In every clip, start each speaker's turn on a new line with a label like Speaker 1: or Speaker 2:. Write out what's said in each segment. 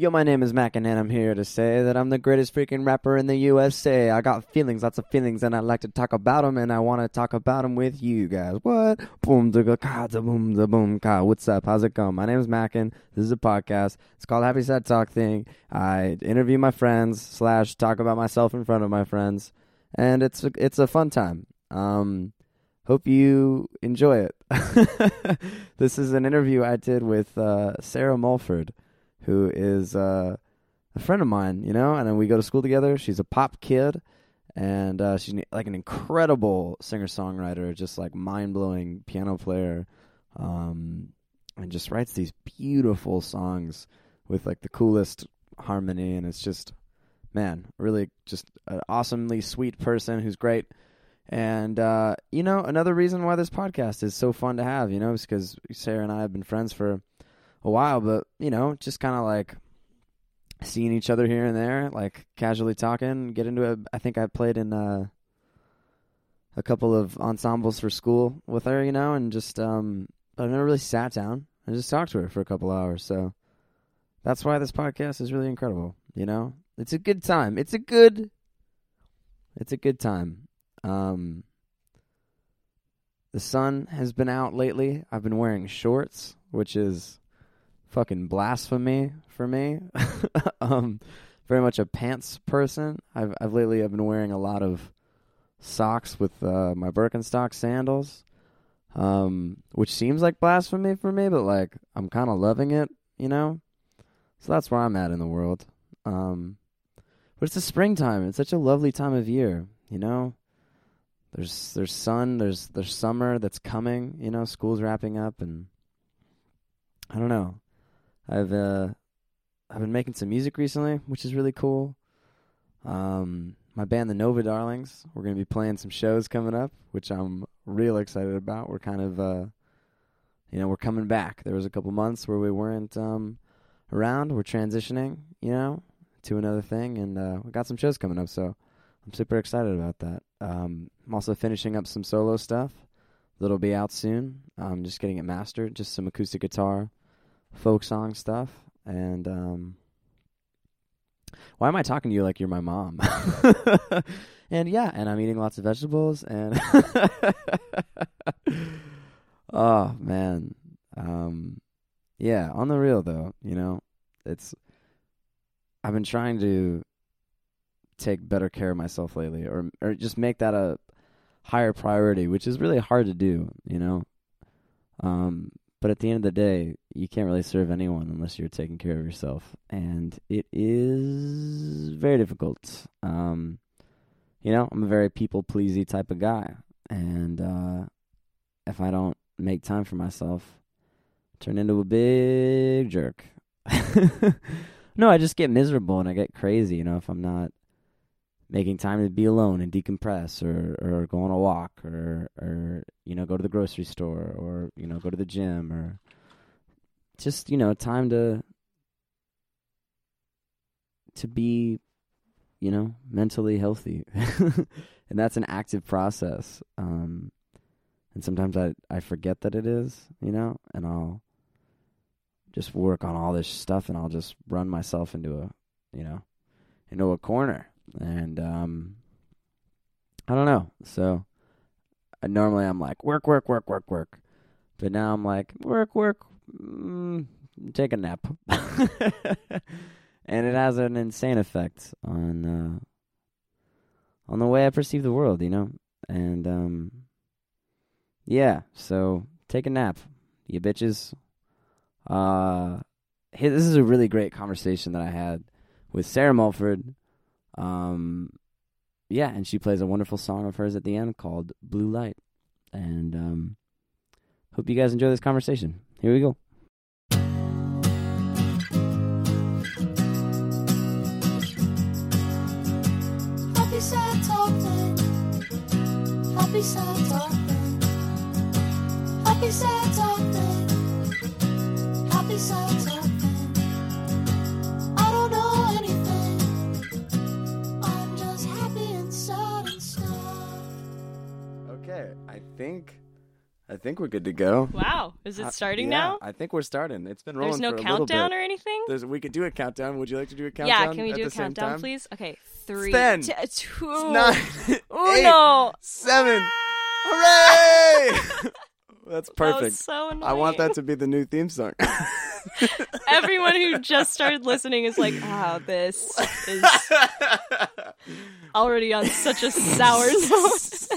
Speaker 1: Yo, my name is Mac, and I'm here to say that I'm the greatest freaking rapper in the USA. I got feelings, lots of feelings, and I like to talk about them, and I want to talk about them with you guys. What? Boom, da ka, da boom, da boom, ka. What's up? How's it going? My name is Mac, and this is a podcast. It's called Happy Sad Talk Thing. I interview my friends, slash, talk about myself in front of my friends, and it's a, it's a fun time. Um, hope you enjoy it. this is an interview I did with uh, Sarah Mulford, who is uh, a friend of mine, you know, and we go to school together. She's a pop kid, and uh, she's like an incredible singer songwriter, just like mind blowing piano player, um, and just writes these beautiful songs with like the coolest harmony. And it's just, man, really just an awesomely sweet person who's great. And uh, you know, another reason why this podcast is so fun to have, you know, is because Sarah and I have been friends for a while, but you know, just kind of like seeing each other here and there, like casually talking, get into it. I think I played in uh, a couple of ensembles for school with her, you know, and just um, but I never really sat down. I just talked to her for a couple hours, so that's why this podcast is really incredible. You know, it's a good time. It's a good. It's a good time. Um, the sun has been out lately. I've been wearing shorts, which is fucking blasphemy for me. um, very much a pants person. I've I've lately I've been wearing a lot of socks with uh, my Birkenstock sandals, um, which seems like blasphemy for me, but like I'm kind of loving it, you know. So that's where I'm at in the world. Um, but it's the springtime. It's such a lovely time of year, you know there's there's sun, there's there's summer that's coming, you know, school's wrapping up and I don't know. I've uh I've been making some music recently, which is really cool. Um my band the Nova Darlings, we're going to be playing some shows coming up, which I'm real excited about. We're kind of uh you know, we're coming back. There was a couple months where we weren't um around. We're transitioning, you know, to another thing and uh we got some shows coming up, so I'm super excited about that. Um, I'm also finishing up some solo stuff that'll be out soon. I'm just getting it mastered, just some acoustic guitar, folk song stuff. And um, why am I talking to you like you're my mom? and yeah, and I'm eating lots of vegetables. And oh man, um, yeah, on the real though, you know, it's I've been trying to take better care of myself lately or or just make that a higher priority, which is really hard to do, you know. Um but at the end of the day, you can't really serve anyone unless you're taking care of yourself, and it is very difficult. Um you know, I'm a very people pleasy type of guy, and uh if I don't make time for myself, I turn into a big jerk. no, I just get miserable and I get crazy, you know, if I'm not making time to be alone and decompress or, or go on a walk or, or, you know, go to the grocery store or, you know, go to the gym or just, you know, time to, to be, you know, mentally healthy. and that's an active process. Um, and sometimes I, I forget that it is, you know, and I'll just work on all this stuff and I'll just run myself into a, you know, into a corner and um I don't know. So uh, normally I'm like work, work, work, work, work, but now I'm like work, work, mm, take a nap, and it has an insane effect on uh, on the way I perceive the world, you know. And um yeah, so take a nap, you bitches. Uh, hey, this is a really great conversation that I had with Sarah Mulford. Um, yeah, and she plays a wonderful song of hers at the end called Blue Light. And um, hope you guys enjoy this conversation. Here we go.
Speaker 2: Happy sad talking. Happy sad talking. Happy sad talking. Happy sad talking. I don't know anything. I'm just happy and sad and stuff.
Speaker 1: Okay, I think
Speaker 3: I think we're good to go.
Speaker 4: Wow. Is
Speaker 3: Uh,
Speaker 4: it starting
Speaker 3: yeah,
Speaker 4: now?
Speaker 3: I think we're starting. It's been rolling
Speaker 4: There's no
Speaker 3: for a
Speaker 4: countdown
Speaker 3: little bit.
Speaker 4: or anything?
Speaker 3: There's, we could do a countdown. Would you like to do a countdown?
Speaker 4: Yeah, can we
Speaker 3: at
Speaker 4: do a
Speaker 3: the same
Speaker 4: countdown,
Speaker 3: time?
Speaker 4: please? Okay, three,
Speaker 3: ten,
Speaker 4: t- uh, two,
Speaker 3: It's nine, eight,
Speaker 4: uno.
Speaker 3: seven. Hooray! That's
Speaker 4: Ah. That was
Speaker 3: perfect.
Speaker 4: so annoying.
Speaker 3: I want that to be the new theme song.
Speaker 4: Everyone who just started listening is like, ah, this is already on such a sour note.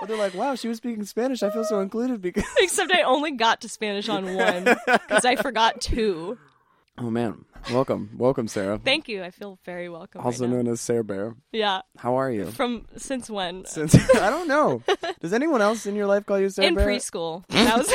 Speaker 3: Or they're like, wow, she was speaking Spanish. I feel so included because.
Speaker 4: Except I only got to Spanish on one because I forgot two.
Speaker 3: Oh, man. Welcome. Welcome, Sarah.
Speaker 4: Thank you. I feel very welcome.
Speaker 3: also
Speaker 4: right now.
Speaker 3: known as Sarah Bear.
Speaker 4: yeah.
Speaker 3: How are you?
Speaker 4: From since when?
Speaker 3: Since I don't know. Does anyone else in your life call you Sarah
Speaker 4: in
Speaker 3: Bear?
Speaker 4: preschool. That was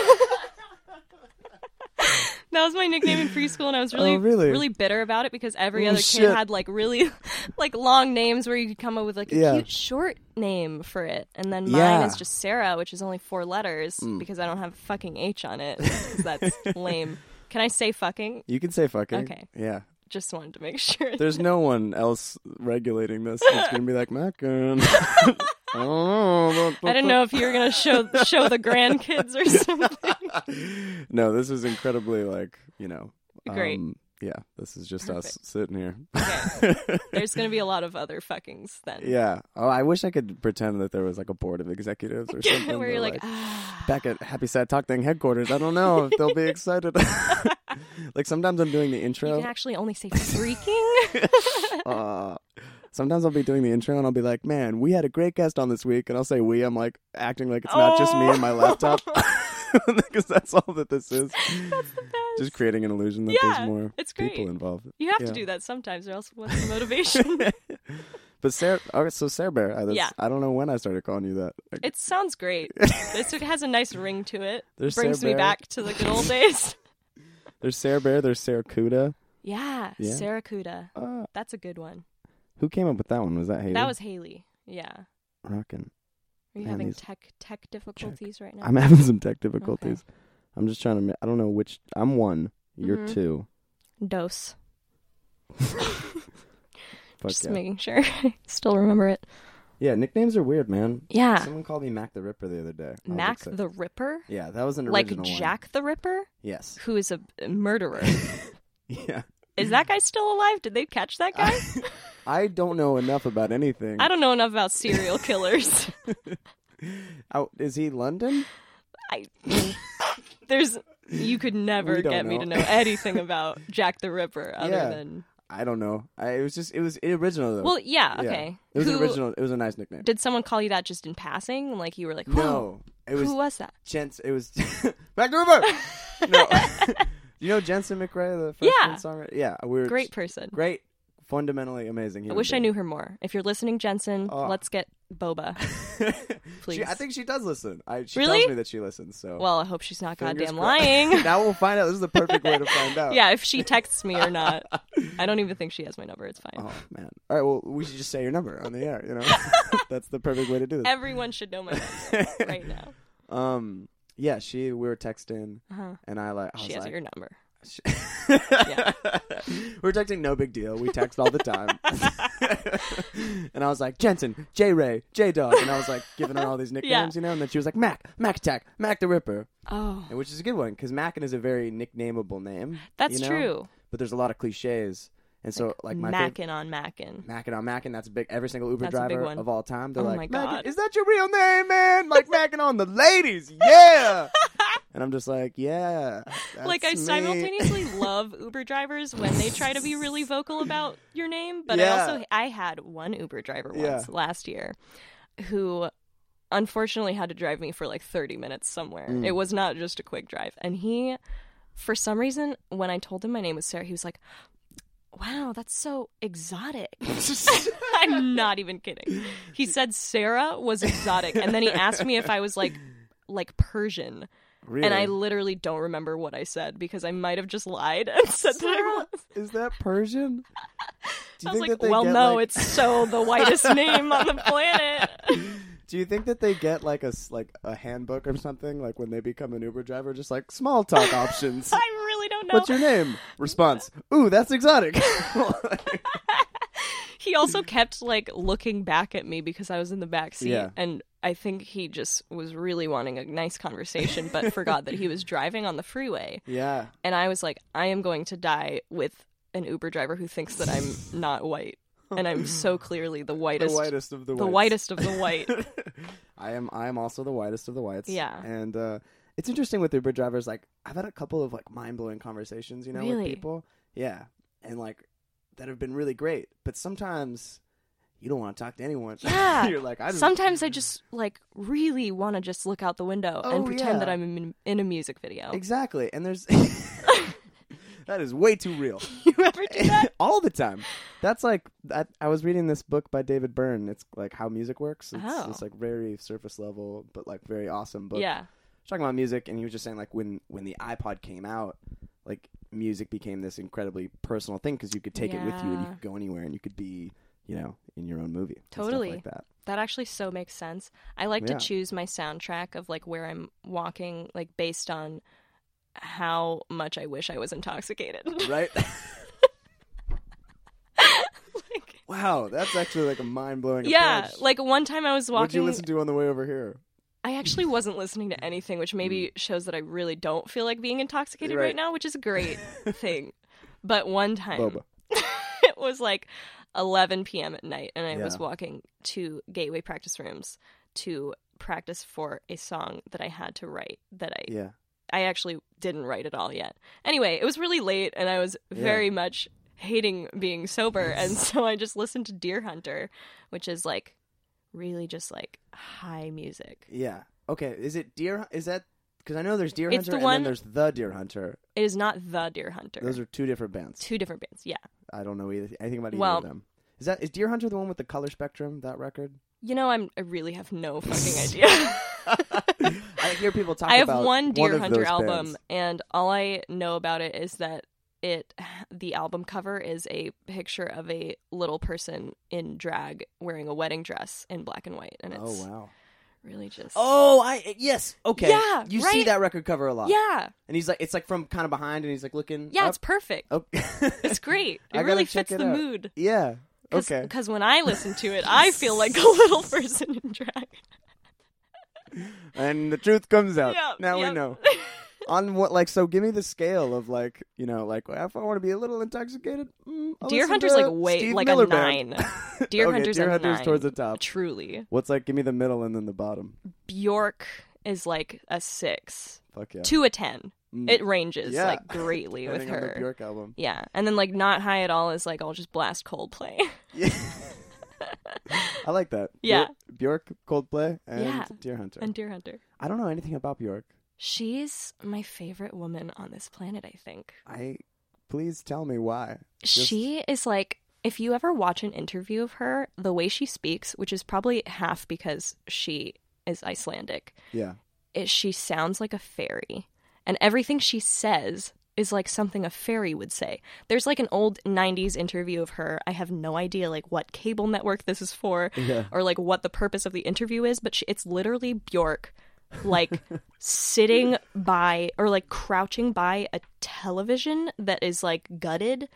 Speaker 4: that was my nickname in preschool, and I was really,
Speaker 3: Oh, really?
Speaker 4: bitter about it because every
Speaker 3: Oh,
Speaker 4: other
Speaker 3: shit.
Speaker 4: kid had like really like long names where you could come up with like a
Speaker 3: Yeah.
Speaker 4: cute short name for it, and then mine
Speaker 3: Yeah. Mm.
Speaker 4: is just Sarah, which is only four letters because I don't have fucking H on it. 'cause That's lame. Can I say fucking?
Speaker 3: you can say fucking.
Speaker 4: Okay.
Speaker 3: Yeah.
Speaker 4: Just wanted to make sure.
Speaker 3: There's no one else regulating this. It's gonna be like Mackin.
Speaker 4: I didn't know if you were gonna show show the grandkids or something.
Speaker 3: No, this is incredibly like you know.
Speaker 4: Great.
Speaker 3: um, yeah, this is just us
Speaker 4: Perfect.
Speaker 3: sitting here.
Speaker 4: There's gonna be a lot of other fuckings then.
Speaker 3: yeah. Oh, I wish I could pretend that there was like a board of executives or something.
Speaker 4: Where
Speaker 3: They're
Speaker 4: you're like, ah.
Speaker 3: back at Happy Sad Talk Thing headquarters. I don't know if they'll be excited. like sometimes I'm doing the
Speaker 4: You
Speaker 3: intro.
Speaker 4: can actually only say freaking.
Speaker 3: uh, sometimes I'll be doing the intro and I'll be like, "Man, we had a great guest on this week," and I'll say "we." I'm like acting like it's not just me and my
Speaker 4: Oh.
Speaker 3: laptop because that's all that this is. Just creating an illusion that
Speaker 4: Yeah,
Speaker 3: there's more
Speaker 4: it's
Speaker 3: people
Speaker 4: great.
Speaker 3: involved.
Speaker 4: you have
Speaker 3: Yeah.
Speaker 4: to do that sometimes, or else what's the motivation?
Speaker 3: But Sarah, okay, so Sarah Bear, I, that's-
Speaker 4: Yeah.
Speaker 3: I don't know when I started calling you that. Like,
Speaker 4: it sounds great. This has a nice ring to it.
Speaker 3: There's
Speaker 4: Brings
Speaker 3: Sarah
Speaker 4: me
Speaker 3: Bear.
Speaker 4: back to the good old days.
Speaker 3: There's Sarah Bear, there's Sarah Cuda.
Speaker 4: Yeah,
Speaker 3: Yeah.
Speaker 4: Barracuda.
Speaker 3: Uh,
Speaker 4: That's a good one.
Speaker 3: who came up with that one? Was that Haley?
Speaker 4: That was Haley. Yeah. Are
Speaker 3: rocking.
Speaker 4: you
Speaker 3: Man,
Speaker 4: having
Speaker 3: these-
Speaker 4: tech tech difficulties right now?
Speaker 3: I'm having some tech difficulties. I'm just trying to. ma- I don't know which. I'm one. You're
Speaker 4: Mhm.
Speaker 3: two.
Speaker 4: Dose.
Speaker 3: Fuck
Speaker 4: Just
Speaker 3: yeah.
Speaker 4: making sure. I still remember it.
Speaker 3: yeah, nicknames are weird, man.
Speaker 4: Yeah.
Speaker 3: Someone called me Mac the Ripper the other day. I was
Speaker 4: Mac
Speaker 3: upset.
Speaker 4: the Ripper.
Speaker 3: Yeah, that was an
Speaker 4: Like
Speaker 3: original one.
Speaker 4: Jack the Ripper,
Speaker 3: Yes.
Speaker 4: who is a a murderer.
Speaker 3: Yeah.
Speaker 4: is that guy still alive? Did they catch that guy?
Speaker 3: I don't know enough about anything.
Speaker 4: I don't know enough about serial killers.
Speaker 3: Out, is he London?
Speaker 4: I, there's you could never
Speaker 3: We don't
Speaker 4: get me to
Speaker 3: know.
Speaker 4: know anything about Jack the Ripper other
Speaker 3: Yeah.
Speaker 4: than
Speaker 3: I don't know. I, it was just. It was original though.
Speaker 4: well, yeah,
Speaker 3: Yeah.
Speaker 4: okay.
Speaker 3: It was an
Speaker 4: Who-
Speaker 3: original. It was a nice nickname.
Speaker 4: Did someone call you that just in passing? And like you were like, Whoa,
Speaker 3: no, it
Speaker 4: who
Speaker 3: was
Speaker 4: was that?
Speaker 3: Jens. It was Mac the Ripper. no. you know Jensen McRae, the freshman
Speaker 4: Yeah.
Speaker 3: songwriter. Yeah, we were
Speaker 4: Great person.
Speaker 3: great, fundamentally amazing.
Speaker 4: I
Speaker 3: human
Speaker 4: wish I
Speaker 3: being.
Speaker 4: knew her more. If you're listening, Jensen,
Speaker 3: Oh.
Speaker 4: let's get Boba. Please.
Speaker 3: She, I think she does listen. I, she
Speaker 4: Really?
Speaker 3: tells me that she listens. So
Speaker 4: well, I hope she's not
Speaker 3: fingers
Speaker 4: goddamn
Speaker 3: crossed.
Speaker 4: lying.
Speaker 3: now we'll find out. This is the perfect way to find out.
Speaker 4: yeah, if she texts me or not. I don't even think she has my number. It's fine.
Speaker 3: Oh man. All right. Well, we should just say your number on the air. You know, that's the perfect way to do this.
Speaker 4: Everyone should know my number right now.
Speaker 3: Um. Yeah. She. We were texting,
Speaker 4: Uh-huh.
Speaker 3: and I like. I
Speaker 4: She
Speaker 3: was
Speaker 4: has
Speaker 3: like,
Speaker 4: your number.
Speaker 3: Sh- We're texting no big deal. We text all the time. and I was like, Jensen, J Ray, J Dog. And I was like, giving her all these nicknames, you know? And then she was like, Mac, Mac Attack, Mac the Ripper,
Speaker 4: Oh,
Speaker 3: and which is a good one because Mackin is a very nicknameable name.
Speaker 4: that's
Speaker 3: you know?
Speaker 4: true.
Speaker 3: But there's a lot of cliches. And so, like, my favorite.
Speaker 4: Mackin on Mackin.
Speaker 3: Mackin on Mackin, that's a big. Every single Uber
Speaker 4: That's a big
Speaker 3: driver
Speaker 4: one.
Speaker 3: of all time, they're
Speaker 4: Oh
Speaker 3: like,
Speaker 4: my
Speaker 3: "Mackin,
Speaker 4: God.
Speaker 3: is that your real name, man? Like Mackin on the ladies, yeah." and I'm just like, yeah.
Speaker 4: like
Speaker 3: that's
Speaker 4: I
Speaker 3: me."
Speaker 4: simultaneously love Uber drivers when they try to be really vocal about your name, but
Speaker 3: Yeah.
Speaker 4: I also I had one Uber driver once
Speaker 3: Yeah.
Speaker 4: last year who unfortunately had to drive me for like 30 minutes somewhere.
Speaker 3: Mm.
Speaker 4: It was not just a quick drive and he for some reason when I told him my name was Sarah, he was like, "Wow, that's so exotic." I'm not even kidding. He said Sarah was exotic and then he asked me if I was like like Persian.
Speaker 3: Really?
Speaker 4: And I literally don't remember what I said because I might have just lied and said that I was.
Speaker 3: Is that Persian? Do you
Speaker 4: I was
Speaker 3: think
Speaker 4: like,
Speaker 3: that they
Speaker 4: well,
Speaker 3: get,
Speaker 4: no,
Speaker 3: like-
Speaker 4: it's so the whitest name on the planet.
Speaker 3: Do you think that they get like a s- like a handbook or something like when they become an Uber driver, just like small talk options?
Speaker 4: I really don't know.
Speaker 3: What's your name? Response: Ooh, that's exotic.
Speaker 4: He also kept like looking back at me because I was in the back seat
Speaker 3: Yeah.
Speaker 4: and I think he just was really wanting a nice conversation, but forgot that he was driving on the freeway.
Speaker 3: Yeah.
Speaker 4: And I was like, I am going to die with an Uber driver who thinks that I'm not white. And I'm so clearly the whitest,
Speaker 3: the whitest of the,
Speaker 4: the
Speaker 3: whites.
Speaker 4: whitest of the white.
Speaker 3: I am I am also the whitest of the whites.
Speaker 4: Yeah.
Speaker 3: And uh, it's interesting with Uber drivers, like I've had a couple of like mind blowing conversations, you know, with
Speaker 4: Really?
Speaker 3: people. Yeah. And like that have been really great. But sometimes you don't want to talk to anyone.
Speaker 4: Yeah.
Speaker 3: You're like, I just
Speaker 4: Sometimes I just like really want to just look out the window
Speaker 3: Oh,
Speaker 4: and pretend
Speaker 3: yeah.
Speaker 4: that I'm in, in a music video.
Speaker 3: Exactly. And there's That is way too real.
Speaker 4: you ever do that?
Speaker 3: All the time. That's like I, I was reading this book by David Byrne. It's like how music works. It's
Speaker 4: Oh.
Speaker 3: this like very surface level but like very awesome book.
Speaker 4: yeah.
Speaker 3: talking about music and he was just saying like when when the iPod came out like music became this incredibly personal thing because you could take it with you and you
Speaker 4: Yeah.
Speaker 3: could go anywhere and you could be you know in your own movie and stuff
Speaker 4: Totally.
Speaker 3: like that
Speaker 4: That actually so makes sense. I like
Speaker 3: Yeah.
Speaker 4: to choose my soundtrack of like where I'm walking, like based on how much I wish I was intoxicated.
Speaker 3: right
Speaker 4: like,
Speaker 3: wow that's actually like a mind-blowing
Speaker 4: yeah,
Speaker 3: approach.
Speaker 4: like one time I was
Speaker 3: what'd you
Speaker 4: walking.
Speaker 3: listen to on the way over here
Speaker 4: I actually wasn't listening to anything, which maybe shows that I really don't feel like being intoxicated right,
Speaker 3: Mm. Right.
Speaker 4: now, which is a great thing. But one time,
Speaker 3: boba
Speaker 4: it was like 11 p.m. at night, and I was
Speaker 3: Yeah.
Speaker 4: walking to Gateway practice rooms to practice for a song that I had to write that I
Speaker 3: yeah
Speaker 4: I actually didn't write at all yet. Anyway, it was really late and I was
Speaker 3: Yeah.
Speaker 4: very much hating being sober and so I just listened to Deer Hunter, which is like really just like high music.
Speaker 3: yeah okay is it deer is that because i know there's deer
Speaker 4: It's
Speaker 3: hunter and
Speaker 4: the
Speaker 3: then
Speaker 4: one-
Speaker 3: there's the deer hunter
Speaker 4: It is not the Deer Hunter.
Speaker 3: those are two different bands
Speaker 4: two different bands. Yeah.
Speaker 3: i don't know either, anything about either
Speaker 4: Well-
Speaker 3: of them is that is deer hunter the one with the color spectrum that record
Speaker 4: You know I'm I really have no fucking idea.
Speaker 3: I hear people talk
Speaker 4: I have
Speaker 3: about
Speaker 4: one Deer
Speaker 3: of
Speaker 4: Hunter
Speaker 3: those
Speaker 4: album,
Speaker 3: bands.
Speaker 4: and all I know about it is that it the album cover is a picture of a little person in drag wearing a wedding dress in black and white, and it's
Speaker 3: Oh wow.
Speaker 4: really just
Speaker 3: Oh, I yes. Okay.
Speaker 4: Yeah,
Speaker 3: You see
Speaker 4: right?
Speaker 3: that record cover a lot.
Speaker 4: yeah,
Speaker 3: And he's like, it's like from kind of behind, and he's like looking.
Speaker 4: yeah,
Speaker 3: up.
Speaker 4: it's perfect.
Speaker 3: Oh.
Speaker 4: It's great.
Speaker 3: I
Speaker 4: It
Speaker 3: gotta
Speaker 4: really
Speaker 3: check
Speaker 4: fits
Speaker 3: it
Speaker 4: the
Speaker 3: out.
Speaker 4: mood.
Speaker 3: yeah.
Speaker 4: Cause,
Speaker 3: Okay.
Speaker 4: 'cause when I listen to it, I feel like a little person in drag.
Speaker 3: And the truth comes out.
Speaker 4: Yeah,
Speaker 3: Uh, now
Speaker 4: yeah.
Speaker 3: we know. On what, like, so give me the scale of, like, you know, like, if I want to be a little intoxicated, mm, I'll
Speaker 4: Deer
Speaker 3: listen
Speaker 4: Hunter's
Speaker 3: to
Speaker 4: like way
Speaker 3: Steve
Speaker 4: like
Speaker 3: Miller
Speaker 4: a
Speaker 3: Band.
Speaker 4: nine. Deer
Speaker 3: okay,
Speaker 4: Hunter's
Speaker 3: Deer
Speaker 4: a
Speaker 3: Hunter's
Speaker 4: nine.
Speaker 3: towards the top.
Speaker 4: Truly,
Speaker 3: What's like, give me the middle and then the bottom.
Speaker 4: Bjork is like a six
Speaker 3: Fuck yeah.
Speaker 4: to a ten.
Speaker 3: Mm.
Speaker 4: It ranges
Speaker 3: Yeah.
Speaker 4: like greatly with
Speaker 3: Depending on the
Speaker 4: her.
Speaker 3: Bjork album.
Speaker 4: Yeah, and then like not high at all is like I'll just blast Coldplay.
Speaker 3: Yeah. I like that.
Speaker 4: Yeah.
Speaker 3: Bjork, Bjork, Coldplay, and
Speaker 4: Yeah.
Speaker 3: Deer Hunter.
Speaker 4: and Deer Hunter.
Speaker 3: I don't know anything about Bjork.
Speaker 4: She's my favorite woman on this planet. I think
Speaker 3: I please tell me why. Just-
Speaker 4: she is like if you ever watch an interview of her, the way she speaks, which is probably half because she is Icelandic,
Speaker 3: Yeah.
Speaker 4: is she sounds like a fairy, and everything she says is like something a fairy would say. There's like an old 90s interview of her. I have no idea like what cable network this is for.
Speaker 3: Yeah.
Speaker 4: or like what the purpose of the interview is, but she, it's literally Bjork like sitting by or like crouching by a television that is like gutted.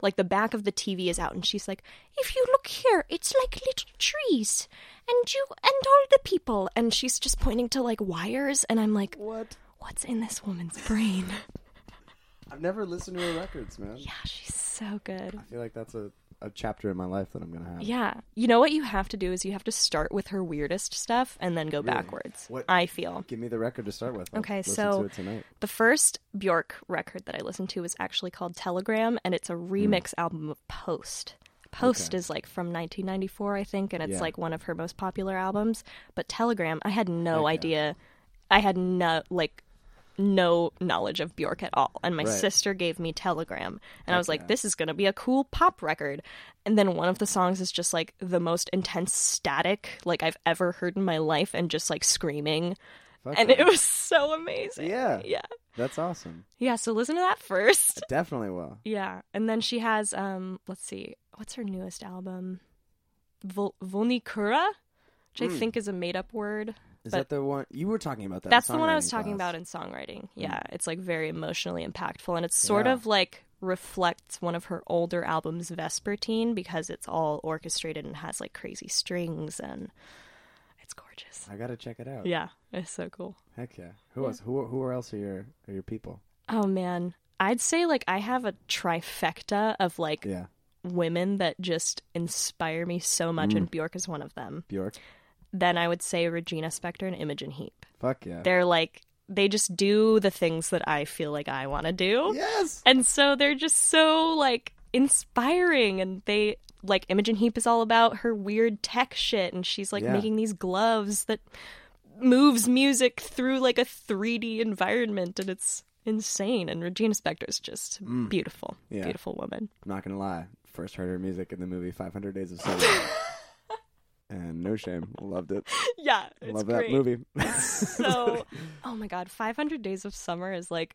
Speaker 4: Like the back of the TV is out, and she's like, "If you look here, it's like little trees, and you and all the people." And she's just pointing to like wires, and I'm like,
Speaker 3: What?
Speaker 4: "What's in this woman's brain?"
Speaker 3: I've never listened to her records, man.
Speaker 4: yeah, she's so good.
Speaker 3: I feel like that's a, a chapter in my life that I'm gonna have.
Speaker 4: Yeah, you know what you have to do is you have to start with her weirdest stuff and then go backwards.
Speaker 3: What-
Speaker 4: I feel.
Speaker 3: Give me the record to start with. I'll
Speaker 4: Okay,
Speaker 3: listen
Speaker 4: so-
Speaker 3: to it tonight.
Speaker 4: The first Bjork record that I listened to was actually called Telegram, and it's a remix album of Post. Post
Speaker 3: Hmm. Okay.
Speaker 4: is like from 1994, I think, and it's
Speaker 3: Yeah.
Speaker 4: like one of her most popular albums. But Telegram, I had no
Speaker 3: Okay.
Speaker 4: idea. I had no like no knowledge of Bjork at all, and my
Speaker 3: Right.
Speaker 4: sister gave me Telegram, and I was
Speaker 3: Okay.
Speaker 4: like, "This is gonna be a cool pop record." And then one of the songs is just like the most intense static like I've ever heard in my life, and just like screaming,
Speaker 3: Fuck
Speaker 4: and
Speaker 3: yeah.
Speaker 4: it was so amazing.
Speaker 3: Yeah.
Speaker 4: yeah.
Speaker 3: That's awesome.
Speaker 4: Yeah, so listen to that first.
Speaker 3: Definitely will.
Speaker 4: Yeah, and then she has um let's see. What's her newest album? Vol- Volnikura, which I think is a made-up word.
Speaker 3: Hmm. Is
Speaker 4: But-
Speaker 3: that the one you were talking about? That
Speaker 4: That's the one I was
Speaker 3: songwriting
Speaker 4: talking
Speaker 3: class. Hmm.
Speaker 4: about in songwriting. Yeah, it's like very emotionally impactful and it's sort
Speaker 3: Yeah.
Speaker 4: of like reflects one of her older albums Vespertine because it's all orchestrated and has like crazy strings and it's gorgeous. gorgeous.
Speaker 3: I gotta check it out.
Speaker 4: Yeah, it's so cool.
Speaker 3: Heck yeah. Who else? Who who else are your are your people?
Speaker 4: Oh man, I'd say like I have a trifecta of like
Speaker 3: Yeah.
Speaker 4: women that just inspire me so much,
Speaker 3: Mm.
Speaker 4: and Bjork is one of them.
Speaker 3: Bjork.
Speaker 4: Then I would say Regina Spektor and Imogen Heap.
Speaker 3: Fuck yeah.
Speaker 4: They're like they just do the things that I feel like I want to do,
Speaker 3: yes.
Speaker 4: and so they're just so like inspiring, and they. Like Imogen Heap is all about her weird tech shit, and she's like
Speaker 3: Yeah.
Speaker 4: making these gloves that moves music through like a 3D environment, and it's insane. And Regina Spektor is just beautiful,
Speaker 3: Mm. Yeah.
Speaker 4: beautiful woman.
Speaker 3: I'm not gonna lie. First heard her music in the movie 500 Days of Summer. and no shame, loved it.
Speaker 4: Yeah, it's
Speaker 3: Love that
Speaker 4: great.
Speaker 3: movie.
Speaker 4: So, oh my god, 500 Days of Summer is like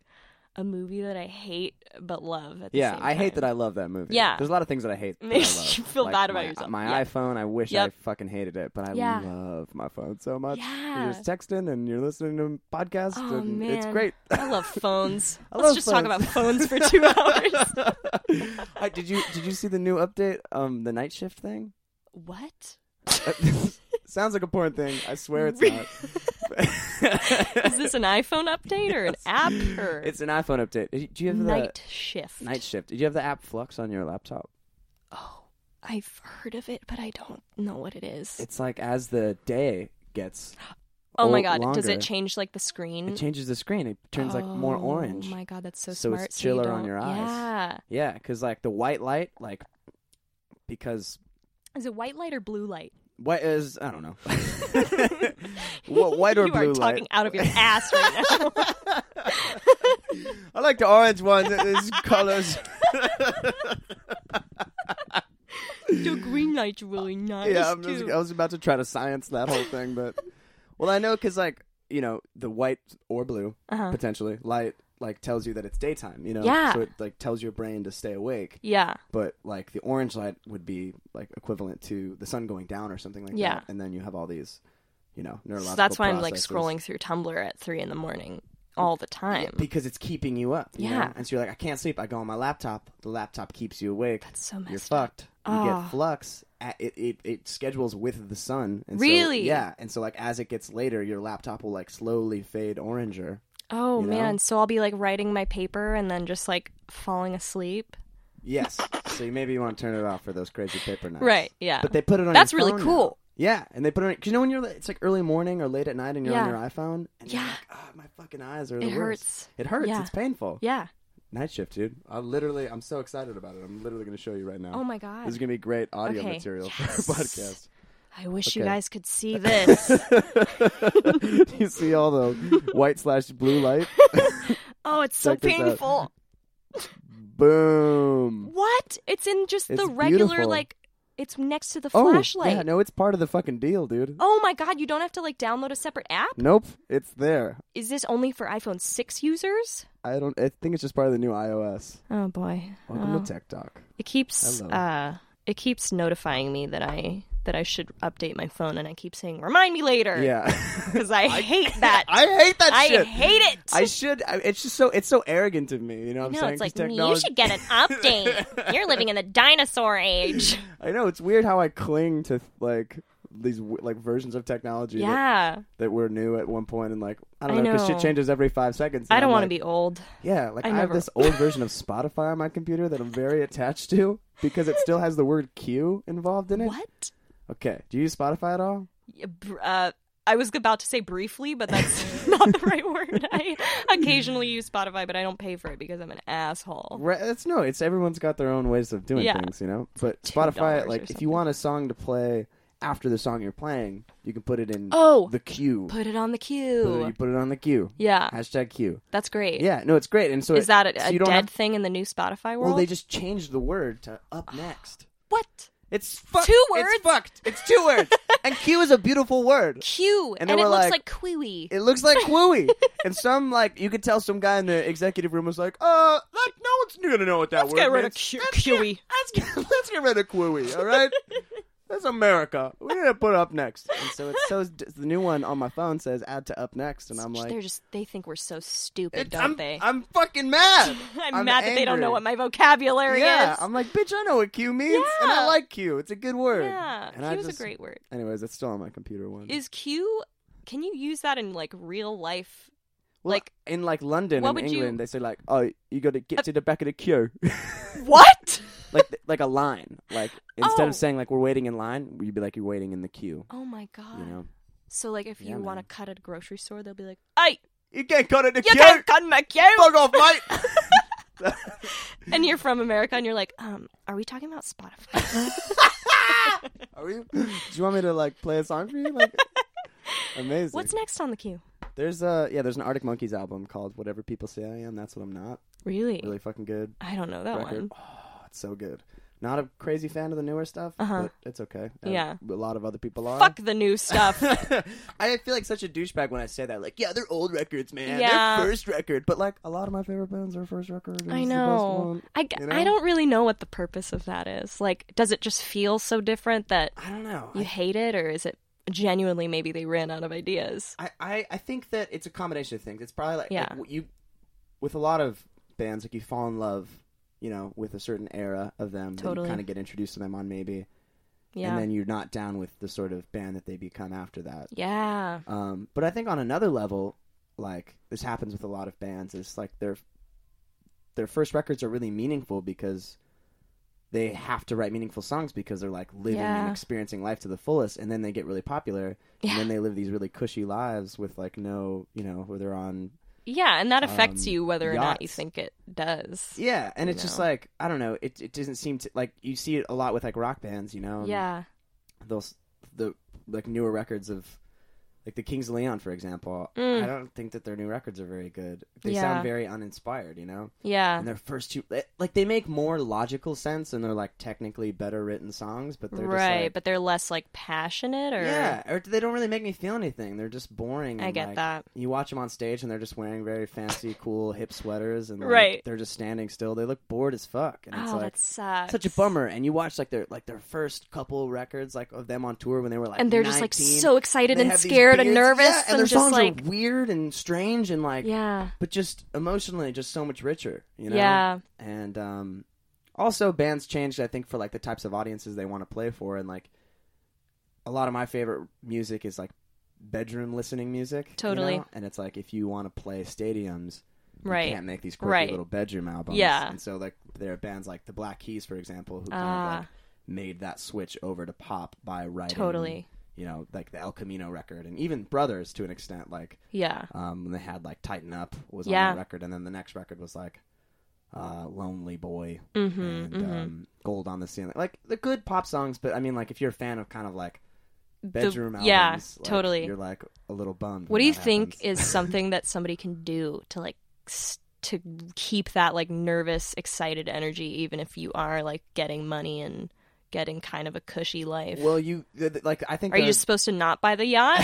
Speaker 4: a movie that I hate but love. At the
Speaker 3: yeah,
Speaker 4: same
Speaker 3: I hate
Speaker 4: time.
Speaker 3: that I love that movie.
Speaker 4: Yeah.
Speaker 3: There's a lot of things that I hate. that I
Speaker 4: Makes
Speaker 3: love.
Speaker 4: you feel
Speaker 3: Like
Speaker 4: bad about
Speaker 3: my-
Speaker 4: yourself.
Speaker 3: My
Speaker 4: Yeah.
Speaker 3: iPhone, I wish I
Speaker 4: Yep.
Speaker 3: fucking hated it, but I
Speaker 4: Yeah.
Speaker 3: love my phone so much.
Speaker 4: Yeah.
Speaker 3: You're just texting and you're listening to podcasts
Speaker 4: Oh
Speaker 3: and
Speaker 4: man,
Speaker 3: it's great.
Speaker 4: I love phones.
Speaker 3: I
Speaker 4: Let's
Speaker 3: love
Speaker 4: just talk about phones for two hours.
Speaker 3: Uh, did you did you see the new update? Um, the night shift thing.
Speaker 4: what
Speaker 3: Sounds like a porn thing. I swear it's
Speaker 4: Re-
Speaker 3: not.
Speaker 4: is this? An iPhone update or an app or
Speaker 3: It's an iPhone update. Do you have the
Speaker 4: night shift?
Speaker 3: night shift? Did you have the app Flux on your laptop?
Speaker 4: Oh, I've heard of it, but I don't know what it is.
Speaker 3: It's like as the day gets.
Speaker 4: oh my
Speaker 3: old-
Speaker 4: god, does
Speaker 3: longer,
Speaker 4: it change like the screen?
Speaker 3: It changes the screen. It turns like more
Speaker 4: Mm. Oh
Speaker 3: orange.
Speaker 4: my god, that's so,
Speaker 3: So it's
Speaker 4: smart. you
Speaker 3: chiller on
Speaker 4: don't-
Speaker 3: your eyes.
Speaker 4: Yeah.
Speaker 3: Yeah, because like the white light, like because
Speaker 4: Is it white light or blue light?
Speaker 3: white is I don't know. Wh- white or
Speaker 4: you
Speaker 3: blue
Speaker 4: are
Speaker 3: light?
Speaker 4: talking out of your ass right now.
Speaker 3: I like the orange one. It's colors.
Speaker 4: the green light's really nice
Speaker 3: yeah, I'm
Speaker 4: too.
Speaker 3: just, I was about to try to science that whole thing, but well, I know because like you know the white or blue
Speaker 4: Uh-huh.
Speaker 3: potentially light like tells you that it's daytime. You know,
Speaker 4: Yeah.
Speaker 3: So it like tells your brain to stay awake.
Speaker 4: yeah,
Speaker 3: But like the orange light would be like equivalent to the sun going down or something like
Speaker 4: Yeah.
Speaker 3: that, and then you have all these, you know, neurological.
Speaker 4: so that's why I'm like
Speaker 3: processes.
Speaker 4: scrolling through Tumblr at three in the morning all the time.
Speaker 3: because it's keeping you up. you
Speaker 4: Yeah.
Speaker 3: know? and so you're like, I can't sleep. I go on my laptop. The laptop keeps you awake.
Speaker 4: That's so
Speaker 3: you're
Speaker 4: messed up.
Speaker 3: fucked. You
Speaker 4: Ah.
Speaker 3: get flux. A- It, it it schedules with the sun. And
Speaker 4: Really?
Speaker 3: So, yeah. And so like as it gets later, your laptop will like slowly fade oranger.
Speaker 4: Oh
Speaker 3: You know?
Speaker 4: man, so I'll be like writing my paper and then just like falling asleep.
Speaker 3: Yes. so you, maybe you want to turn it off for those crazy paper nights.
Speaker 4: Right? Yeah.
Speaker 3: But they put it on.
Speaker 4: That's
Speaker 3: your
Speaker 4: really
Speaker 3: phone
Speaker 4: cool.
Speaker 3: now. Yeah, and they put it. on- Cause you know when you're it's like early morning or late at night, and you're on
Speaker 4: Yeah.
Speaker 3: your iPhone. And you're
Speaker 4: Yeah.
Speaker 3: like, "Ah, my fucking eyes are.
Speaker 4: It
Speaker 3: the worst."
Speaker 4: hurts.
Speaker 3: It hurts.
Speaker 4: Yeah.
Speaker 3: It's painful.
Speaker 4: yeah.
Speaker 3: Night shift, dude. I literally, I'm so excited about it. I'm literally going to show you right now.
Speaker 4: Oh my god.
Speaker 3: This is going to be great audio
Speaker 4: Okay.
Speaker 3: material
Speaker 4: Yes.
Speaker 3: for our podcast.
Speaker 4: I wish you
Speaker 3: Okay.
Speaker 4: guys could see this.
Speaker 3: you see all the white slash blue light?
Speaker 4: oh, it's so
Speaker 3: Check this out.
Speaker 4: painful.
Speaker 3: Boom.
Speaker 4: What? It's in just
Speaker 3: It's
Speaker 4: the regular
Speaker 3: beautiful.
Speaker 4: like. It's next to the
Speaker 3: Oh,
Speaker 4: flashlight.
Speaker 3: yeah, no, it's part of the fucking deal, dude.
Speaker 4: Oh my god, you don't have to like download a separate app?
Speaker 3: Nope, it's there.
Speaker 4: Is this only for iPhone 6 users?
Speaker 3: I don't. I think it's just part of the new iOS.
Speaker 4: Oh boy.
Speaker 3: Welcome
Speaker 4: Oh.
Speaker 3: to Tech Talk.
Speaker 4: It keeps
Speaker 3: I love it.
Speaker 4: uh it keeps notifying me that I that I should update my phone and I keep saying remind me later
Speaker 3: Yeah,
Speaker 4: cuz I, hate that.
Speaker 3: I hate that
Speaker 4: I
Speaker 3: shit.
Speaker 4: hate it.
Speaker 3: I should. I, it's just so. It's so arrogant of me. You know what I'm
Speaker 4: no,
Speaker 3: saying?
Speaker 4: it's like
Speaker 3: 'Cause
Speaker 4: you
Speaker 3: technology-
Speaker 4: should get an update. You're living in the dinosaur age.
Speaker 3: I know it's weird how I cling to like these w- like versions of technology that
Speaker 4: Yeah.
Speaker 3: that were new at one point and like I
Speaker 4: I
Speaker 3: don't know because
Speaker 4: know.
Speaker 3: shit changes every five seconds.
Speaker 4: I don't want
Speaker 3: to
Speaker 4: to be old.
Speaker 3: Yeah, like
Speaker 4: I
Speaker 3: I, have
Speaker 4: never-
Speaker 3: this old version of Spotify on my computer that I'm very attached to because it still has the word "Q" involved in it.
Speaker 4: What?
Speaker 3: Okay, do you use Spotify at all?
Speaker 4: Yeah, br- Uh I was about to say briefly, but that's not the right word. I occasionally use Spotify, but I don't pay for it because I'm an asshole.
Speaker 3: Right, it's no. It's everyone's got their own ways of doing
Speaker 4: Yeah.
Speaker 3: things, you know. But
Speaker 4: $2 or
Speaker 3: Spotify, like, if
Speaker 4: something.
Speaker 3: you want a song to play after the song you're playing, you can put it in
Speaker 4: Oh.
Speaker 3: the queue.
Speaker 4: Put it on the
Speaker 3: Put it-
Speaker 4: queue.
Speaker 3: you put it on the queue.
Speaker 4: Yeah,
Speaker 3: Hashtag queue.
Speaker 4: that's great.
Speaker 3: Yeah, no, it's great. And so
Speaker 4: Is
Speaker 3: it-
Speaker 4: that a,
Speaker 3: so
Speaker 4: a
Speaker 3: you
Speaker 4: dead
Speaker 3: don't have-
Speaker 4: thing in the new Spotify world?
Speaker 3: well, they just changed the word to up next.
Speaker 4: what?
Speaker 3: It's fucked.
Speaker 4: Two words?
Speaker 3: It's fucked. It's two words. and Q is a beautiful word.
Speaker 4: Q. And,
Speaker 3: And they
Speaker 4: it
Speaker 3: were
Speaker 4: looks
Speaker 3: like-
Speaker 4: like Kiwi.
Speaker 3: It looks like wooey. and some like you could tell some guy in the executive room was like, uh, that no one's gonna know what that
Speaker 4: Let's
Speaker 3: word
Speaker 4: get rid
Speaker 3: means.
Speaker 4: of Q-
Speaker 3: Let's
Speaker 4: Kiwi.
Speaker 3: Get, let's get let's get rid of Quooey, all right? That's America. We're gonna put up next. And so it's so the new one on my phone says add to up next, and I'm like,
Speaker 4: They're just they think we're so stupid,
Speaker 3: it's-
Speaker 4: don't
Speaker 3: I'm,
Speaker 4: they?
Speaker 3: I'm fucking mad.
Speaker 4: I'm, mad that they don't know
Speaker 3: angry.
Speaker 4: what my vocabulary
Speaker 3: yeah,
Speaker 4: is.
Speaker 3: I'm like, bitch, I know what Q means, and I
Speaker 4: Yeah.
Speaker 3: like Q. It's a good word.
Speaker 4: yeah,
Speaker 3: and
Speaker 4: Q
Speaker 3: I
Speaker 4: is
Speaker 3: just- Mm.
Speaker 4: a great word.
Speaker 3: Anyways, it's still on my computer. One
Speaker 4: Is Q? Can you use that in like real life?
Speaker 3: Well,
Speaker 4: like-
Speaker 3: in like London
Speaker 4: What
Speaker 3: and
Speaker 4: would you- Uh,
Speaker 3: England, they say like, oh, you got to get to the back of the queue,
Speaker 4: What?
Speaker 3: like like a line. Like instead
Speaker 4: Oh.
Speaker 3: of saying like we're waiting in line, you'd be like you're waiting in the queue.
Speaker 4: Oh my god!
Speaker 3: You know,
Speaker 4: So like, if
Speaker 3: Yeah,
Speaker 4: you want to
Speaker 3: man.
Speaker 4: cut at a grocery store, they'll be like, "Hey,
Speaker 3: you can't cut it the
Speaker 4: you can't cut my queue."
Speaker 3: off, mate.
Speaker 4: And you're from America, and you're like, "Um, are we talking about Spotify?"
Speaker 3: Are you? Do you want me to like play a song for you? Like, amazing.
Speaker 4: What's next on the queue?
Speaker 3: There's a yeah. There's an Arctic Monkeys album called Whatever People Say I Am. That's what I'm not.
Speaker 4: Really?
Speaker 3: Really fucking good
Speaker 4: I don't know that
Speaker 3: record.
Speaker 4: one.
Speaker 3: Oh, it's so good. Not a crazy fan of the newer stuff,
Speaker 4: Uh-huh.
Speaker 3: but it's okay. Uh,
Speaker 4: Yeah.
Speaker 3: a lot of other people are.
Speaker 4: Fuck the new stuff.
Speaker 3: I feel like such a douchebag when I say that. Like, yeah, they're old records, man.
Speaker 4: Yeah.
Speaker 3: They're first record. But like a lot of my favorite bands are first record. and
Speaker 4: I
Speaker 3: it's the best
Speaker 4: know.
Speaker 3: one.
Speaker 4: I, g-
Speaker 3: you
Speaker 4: I
Speaker 3: know?
Speaker 4: don't really know what the purpose of that is. Like, does it just feel so different that
Speaker 3: I don't know.
Speaker 4: you hate it, or is it genuinely maybe they ran out of ideas?
Speaker 3: I, I, I think that it's a combination of things. It's probably like,
Speaker 4: Yeah.
Speaker 3: like, w- you with a lot of bands, like you fall in love, you know, with a certain era of them. that
Speaker 4: Totally.
Speaker 3: you kind of get introduced to them on maybe,
Speaker 4: Yeah.
Speaker 3: and then you're not down with the sort of band that they become after that.
Speaker 4: yeah.
Speaker 3: Um, but I think on another level, like this happens with a lot of bands, is like their their first records are really meaningful because they have to write meaningful songs because they're like living and
Speaker 4: Yeah.
Speaker 3: experiencing life to the fullest, and then they get really popular,
Speaker 4: Yeah.
Speaker 3: and then they live these really cushy lives with like no, you know, where they're on.
Speaker 4: Yeah, and that affects
Speaker 3: um,
Speaker 4: you whether or not you
Speaker 3: yachts.
Speaker 4: think it does.
Speaker 3: Yeah, and
Speaker 4: You
Speaker 3: it's just
Speaker 4: know.
Speaker 3: like I don't know, it it doesn't seem to like you see it a lot with like rock bands, you know. and
Speaker 4: yeah.
Speaker 3: those the like newer records of like the Kings of Leon, for example.
Speaker 4: Mm.
Speaker 3: I don't think that their new records are very good. They
Speaker 4: Yeah.
Speaker 3: sound very uninspired, you know.
Speaker 4: Yeah.
Speaker 3: And their first two, eh, like they make more logical sense, and they're like technically better written songs, but they're
Speaker 4: Right,
Speaker 3: Just like,
Speaker 4: but they're less like passionate or
Speaker 3: yeah, or they don't really make me feel anything. They're just boring.
Speaker 4: I
Speaker 3: and,
Speaker 4: get
Speaker 3: like,
Speaker 4: that.
Speaker 3: You watch them on stage, and they're just wearing very fancy, cool, hip sweaters, and like,
Speaker 4: Right.
Speaker 3: They're just standing still. They look bored as fuck, and it's
Speaker 4: Oh,
Speaker 3: like
Speaker 4: that sucks.
Speaker 3: such a bummer. And you watch like their like their first couple records like of them on tour when they were like
Speaker 4: And they're just like
Speaker 3: 19,
Speaker 4: so excited
Speaker 3: they
Speaker 4: and
Speaker 3: have these
Speaker 4: scared and
Speaker 3: beards.
Speaker 4: nervous
Speaker 3: Yeah, and,
Speaker 4: and,
Speaker 3: their
Speaker 4: just
Speaker 3: songs
Speaker 4: like
Speaker 3: are weird and strange and like
Speaker 4: Yeah.
Speaker 3: but just emotionally just so much richer you know
Speaker 4: Yeah.
Speaker 3: and um also bands changed i think for like the types of audiences they want to play for and like a lot of my favorite music is like bedroom listening music you
Speaker 4: Totally.
Speaker 3: know? and it's like if you want to play stadiums you
Speaker 4: Right.
Speaker 3: can't make these quirky
Speaker 4: Right.
Speaker 3: little bedroom albums
Speaker 4: Yeah.
Speaker 3: and so like there are bands like the black keys for example who kind of
Speaker 4: Ah,
Speaker 3: like made that switch over to pop by writing
Speaker 4: totally.
Speaker 3: you know, like the El Camino record, and even Brothers to an extent. Like
Speaker 4: Yeah.
Speaker 3: um, when they had like Tighten Up was
Speaker 4: Yeah.
Speaker 3: on that record, and then the next record was like uh, Lonely Boy
Speaker 4: Mm-hmm.
Speaker 3: and
Speaker 4: mm-hmm.
Speaker 3: um, Gold on the Ceiling. Like the good pop songs, but I mean, like if you're a fan of kind of like bedroom albums,
Speaker 4: yeah,
Speaker 3: like,
Speaker 4: totally.
Speaker 3: you're like a little bummed.
Speaker 4: What
Speaker 3: when
Speaker 4: do you
Speaker 3: that
Speaker 4: think
Speaker 3: happens.
Speaker 4: is something that somebody can do to like s- to keep that like nervous, excited energy, even if you are like getting money and getting kind of a cushy life?
Speaker 3: well, you th- th- like I think
Speaker 4: are you
Speaker 3: there's-
Speaker 4: just supposed to not buy the yacht?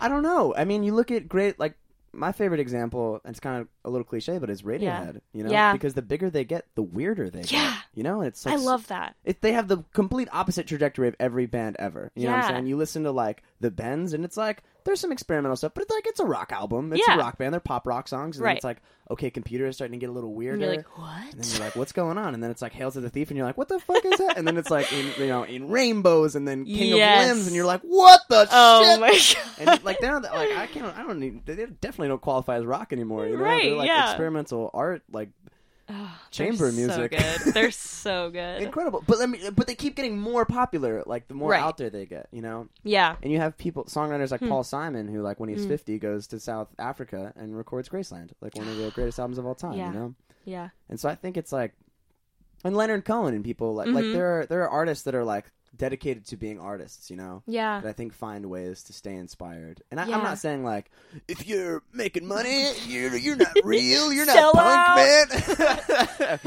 Speaker 3: I don't know. I mean, you look at great like my favorite example. and It's kind of a little cliche, but it's Radiohead. You know,
Speaker 4: Yeah.
Speaker 3: because the bigger they get, the weirder they
Speaker 4: Yeah.
Speaker 3: get. You know, and it's like,
Speaker 4: I love that.
Speaker 3: It, they have the complete opposite trajectory of every band ever. You know what
Speaker 4: Yeah.
Speaker 3: I'm saying? You listen to like the Bends, and it's like there's some experimental stuff, but it's like it's a rock album. It's
Speaker 4: Yeah.
Speaker 3: a rock band. They're pop rock songs, and then
Speaker 4: Right.
Speaker 3: it's like okay, computer is starting to get a little weirder.
Speaker 4: And you're like,
Speaker 3: And then
Speaker 4: what?
Speaker 3: you're like, what's going on? And then it's like Hail to the Thief, and you're like, what the fuck is that? And then it's like, in, you know, in rainbows, and then King
Speaker 4: Yes.
Speaker 3: of Limbs, and you're like, what the
Speaker 4: Oh
Speaker 3: shit?
Speaker 4: my god!
Speaker 3: and like they're not like I can't I don't need they definitely don't qualify as rock anymore. You know?
Speaker 4: Right,
Speaker 3: They're like
Speaker 4: yeah.
Speaker 3: experimental art, like
Speaker 4: Oh, they're
Speaker 3: chamber
Speaker 4: So
Speaker 3: music.
Speaker 4: good. They're so good.
Speaker 3: incredible. But I mean, but they keep getting more popular. Like the more
Speaker 4: Right.
Speaker 3: out there they get, you know.
Speaker 4: yeah.
Speaker 3: And you have people songwriters like
Speaker 4: Hmm.
Speaker 3: Paul Simon who like when he's
Speaker 4: Hmm.
Speaker 3: fifty goes to South Africa and records Graceland, like one of the greatest albums of all time.
Speaker 4: Yeah.
Speaker 3: You know.
Speaker 4: Yeah.
Speaker 3: And so I think it's like, and Leonard Cohen and people like like
Speaker 4: Mhm.
Speaker 3: there are there are artists that are like dedicated to being artists. You know.
Speaker 4: Yeah.
Speaker 3: But I think find ways to stay inspired. And I,
Speaker 4: Yeah.
Speaker 3: I'm not saying like if you're making money, you're you're not real, you're
Speaker 4: Sell
Speaker 3: not punk, man.
Speaker 4: out.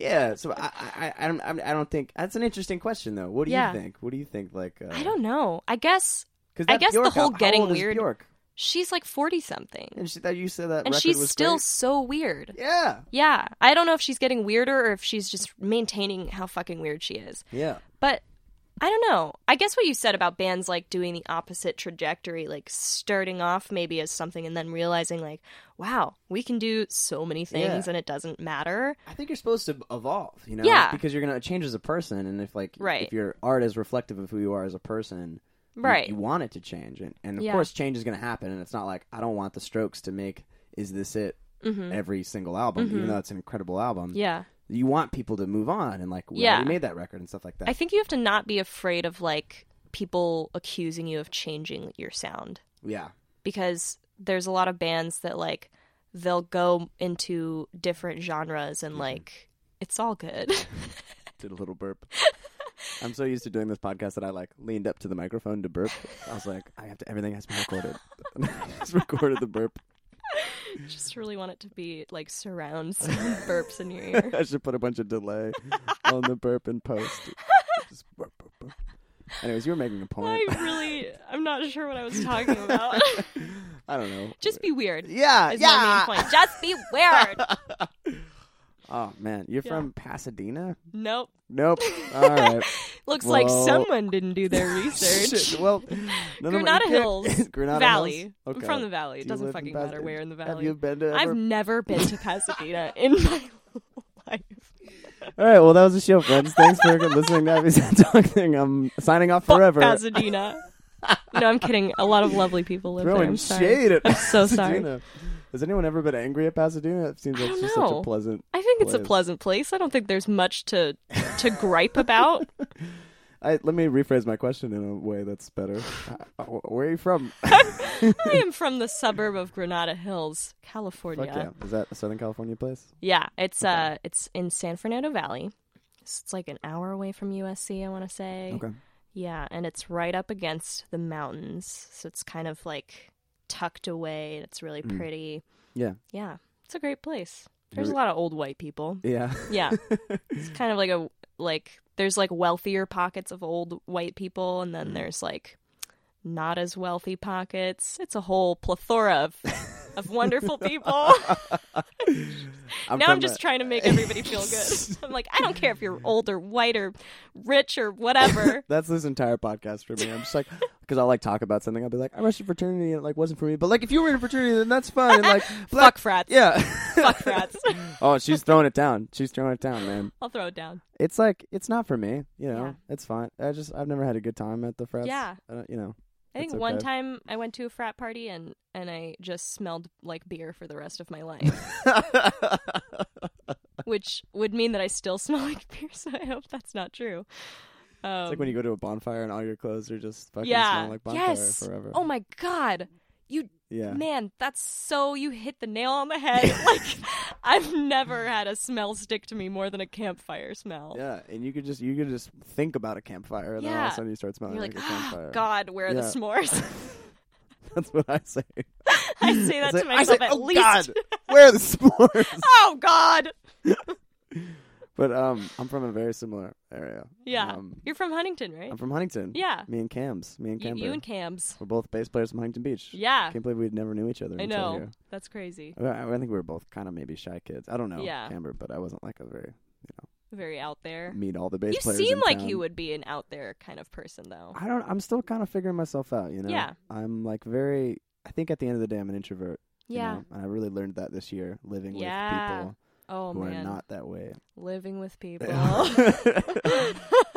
Speaker 3: yeah. So I I, I don't I don't think that's an interesting question though. What do
Speaker 4: Yeah.
Speaker 3: you think? What do you think? Like uh,
Speaker 4: I don't know. I guess
Speaker 3: Cause
Speaker 4: I
Speaker 3: that
Speaker 4: guess the
Speaker 3: Bjork
Speaker 4: whole
Speaker 3: album- how
Speaker 4: getting
Speaker 3: old is
Speaker 4: weird-
Speaker 3: Bjork?
Speaker 4: she's like forty something,
Speaker 3: And she, that you said that
Speaker 4: and
Speaker 3: record
Speaker 4: she's
Speaker 3: was
Speaker 4: still
Speaker 3: great?
Speaker 4: so weird.
Speaker 3: yeah
Speaker 4: Yeah, I don't know if she's getting weirder or if she's just maintaining how fucking weird she is.
Speaker 3: yeah
Speaker 4: But I don't know. I guess what you said about bands like doing the opposite trajectory, like starting off maybe as something and then realizing like, wow, we can do so many things
Speaker 3: Yeah.
Speaker 4: and it doesn't matter.
Speaker 3: I think you're supposed to evolve, you know,
Speaker 4: Yeah.
Speaker 3: because you're gonna change as a person, and if like
Speaker 4: Right.
Speaker 3: if your art is reflective of who you are as a person, you-
Speaker 4: Right.
Speaker 3: You, want it to change, and, and of
Speaker 4: Yeah.
Speaker 3: course, change is gonna happen, and it's not like I don't want the Strokes to make is this it
Speaker 4: Mhm.
Speaker 3: every single album, even
Speaker 4: Mhm.
Speaker 3: though it's an incredible album.
Speaker 4: Yeah.
Speaker 3: You want people to move on and like, we
Speaker 4: Yeah.
Speaker 3: already made that record and stuff like that.
Speaker 4: I think you have to not be afraid of like people accusing you of changing your sound
Speaker 3: yeah,
Speaker 4: because there's a lot of bands that like they'll go into different genres and like it's all good.
Speaker 3: did a little burp. I'm so used to doing this podcast that I like leaned up to the microphone to burp. I was like, I have to. Everything has to be recorded. Just recorded the burp.
Speaker 4: Just really want it to be like surround sound burps in your ear.
Speaker 3: I should put a bunch of delay on the burp and post. Just burp, burp, burp. Anyways, you were making a point.
Speaker 4: I really, I'm not sure what I was talking about.
Speaker 3: I don't know.
Speaker 4: Just be weird.
Speaker 3: yeah,
Speaker 4: Is
Speaker 3: yeah.
Speaker 4: my main point. Just be weird.
Speaker 3: Oh man, you're
Speaker 4: Yeah.
Speaker 3: from Pasadena?
Speaker 4: nope.
Speaker 3: Nope. All right.
Speaker 4: Looks
Speaker 3: Well-
Speaker 4: like someone didn't do their research.
Speaker 3: Shit, Well, none of my-
Speaker 4: Granada
Speaker 3: you can't-
Speaker 4: Hills,
Speaker 3: Granada
Speaker 4: Valley.
Speaker 3: Hills?
Speaker 4: I'm
Speaker 3: Okay.
Speaker 4: from the Valley. It
Speaker 3: Do you
Speaker 4: doesn't
Speaker 3: live in
Speaker 4: fucking matter
Speaker 3: Pasadena?
Speaker 4: where in the
Speaker 3: Have
Speaker 4: Valley.
Speaker 3: you been to? Ever?
Speaker 4: I've never been to Pasadena in my life.
Speaker 3: All right. Well, that was the show, friends. Thanks for listening to Abby's Talking. I'm signing off
Speaker 4: Fuck
Speaker 3: forever.
Speaker 4: Pasadena. no, I'm kidding. A lot of lovely people live there.
Speaker 3: Throwing
Speaker 4: I'm sorry.
Speaker 3: shade at
Speaker 4: I'm so sorry.
Speaker 3: Pasadena. Has anyone ever been angry at Pasadena? It seems
Speaker 4: I
Speaker 3: like it's
Speaker 4: don't
Speaker 3: just such a
Speaker 4: know.
Speaker 3: pleasant.
Speaker 4: I think it's a
Speaker 3: place.
Speaker 4: pleasant place. I don't think there's much to to gripe about.
Speaker 3: I, let me rephrase my question in a way that's better. Uh, where are you from?
Speaker 4: I am from the suburb of Granada Hills, California.
Speaker 3: Fuck yeah. Is that a Southern California place?
Speaker 4: Yeah, it's uh it's in San Fernando Valley. It's it's like an hour away from USC, I want to say.
Speaker 3: Okay.
Speaker 4: Yeah, and it's right up against the mountains, so it's kind of like tucked away. and It's really pretty.
Speaker 3: Mm. Yeah.
Speaker 4: Yeah, it's a great place. There's
Speaker 3: Here
Speaker 4: a lot of old white people.
Speaker 3: Yeah.
Speaker 4: Yeah. it's kind of like a like there's like wealthier pockets of old white people and
Speaker 3: Mm.
Speaker 4: then there's like not as wealthy pockets. It's a whole plethora of of wonderful people.
Speaker 3: I'm
Speaker 4: now I'm
Speaker 3: from
Speaker 4: just
Speaker 3: the-
Speaker 4: trying to make everybody feel good. I'm like, I don't care if you're old or white or rich or whatever.
Speaker 3: That's this entire podcast for me. I'm just like, because I'll like talk about something. I'll be like, I rushed a fraternity and it like wasn't for me. But like, if you were in a fraternity, then that's fine. And, like,
Speaker 4: Fuck
Speaker 3: black,
Speaker 4: frats.
Speaker 3: yeah.
Speaker 4: Fuck frats.
Speaker 3: oh, she's throwing it down. She's throwing it down, man.
Speaker 4: I'll throw it down.
Speaker 3: It's like it's not for me. You know,
Speaker 4: Yeah.
Speaker 3: it's fine. I just I've never had a good time at the frats.
Speaker 4: Yeah.
Speaker 3: I don't, you know.
Speaker 4: I think
Speaker 3: That's
Speaker 4: one
Speaker 3: okay.
Speaker 4: time I went to a frat party and and I just smelled like beer for the rest of my life, which would mean that I still smell like beer. So I hope that's not true. Um,
Speaker 3: It's like when you go to a bonfire and all your clothes are just fucking
Speaker 4: yeah,
Speaker 3: smelling like bonfire
Speaker 4: yes.
Speaker 3: forever.
Speaker 4: Oh my god, you
Speaker 3: yeah.
Speaker 4: man, that's so you hit the nail on the head. like I've never had a smell stick to me more than a campfire smell.
Speaker 3: Yeah, and you could just you could just think about a campfire, and then all of
Speaker 4: Yeah.
Speaker 3: a sudden you start smelling
Speaker 4: You're
Speaker 3: like,
Speaker 4: like,
Speaker 3: a
Speaker 4: ah,
Speaker 3: campfire.
Speaker 4: God, where are the
Speaker 3: Yeah.
Speaker 4: s'mores?
Speaker 3: That's what I say.
Speaker 4: I say that
Speaker 3: I
Speaker 4: to myself
Speaker 3: I say,
Speaker 4: at
Speaker 3: oh,
Speaker 4: least.
Speaker 3: God, where are the s'mores?
Speaker 4: Oh God,
Speaker 3: but um, I'm from a very similar area.
Speaker 4: yeah.
Speaker 3: Um,
Speaker 4: You're from Huntington, right?
Speaker 3: I'm from Huntington.
Speaker 4: yeah,
Speaker 3: Me and Cam's. Me and
Speaker 4: you,
Speaker 3: Camber.
Speaker 4: you and Cam's.
Speaker 3: We're both bass players from Huntington Beach.
Speaker 4: Yeah,
Speaker 3: Can't believe we never knew each other.
Speaker 4: I
Speaker 3: until
Speaker 4: know.
Speaker 3: here.
Speaker 4: That's crazy.
Speaker 3: I, I think we were both kind of maybe shy kids. I don't know,
Speaker 4: Yeah.
Speaker 3: Camber, but I wasn't like a very
Speaker 4: Very out there.
Speaker 3: meet all the bass
Speaker 4: You
Speaker 3: players.
Speaker 4: seem
Speaker 3: in
Speaker 4: like
Speaker 3: town.
Speaker 4: you would be an out there kind of person, though.
Speaker 3: I don't. I'm still kind of figuring myself out. You know.
Speaker 4: Yeah.
Speaker 3: I'm like very. I think at the end of the day, I'm an introvert. you
Speaker 4: Yeah.
Speaker 3: know, and I really learned that this year living
Speaker 4: Yeah.
Speaker 3: with people
Speaker 4: Oh
Speaker 3: who
Speaker 4: man,
Speaker 3: are not that way.
Speaker 4: living with people.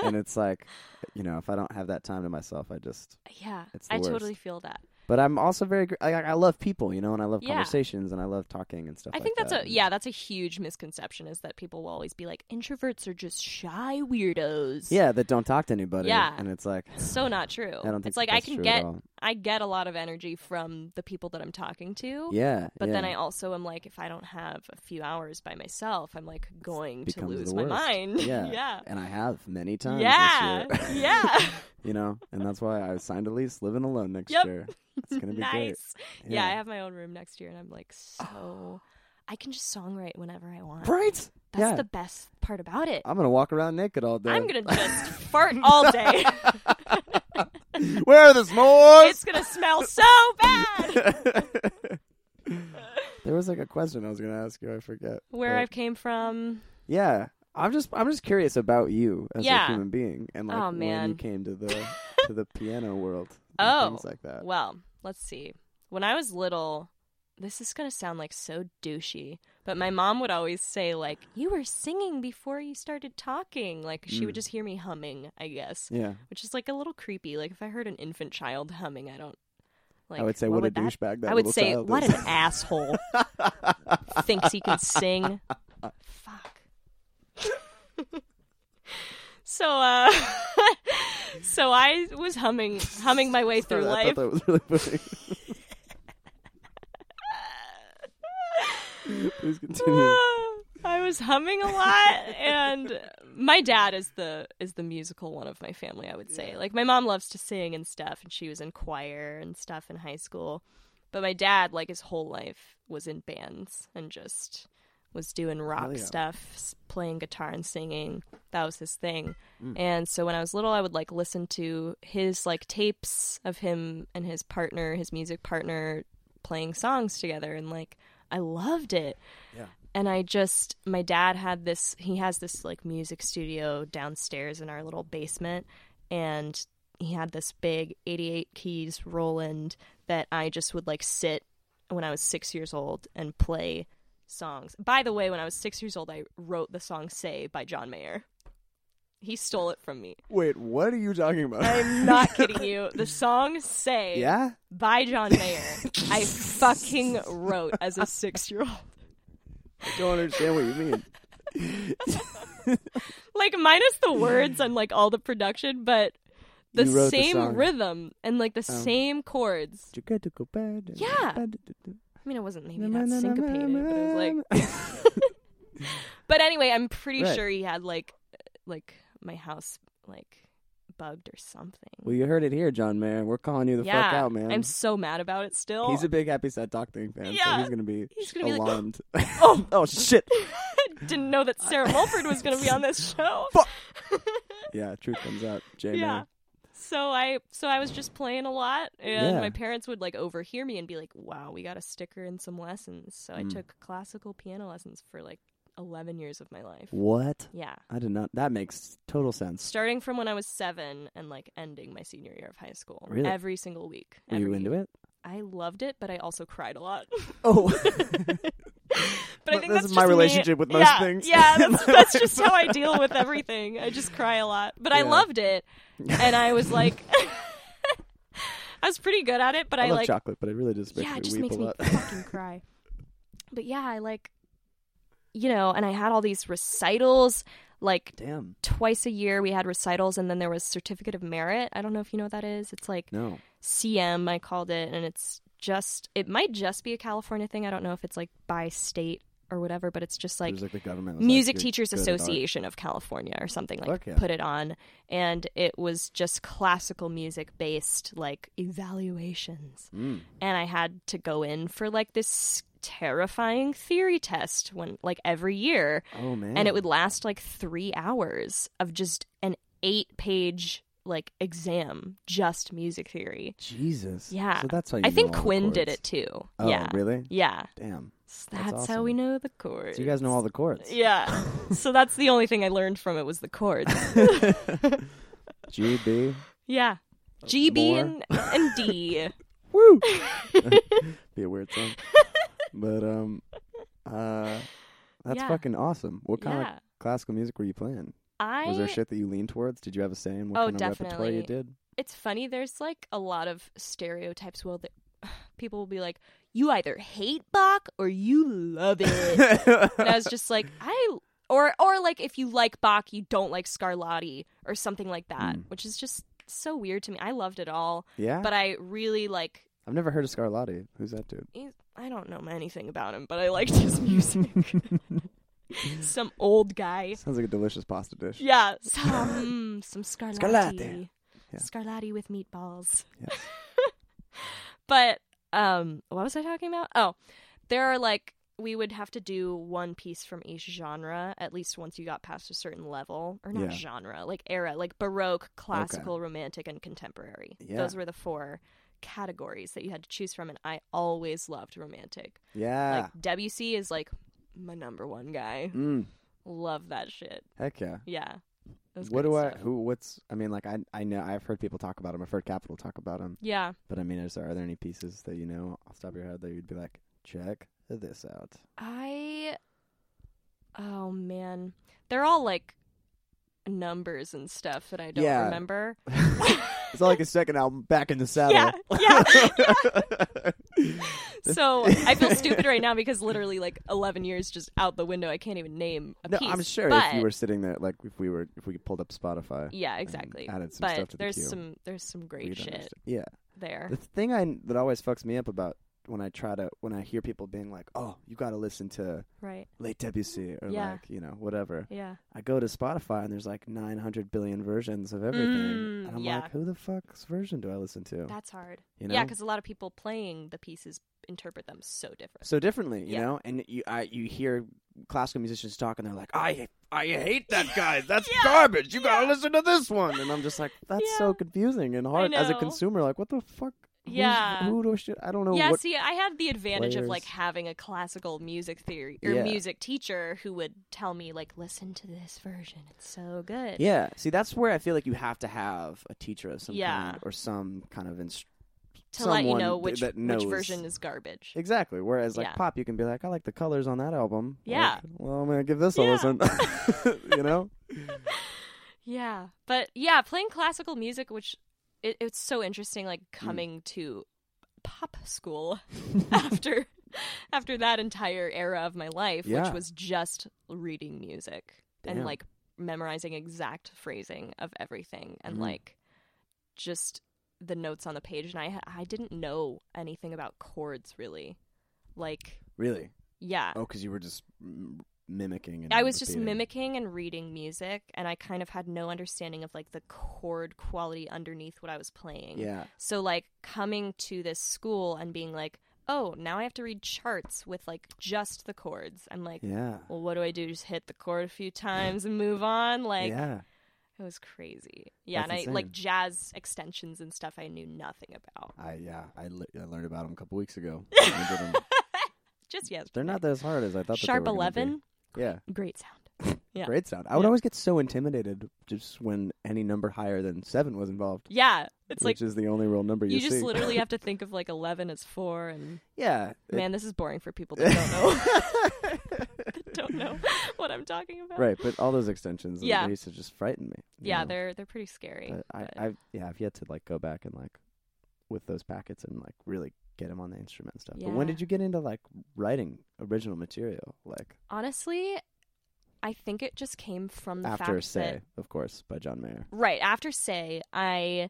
Speaker 3: and it's like, you know, if I don't have that time to myself, I just.
Speaker 4: yeah,
Speaker 3: It's the
Speaker 4: I
Speaker 3: worst.
Speaker 4: totally feel that.
Speaker 3: But I'm also very. gr- I, I love people, you know, and I love
Speaker 4: Yeah.
Speaker 3: conversations and I love talking and stuff.
Speaker 4: I think
Speaker 3: like
Speaker 4: that's
Speaker 3: that.
Speaker 4: a yeah, that's a huge misconception is that people will always be like introverts are just shy weirdos.
Speaker 3: Yeah, that don't talk to anybody.
Speaker 4: Yeah.
Speaker 3: and it's like.
Speaker 4: It's so not true.
Speaker 3: I don't think
Speaker 4: it's like I
Speaker 3: that's
Speaker 4: can
Speaker 3: true at
Speaker 4: get
Speaker 3: all.
Speaker 4: I get a lot of energy from the people that I'm talking to.
Speaker 3: Yeah,
Speaker 4: But then
Speaker 3: yeah.
Speaker 4: I also am like, if I don't have a few hours by myself, I'm like going to
Speaker 3: becomes
Speaker 4: lose
Speaker 3: the
Speaker 4: my
Speaker 3: worst.
Speaker 4: mind.
Speaker 3: Yeah.
Speaker 4: yeah.
Speaker 3: and I have many times.
Speaker 4: Yeah.
Speaker 3: This year.
Speaker 4: yeah.
Speaker 3: you know, and that's why I signed a lease, living alone next
Speaker 4: Yep.
Speaker 3: year. It's gonna be great.
Speaker 4: nice. Yeah. I have my own room next year, and I'm like, so I can just songwrite whenever I want.
Speaker 3: right.
Speaker 4: That's
Speaker 3: yeah, Uh,
Speaker 4: the best part about it.
Speaker 3: I'm gonna walk around naked all day.
Speaker 4: I'm gonna just fart all day.
Speaker 3: Where are the s'mores?
Speaker 4: it's gonna smell so bad.
Speaker 3: there was like a question I was gonna ask you. I forget.
Speaker 4: Where
Speaker 3: But-
Speaker 4: I came from,
Speaker 3: yeah, I'm just I'm just curious about you as
Speaker 4: Yeah.
Speaker 3: a human being and like
Speaker 4: Oh,
Speaker 3: when you
Speaker 4: man.
Speaker 3: came to the to the piano world. and
Speaker 4: Oh,
Speaker 3: things like that.
Speaker 4: Well, let's see. When I was little, this is going to sound like so douchey, but my mom would always say, like, you were singing before you started talking. Like, she
Speaker 3: Mm.
Speaker 4: would just hear me humming, I guess,
Speaker 3: yeah,
Speaker 4: which is like a little creepy. Like, if I heard an infant child humming, I don't. Like,
Speaker 3: I would say what
Speaker 4: what
Speaker 3: a
Speaker 4: would that
Speaker 3: douchebag that
Speaker 4: I would
Speaker 3: little
Speaker 4: say,
Speaker 3: child
Speaker 4: what
Speaker 3: is.
Speaker 4: an asshole thinks he can sing. Fuck. so, uh, so I was humming, humming my way through
Speaker 3: Sorry, I
Speaker 4: life.
Speaker 3: thought that was really funny. Please continue.
Speaker 4: I was humming a lot, and my dad is the is the musical one of my family. I would say, like my mom loves to sing and stuff, and she was in choir and stuff in high school. But my dad, like his whole life, was in bands and just was doing rock
Speaker 3: yeah.
Speaker 4: stuff, s- playing guitar and singing. That was his thing.
Speaker 3: Mm.
Speaker 4: And so when I was little, I would like listen to his like tapes of him and his partner, his music partner, playing songs together, and like I loved it and I just my dad had this he has this like music studio downstairs in our little basement and he had this big 88 keys Roland that I just would like sit when I was 6 years old and play songs. By the way, when I was 6 years old I wrote the song Say by John Mayer. He stole it from me.
Speaker 3: Wait, what are you talking about?
Speaker 4: I'm not kidding you. The song Say
Speaker 3: yeah,
Speaker 4: by John Mayer I fucking wrote as a 6-year-old.
Speaker 3: I don't understand what you mean.
Speaker 4: like minus the words and like all the production, but the
Speaker 3: You wrote the
Speaker 4: same
Speaker 3: song. Um,
Speaker 4: rhythm and like the same chords.
Speaker 3: You got to go bad.
Speaker 4: Yeah. I mean, it wasn't maybe that syncopated, but it was like. But anyway, I'm pretty
Speaker 3: Right.
Speaker 4: sure he had like, like my house like bugged or something.
Speaker 3: Well, you heard it here, John Mayer. We're calling you the
Speaker 4: yeah,
Speaker 3: fuck out, man.
Speaker 4: I'm so mad about it still.
Speaker 3: He's a big Happy Sad Dog thing fan, so
Speaker 4: Yeah.
Speaker 3: he's gonna be
Speaker 4: He's gonna be like,
Speaker 3: alarmed.
Speaker 4: Oh.
Speaker 3: oh shit!
Speaker 4: Didn't know that Sarah Mulford was going to be on this show.
Speaker 3: Yeah, truth comes out. J
Speaker 4: yeah.
Speaker 3: Mayer.
Speaker 4: So I so I was just playing a lot and
Speaker 3: Yeah.
Speaker 4: my parents would like overhear me and be like, "Wow, we got a sticker in some lessons." So
Speaker 3: Hmm.
Speaker 4: I took classical piano lessons for like 11 years of my life.
Speaker 3: What?
Speaker 4: Yeah.
Speaker 3: I did not. That makes total sense.
Speaker 4: Starting from when I was 7 and like ending my senior year of high school.
Speaker 3: Really?
Speaker 4: Every single week.
Speaker 3: Were you into it?
Speaker 4: I loved it, but I also cried a lot.
Speaker 3: Oh,
Speaker 4: but I
Speaker 3: Well,
Speaker 4: think
Speaker 3: this
Speaker 4: that's
Speaker 3: is my
Speaker 4: just me.
Speaker 3: relationship with most
Speaker 4: yeah,
Speaker 3: things
Speaker 4: Yeah,
Speaker 3: in
Speaker 4: that's,
Speaker 3: my
Speaker 4: that's
Speaker 3: life.
Speaker 4: just how I deal with everything. I just cry a lot, but I
Speaker 3: Yeah.
Speaker 4: loved it, and I was like, I was pretty good at it, but I,
Speaker 3: I love
Speaker 4: like,
Speaker 3: chocolate, but it really just makes
Speaker 4: yeah,
Speaker 3: me
Speaker 4: it just
Speaker 3: weep
Speaker 4: makes
Speaker 3: a
Speaker 4: me
Speaker 3: lot.
Speaker 4: fucking cry. But yeah, I like, you know, and I had all these recitals. Like
Speaker 3: Damn.
Speaker 4: twice a year, we had recitals, and then there was certificate of merit. I don't know if you know what that is. It's like
Speaker 3: No.
Speaker 4: CM, I called it, and it's just it might just be a California thing. I don't know if it's like by state or whatever, but it's just
Speaker 3: It
Speaker 4: like
Speaker 3: was like the government. was
Speaker 4: Music
Speaker 3: like, "You're
Speaker 4: Teachers
Speaker 3: good at art."
Speaker 4: Association of California or something like
Speaker 3: Fuck yeah.
Speaker 4: put it on, and it was just classical music based like evaluations,
Speaker 3: Mm.
Speaker 4: and I had to go in for like this terrifying theory test when like every year
Speaker 3: Oh man.
Speaker 4: and it would last like three hours of just an eight page like exam just music theory
Speaker 3: Jesus.
Speaker 4: Yeah.
Speaker 3: So that's how you.
Speaker 4: i
Speaker 3: know
Speaker 4: think
Speaker 3: all the
Speaker 4: quinn did
Speaker 3: chords.
Speaker 4: it too
Speaker 3: Oh,
Speaker 4: yeah
Speaker 3: really?
Speaker 4: yeah
Speaker 3: Damn.
Speaker 4: So
Speaker 3: That's
Speaker 4: that's, how we
Speaker 3: awesome.
Speaker 4: know the chords
Speaker 3: So you guys know all the chords.
Speaker 4: yeah so that's the only thing i learned from it was the chords
Speaker 3: G B.
Speaker 4: yeah g b
Speaker 3: More?
Speaker 4: and, and d
Speaker 3: Woo. be a weird song. but um, uh, that's
Speaker 4: Yeah.
Speaker 3: fucking awesome. What kind
Speaker 4: Yeah.
Speaker 3: of classical music were you playing?
Speaker 4: i
Speaker 3: Was there shit that you leaned towards? Did you have a say in what
Speaker 4: Oh,
Speaker 3: kind of repertoire you
Speaker 4: definitely.
Speaker 3: did?
Speaker 4: it's funny there's like a lot of stereotypes well that people will be like you either hate bach or you love it and I was just like, I or or like if you like Bach, you don't like Scarlatti or something like
Speaker 3: Hmm.
Speaker 4: that, which is just so weird to me. I loved it all,
Speaker 3: yeah,
Speaker 4: but I really like.
Speaker 3: I've never heard of Scarlatti. Who's that dude?
Speaker 4: he's- I don't know anything about him, but I liked his music. some old guy.
Speaker 3: Sounds like a delicious pasta dish.
Speaker 4: Yeah, some mm, some Scarlatti.
Speaker 3: Scarlatti.
Speaker 4: Scarlatti,
Speaker 3: Yeah.
Speaker 4: with meatballs.
Speaker 3: Yes.
Speaker 4: but um what was I talking about? Oh, there are like we would have to do one piece from each genre at least once you got past a certain level or not
Speaker 3: Yeah.
Speaker 4: genre, like era, like baroque, classical, romantic and contemporary.
Speaker 3: Yeah.
Speaker 4: Those were the four categories that you had to choose from and I always loved romantic.
Speaker 3: Yeah.
Speaker 4: Like Debussy is like my number one guy.
Speaker 3: mm.
Speaker 4: Love that shit.
Speaker 3: Heck yeah.
Speaker 4: Yeah. It was
Speaker 3: What
Speaker 4: great
Speaker 3: do I?
Speaker 4: stuff.
Speaker 3: Who? What's? I mean, like I I know I've heard people talk about him. I've heard Capital talk about him.
Speaker 4: Yeah.
Speaker 3: But I mean, is there are there any pieces that you know off the top of your head that you'd be like, check this out?
Speaker 4: I oh man, they're all like numbers and stuff that I don't
Speaker 3: Yeah.
Speaker 4: remember.
Speaker 3: It's all like his second album, Back in the Saddle.
Speaker 4: Yeah, yeah. so I feel stupid right now because literally like eleven years just out the window. I can't even name a
Speaker 3: No,
Speaker 4: piece.
Speaker 3: I'm sure if
Speaker 4: but-
Speaker 3: you were sitting there, like if we were, if we pulled up Spotify,
Speaker 4: yeah, exactly.
Speaker 3: added some
Speaker 4: but
Speaker 3: stuff to the
Speaker 4: there's
Speaker 3: queue,
Speaker 4: some there's some
Speaker 3: we'd
Speaker 4: great shit
Speaker 3: understand. Yeah.
Speaker 4: there.
Speaker 3: The thing I that always fucks me up about when I try to when I hear people being like, "Oh, you got to listen to
Speaker 4: Right.
Speaker 3: Late Debussy or
Speaker 4: Yeah.
Speaker 3: like you know whatever,"
Speaker 4: Yeah.
Speaker 3: I go to Spotify and there's like 900 billion versions of everything,
Speaker 4: Mm,
Speaker 3: and I'm
Speaker 4: yeah.
Speaker 3: like, "Who the fuck's version do I listen to?"
Speaker 4: That's hard.
Speaker 3: Oh. you know?
Speaker 4: Yeah, because a lot of people playing the pieces interpret them so different.
Speaker 3: so differently, you
Speaker 4: Yeah.
Speaker 3: know. And you I, you hear classical musicians talk, and they're like, "I I hate that guy. That's
Speaker 4: Yeah,
Speaker 3: garbage. You gotta
Speaker 4: yeah.
Speaker 3: listen to this one." And I'm just like, "That's so
Speaker 4: Yeah.
Speaker 3: confusing and hard as a
Speaker 4: know.
Speaker 3: consumer. Like, what the fuck? Who's-
Speaker 4: Yeah.
Speaker 3: who do I, should, I don't know
Speaker 4: yeah,
Speaker 3: what
Speaker 4: see, I had the advantage of like
Speaker 3: players.
Speaker 4: having a classical music theory or
Speaker 3: Yeah.
Speaker 4: music teacher who would tell me like, listen to this version, it's so good.
Speaker 3: Yeah. See, that's where I feel like you have to have a teacher of some
Speaker 4: Yeah.
Speaker 3: kind or some kind of inst-
Speaker 4: to let you
Speaker 3: someone
Speaker 4: know
Speaker 3: th-
Speaker 4: which
Speaker 3: that knows.
Speaker 4: which version is garbage.
Speaker 3: Exactly. Whereas like
Speaker 4: Yeah.
Speaker 3: pop, you can be like, I like the colors on that album.
Speaker 4: Yeah.
Speaker 3: Like, well, I'm gonna give this a
Speaker 4: Yeah.
Speaker 3: listen. you know.
Speaker 4: Yeah, but yeah, playing classical music, which it, it's so interesting, like coming to pop school after after that entire era of my life,
Speaker 3: Yeah.
Speaker 4: which was just reading music
Speaker 3: Damn.
Speaker 4: and like memorizing exact phrasing of everything and
Speaker 3: Mhm.
Speaker 4: like just the notes on the page. And I I didn't know anything about chords really, like
Speaker 3: Really?
Speaker 4: yeah,
Speaker 3: Oh, because you were just mm, mimicking. And
Speaker 4: I was just
Speaker 3: repeating.
Speaker 4: mimicking and reading music, and I kind of had no understanding of like the chord quality underneath what I was playing.
Speaker 3: Yeah.
Speaker 4: So like coming to this school and being like, oh, now I have to read charts with like just the chords. I'm like,
Speaker 3: Yeah.
Speaker 4: well, what do I do? Just hit the chord a few times and move on? Like
Speaker 3: yeah.
Speaker 4: it was crazy. Yeah,
Speaker 3: That's
Speaker 4: and I
Speaker 3: insane.
Speaker 4: like jazz extensions and stuff. I knew nothing about.
Speaker 3: I yeah. I, le- I learned about them a couple weeks ago. I did 'em.
Speaker 4: Just yes,
Speaker 3: They're not as hard as I thought. that they
Speaker 4: sharp
Speaker 3: were gonna be.
Speaker 4: eleven.
Speaker 3: Yeah.
Speaker 4: Great sound. Yeah.
Speaker 3: Great sound. I would
Speaker 4: Yeah.
Speaker 3: always get so intimidated just when any number higher than seven was involved.
Speaker 4: Yeah, it's like
Speaker 3: which is the only real number you,
Speaker 4: you just
Speaker 3: see.
Speaker 4: literally have to think of like eleven as four and.
Speaker 3: yeah. it-
Speaker 4: Man, this is boring for people that don't know that don't know what I'm talking about.
Speaker 3: right, but all those extensions, like,
Speaker 4: Yeah.
Speaker 3: they used to just frighten me. you
Speaker 4: Yeah,
Speaker 3: know?
Speaker 4: they're they're pretty scary.
Speaker 3: But I,
Speaker 4: but-
Speaker 3: I've yeah, I've yet to like go back and like with those packets and like really get them on the instrument and stuff. But when
Speaker 4: Yeah.
Speaker 3: did you get into like writing original material? Like
Speaker 4: Honestly, I think it just came from the
Speaker 3: after
Speaker 4: fact that
Speaker 3: "Say," of course, by John Mayer.
Speaker 4: right after say i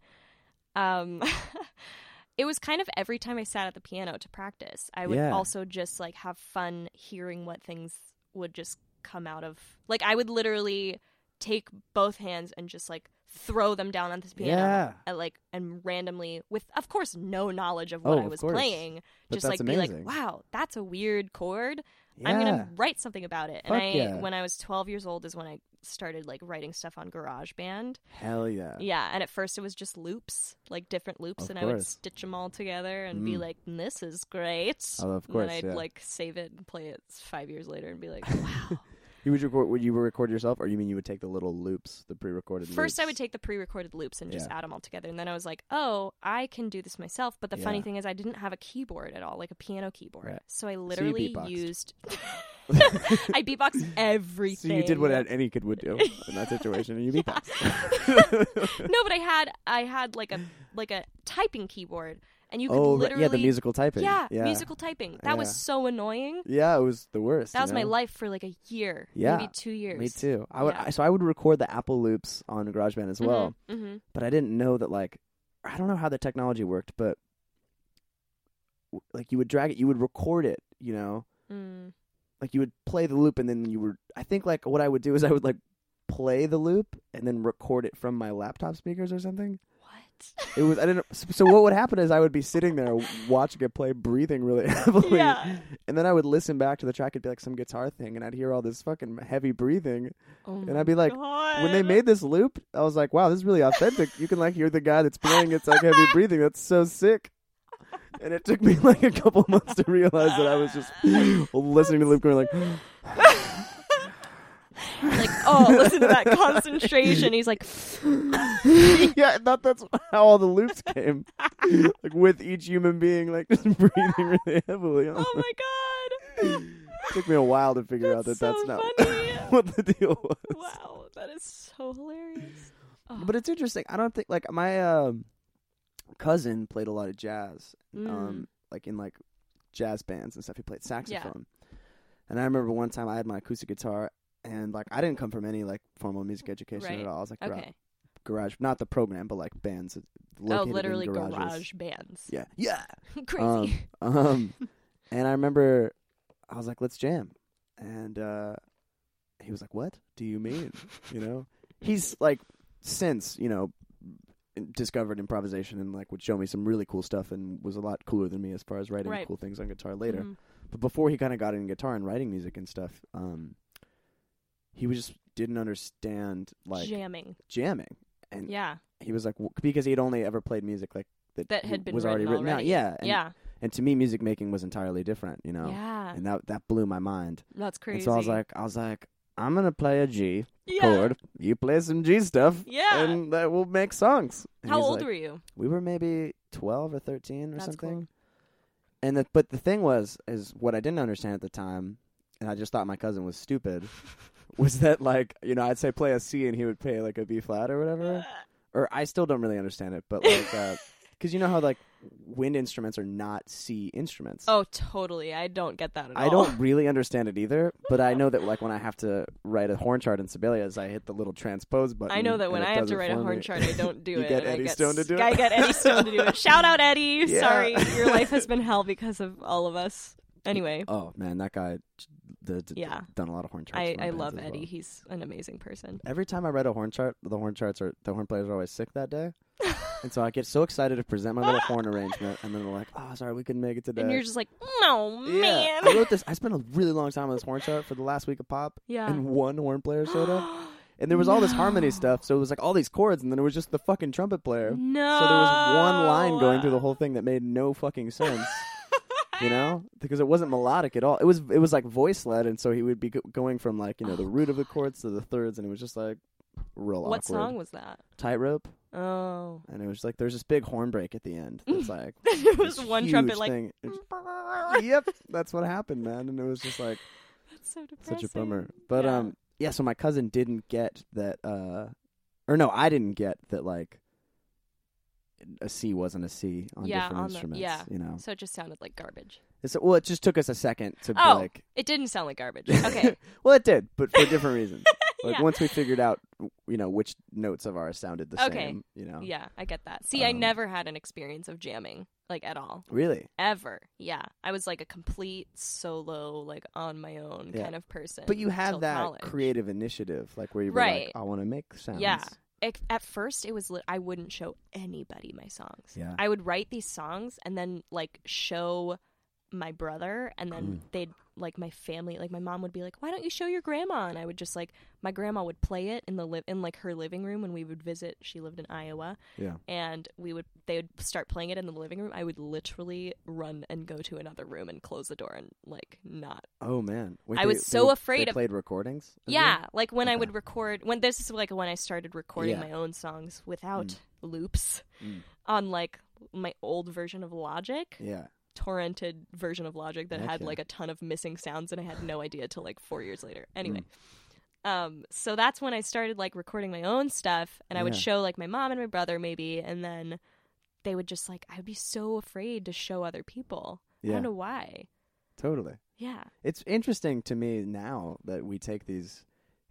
Speaker 4: um it was kind of every time i sat at the piano to practice i would
Speaker 3: Yeah.
Speaker 4: also just like have fun hearing what things would just come out of like i would literally take both hands and just like throw them down on this piano
Speaker 3: Yeah.
Speaker 4: and, like and randomly with of course no knowledge of
Speaker 3: Oh,
Speaker 4: what i
Speaker 3: of
Speaker 4: was
Speaker 3: course.
Speaker 4: playing
Speaker 3: But
Speaker 4: just
Speaker 3: that's
Speaker 4: like be
Speaker 3: amazing.
Speaker 4: like wow that's a weird chord
Speaker 3: Yeah.
Speaker 4: I'm gonna write something about it.
Speaker 3: Fuck
Speaker 4: and I,
Speaker 3: yeah.
Speaker 4: when I was 12 years old, is when I started like writing stuff on GarageBand.
Speaker 3: Hell yeah.
Speaker 4: Yeah, and at first it was just loops, like different loops,
Speaker 3: Of
Speaker 4: and I would
Speaker 3: course.
Speaker 4: stitch them all together and be
Speaker 3: Mm.
Speaker 4: like, "This is great."
Speaker 3: Oh, of
Speaker 4: and
Speaker 3: course,
Speaker 4: then
Speaker 3: yeah.
Speaker 4: I'd like save it and play it five years later and be like, "Wow."
Speaker 3: You would record would you record yourself or you mean you would take the little loops, the pre recorded
Speaker 4: First, I would take the pre-recorded loops and just
Speaker 3: Yeah.
Speaker 4: add them all together, and then I was like, "Oh, I can do this myself." But the funny
Speaker 3: Yeah.
Speaker 4: thing is, I didn't have a keyboard at all, like a piano keyboard.
Speaker 3: Right.
Speaker 4: So I literally
Speaker 3: beatboxed.
Speaker 4: used. I beatboxed everything.
Speaker 3: So you did what any kid would do in that situation, and you beat that.
Speaker 4: no, but I had I had like a like a typing keyboard, and you could
Speaker 3: oh, right,
Speaker 4: literally
Speaker 3: yeah, the musical typing.
Speaker 4: yeah,
Speaker 3: yeah,
Speaker 4: musical typing.
Speaker 3: Yeah.
Speaker 4: That was so annoying.
Speaker 3: Yeah, it was the worst.
Speaker 4: That
Speaker 3: you
Speaker 4: was my
Speaker 3: know?
Speaker 4: life for like a year,
Speaker 3: Yeah,
Speaker 4: maybe two years.
Speaker 3: Me too. I would
Speaker 4: Yeah.
Speaker 3: I, so I would record the Apple loops on GarageBand as well,
Speaker 4: hmm
Speaker 3: but I didn't know that like I don't know how the technology worked, but w- like you would drag it, you would record it, you know,
Speaker 4: Mm.
Speaker 3: like you would play the loop and then you were I think like what I would do is I would like play the loop and then record it from my laptop speakers or something.
Speaker 4: What?
Speaker 3: It was I didn't. So so what would happen is I would be sitting there watching it play, breathing really heavily,
Speaker 4: Yeah.
Speaker 3: and then I would listen back to the track. It'd be like some guitar thing, and I'd hear all this fucking heavy breathing.
Speaker 4: Oh
Speaker 3: And
Speaker 4: my
Speaker 3: I'd be like, When they
Speaker 4: God.
Speaker 3: made this loop, I was like, "Wow, this is really authentic." You can like hear the guy that's playing. It's like heavy breathing. That's so sick. And it took me like a couple months to realize that I was just listening to the loop, going like,
Speaker 4: Oh, listen to that concentration. He's like,
Speaker 3: yeah, I thought that's how all the loops came. like with each human being, like just breathing really heavily.
Speaker 4: oh my god.
Speaker 3: Took me a while to figure out that
Speaker 4: That's
Speaker 3: that's
Speaker 4: so
Speaker 3: not
Speaker 4: funny.
Speaker 3: what the deal was.
Speaker 4: Wow, that is so hilarious.
Speaker 3: But it's interesting. I don't think like my um cousin played a lot of jazz,
Speaker 4: Mm.
Speaker 3: um, like in like jazz bands and stuff. He played saxophone, and I remember one time I had my acoustic guitar, and like I didn't come from any like formal music education
Speaker 4: Right.
Speaker 3: at all. I was like gra-
Speaker 4: okay.
Speaker 3: garage, not the program, but like bands.
Speaker 4: Oh,
Speaker 3: located in
Speaker 4: literally
Speaker 3: garages.
Speaker 4: garage bands.
Speaker 3: Yeah, yeah.
Speaker 4: Crazy.
Speaker 3: Um, um, and I remember I was like, "Let's jam," and uh, he was like, "What do you mean?" You know, he's like since you know discovered improvisation and like would show me some really cool stuff and was a lot cooler than me as far as writing
Speaker 4: Right.
Speaker 3: cool things on guitar later.
Speaker 4: Mhm.
Speaker 3: But before he kind of got in guitar and writing music and stuff, um, he was just didn't understand like
Speaker 4: Jamming.
Speaker 3: jamming. And
Speaker 4: Yeah.
Speaker 3: he was like, w- because he'd only ever played music like that,
Speaker 4: That
Speaker 3: w-
Speaker 4: had been
Speaker 3: was
Speaker 4: written
Speaker 3: already written
Speaker 4: already.
Speaker 3: out. Yeah, and
Speaker 4: yeah.
Speaker 3: and to me music making was entirely different you know
Speaker 4: Yeah.
Speaker 3: and that that blew my mind
Speaker 4: That's crazy.
Speaker 3: and so i was like i was like i'm gonna play a g
Speaker 4: yeah.
Speaker 3: chord you play some g stuff
Speaker 4: Yeah.
Speaker 3: and that will make songs And
Speaker 4: How
Speaker 3: he's
Speaker 4: old
Speaker 3: like-
Speaker 4: were you?
Speaker 3: we were maybe 12 or 13 or
Speaker 4: That's cool.
Speaker 3: something and the, but the thing was is what i didn't understand at the time and i just thought my cousin was stupid was that like you know i'd say play a c and he would play like a b flat or whatever or i still don't really understand it but like uh 'cause because you know how like wind instruments are not c instruments
Speaker 4: Oh, totally. I don't get that at all.
Speaker 3: I don't really understand it either, but I know that like when I have to write a horn chart in Sibelius, I hit the little transpose button.
Speaker 4: I know that
Speaker 3: and
Speaker 4: when
Speaker 3: it
Speaker 4: I have
Speaker 3: does it
Speaker 4: to write a
Speaker 3: for
Speaker 4: horn
Speaker 3: me.
Speaker 4: chart, I don't do
Speaker 3: You
Speaker 4: it.
Speaker 3: get
Speaker 4: and I
Speaker 3: Eddie Stone to do
Speaker 4: I
Speaker 3: it?
Speaker 4: get Eddie Stone to do it. Shout out, Eddie.
Speaker 3: Yeah.
Speaker 4: Sorry, your life has been hell because of all of us. Anyway,
Speaker 3: oh man, that guy, the, the-
Speaker 4: Yeah.
Speaker 3: done a lot of horn charts.
Speaker 4: I,
Speaker 3: for my
Speaker 4: I
Speaker 3: bands
Speaker 4: love
Speaker 3: as well.
Speaker 4: Eddie. He's an amazing person.
Speaker 3: Every time I write a horn chart, the horn charts are the horn players are always sick that day, and so I get so excited to present my little horn arrangement, and then they're like, "Oh, sorry, we couldn't make it today."
Speaker 4: And you're just like, no,
Speaker 3: yeah,
Speaker 4: man.
Speaker 3: I wrote this. I spent a really long time on this horn chart for the last week of pop,
Speaker 4: Yeah.
Speaker 3: and one horn player showed up. And there was all this harmony stuff, so it was like all these chords, and then it was just the fucking trumpet player.
Speaker 4: no.
Speaker 3: So there was one line going through the whole thing that made no fucking sense, you know, because it wasn't melodic at all. It was it was like voice led, and so he would be go- going from like you know the root of the chords to the thirds, and it was just like real
Speaker 4: What
Speaker 3: awkward.
Speaker 4: song was that?
Speaker 3: Tightrope,
Speaker 4: Oh.
Speaker 3: and it was like there's this big horn break at the end. It's like
Speaker 4: it was
Speaker 3: this
Speaker 4: one
Speaker 3: huge
Speaker 4: trumpet, like,
Speaker 3: thing. It j- yep, that's what happened, man, and it was just like
Speaker 4: that's so depressing.
Speaker 3: such a bummer. But
Speaker 4: Yeah.
Speaker 3: um, yeah. So my cousin didn't get that, uh, or no, I didn't get that. Like a C wasn't a C on
Speaker 4: Yeah,
Speaker 3: different
Speaker 4: on the-
Speaker 3: instruments.
Speaker 4: yeah.
Speaker 3: You know.
Speaker 4: So it just sounded like garbage.
Speaker 3: It's, well, it just took us a second to be
Speaker 4: Oh,
Speaker 3: like.
Speaker 4: It didn't sound like garbage. Okay.
Speaker 3: well, it did, but for different reasons. Like
Speaker 4: Yeah.
Speaker 3: once we figured out, you know, which notes of ours sounded the
Speaker 4: Okay.
Speaker 3: same. You know.
Speaker 4: Yeah, I get that. See, I
Speaker 3: Um,
Speaker 4: never had an experience of jamming, like at all.
Speaker 3: Really.
Speaker 4: Ever. Yeah. I was like a complete solo, like on my own
Speaker 3: Yeah.
Speaker 4: kind of person.
Speaker 3: But you
Speaker 4: till
Speaker 3: had that
Speaker 4: college.
Speaker 3: creative initiative, like where you were
Speaker 4: Right.
Speaker 3: like, "I want to make sounds."
Speaker 4: Yeah. It, at first, it was lit I wouldn't show anybody my songs.
Speaker 3: Yeah.
Speaker 4: I would write these songs and then like show my brother, and then
Speaker 3: Mm.
Speaker 4: they'd like my family, like my mom would be like, "Why don't you show your grandma?" And I would just like my grandma would play it in the li- in like her living room when we would visit. She lived in Iowa,
Speaker 3: Yeah.
Speaker 4: and we would they would start playing it in the living room. I would literally run and go to another room and close the door and like not
Speaker 3: Oh man. Wait,
Speaker 4: I
Speaker 3: they-
Speaker 4: was
Speaker 3: they
Speaker 4: so
Speaker 3: were-
Speaker 4: afraid
Speaker 3: they
Speaker 4: of-
Speaker 3: played recordings. of you?
Speaker 4: yeah, like when I
Speaker 3: Okay.
Speaker 4: would record when this is like when I started recording
Speaker 3: Yeah.
Speaker 4: my own songs without
Speaker 3: Mm.
Speaker 4: loops
Speaker 3: Mm.
Speaker 4: on like my old version of Logic,
Speaker 3: Yeah.
Speaker 4: torrented version of Logic that had
Speaker 3: Okay.
Speaker 4: like a ton of missing sounds and I had no idea till like 4 years later.
Speaker 3: Mm.
Speaker 4: Anyway, um so that's when I started like recording my own stuff and I would
Speaker 3: Yeah.
Speaker 4: show like my mom and my brother maybe and then they would just like I would be so afraid to show other people. I
Speaker 3: Yeah.
Speaker 4: don't know why.
Speaker 3: Totally.
Speaker 4: Yeah.
Speaker 3: it's interesting to me now that we take these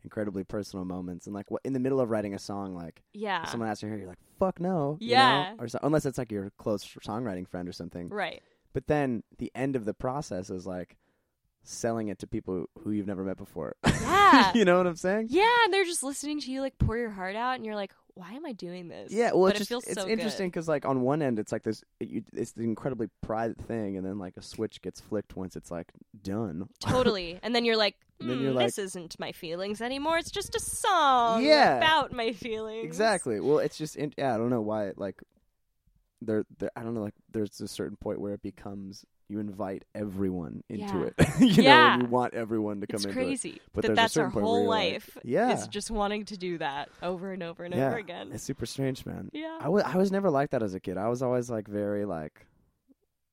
Speaker 3: incredibly personal moments and like what in the middle of writing a song like
Speaker 4: Yeah.
Speaker 3: if someone asks you here you're like fuck no you know?
Speaker 4: Yeah.
Speaker 3: or so, unless it's like your close songwriting friend or something
Speaker 4: right.
Speaker 3: but then the end of the process is like selling it to people who you've never met before
Speaker 4: Yeah.
Speaker 3: you know what i'm saying
Speaker 4: Yeah, and they're just listening to you like pour your heart out, and you're like, why am I doing this?
Speaker 3: yeah well
Speaker 4: but
Speaker 3: it's just
Speaker 4: it feels
Speaker 3: it's
Speaker 4: so
Speaker 3: interesting because like on one end it's like this it, you, it's an incredibly private thing and then like a switch gets flicked once it's like done
Speaker 4: Good. Totally. And then you're like,
Speaker 3: And then
Speaker 4: "Hmm,
Speaker 3: you're like-
Speaker 4: this isn't my feelings anymore. It's just a song
Speaker 3: Yeah.
Speaker 4: about my feelings.
Speaker 3: Exactly. Well, it's just in, yeah. I don't know why. Like, there, there. I don't know. Like, there's a certain point where it becomes you invite everyone into
Speaker 4: Yeah.
Speaker 3: it. you know,
Speaker 4: Yeah.
Speaker 3: and you want everyone to come
Speaker 4: It's
Speaker 3: into it.
Speaker 4: crazy
Speaker 3: But
Speaker 4: that
Speaker 3: there's a
Speaker 4: that's our
Speaker 3: certain point
Speaker 4: whole
Speaker 3: where you're like,
Speaker 4: life.
Speaker 3: yeah.
Speaker 4: is just wanting to do that over and over and
Speaker 3: yeah,
Speaker 4: over again.
Speaker 3: it's super strange, man.
Speaker 4: Yeah.
Speaker 3: I was I was never like that as a kid. I was always like very like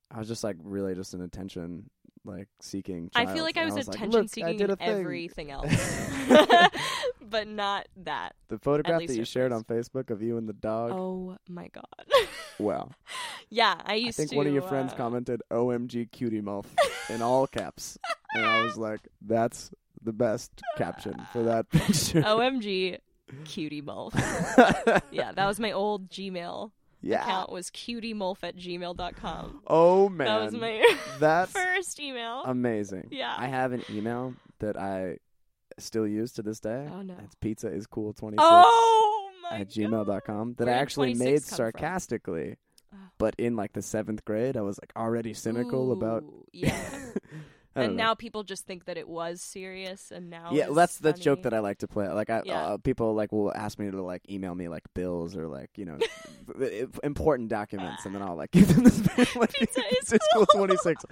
Speaker 3: I was just like really just an attention like seeking.
Speaker 4: I
Speaker 3: Child.
Speaker 4: feel like
Speaker 3: And
Speaker 4: I was,
Speaker 3: like,
Speaker 4: attention
Speaker 3: "Look, I
Speaker 4: seeking
Speaker 3: did
Speaker 4: in
Speaker 3: a thing."
Speaker 4: everything else, but not that.
Speaker 3: The photograph
Speaker 4: least
Speaker 3: that you
Speaker 4: at
Speaker 3: shared on
Speaker 4: first.
Speaker 3: Facebook of you and the dog.
Speaker 4: Oh my god.
Speaker 3: Wow.
Speaker 4: yeah, I
Speaker 3: I
Speaker 4: used to.
Speaker 3: think one of your friends
Speaker 4: uh,
Speaker 3: commented "OMG cutie mouth" in all caps, and I was like, "That's the best caption for that picture."
Speaker 4: OMG, cutie mulf. yeah, that was my old Gmail
Speaker 3: yeah.
Speaker 4: account. Was cutiemulf at gmail.com.
Speaker 3: Oh man,
Speaker 4: That was my
Speaker 3: that's
Speaker 4: first email.
Speaker 3: amazing.
Speaker 4: Yeah.
Speaker 3: I have an email that I still use to this day.
Speaker 4: Oh, no.
Speaker 3: it's pizza is cool twenty six
Speaker 4: oh my
Speaker 3: at gmail.com that
Speaker 4: Where
Speaker 3: I
Speaker 4: did
Speaker 3: actually
Speaker 4: 26
Speaker 3: made
Speaker 4: come from?
Speaker 3: sarcastically,
Speaker 4: Oh.
Speaker 3: but in like the seventh grade, I was like already cynical about.
Speaker 4: Ooh, yeah.
Speaker 3: I don't
Speaker 4: and
Speaker 3: know.
Speaker 4: now people just think that it was serious, and now
Speaker 3: yeah,
Speaker 4: it's
Speaker 3: that's the joke
Speaker 4: funny.
Speaker 3: that I like to play. Like, I
Speaker 4: Yeah.
Speaker 3: uh, people like will ask me to like email me like bills or like you know i- i- important documents, and then I'll like give them this like,
Speaker 4: Pizza is
Speaker 3: it's cool
Speaker 4: cool.
Speaker 3: twenty six,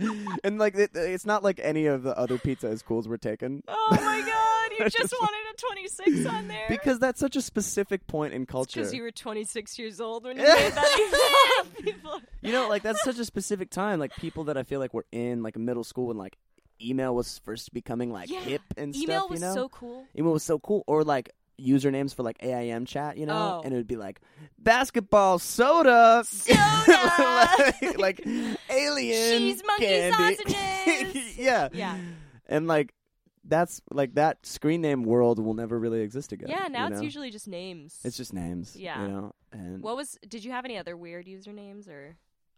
Speaker 3: and like it, it's not like any of the other pizza is cools were taken.
Speaker 4: Oh my god,
Speaker 3: I
Speaker 4: you just
Speaker 3: just-
Speaker 4: wanted a 26 on there
Speaker 3: Because that's such a specific point in culture.
Speaker 4: because you were 26 years old when you made that email. People-
Speaker 3: You know, like that's such a specific time. Like people that I feel like were in like middle school when like email was first becoming like
Speaker 4: Yeah.
Speaker 3: hip and
Speaker 4: email
Speaker 3: stuff.
Speaker 4: was
Speaker 3: you know,
Speaker 4: so cool.
Speaker 3: email was so cool. Or like usernames for like AIM chat. You know,
Speaker 4: Oh.
Speaker 3: and it would be like basketball soda,
Speaker 4: Soda!
Speaker 3: like, like alien
Speaker 4: Cheese monkey
Speaker 3: candy.
Speaker 4: sausages!
Speaker 3: yeah,
Speaker 4: Yeah.
Speaker 3: and like. That's like that screen name world will never really exist again.
Speaker 4: Yeah, now
Speaker 3: you
Speaker 4: it's
Speaker 3: know?
Speaker 4: usually just names.
Speaker 3: it's just names.
Speaker 4: Yeah.
Speaker 3: you know, and
Speaker 4: what was? Did you have any other weird usernames or?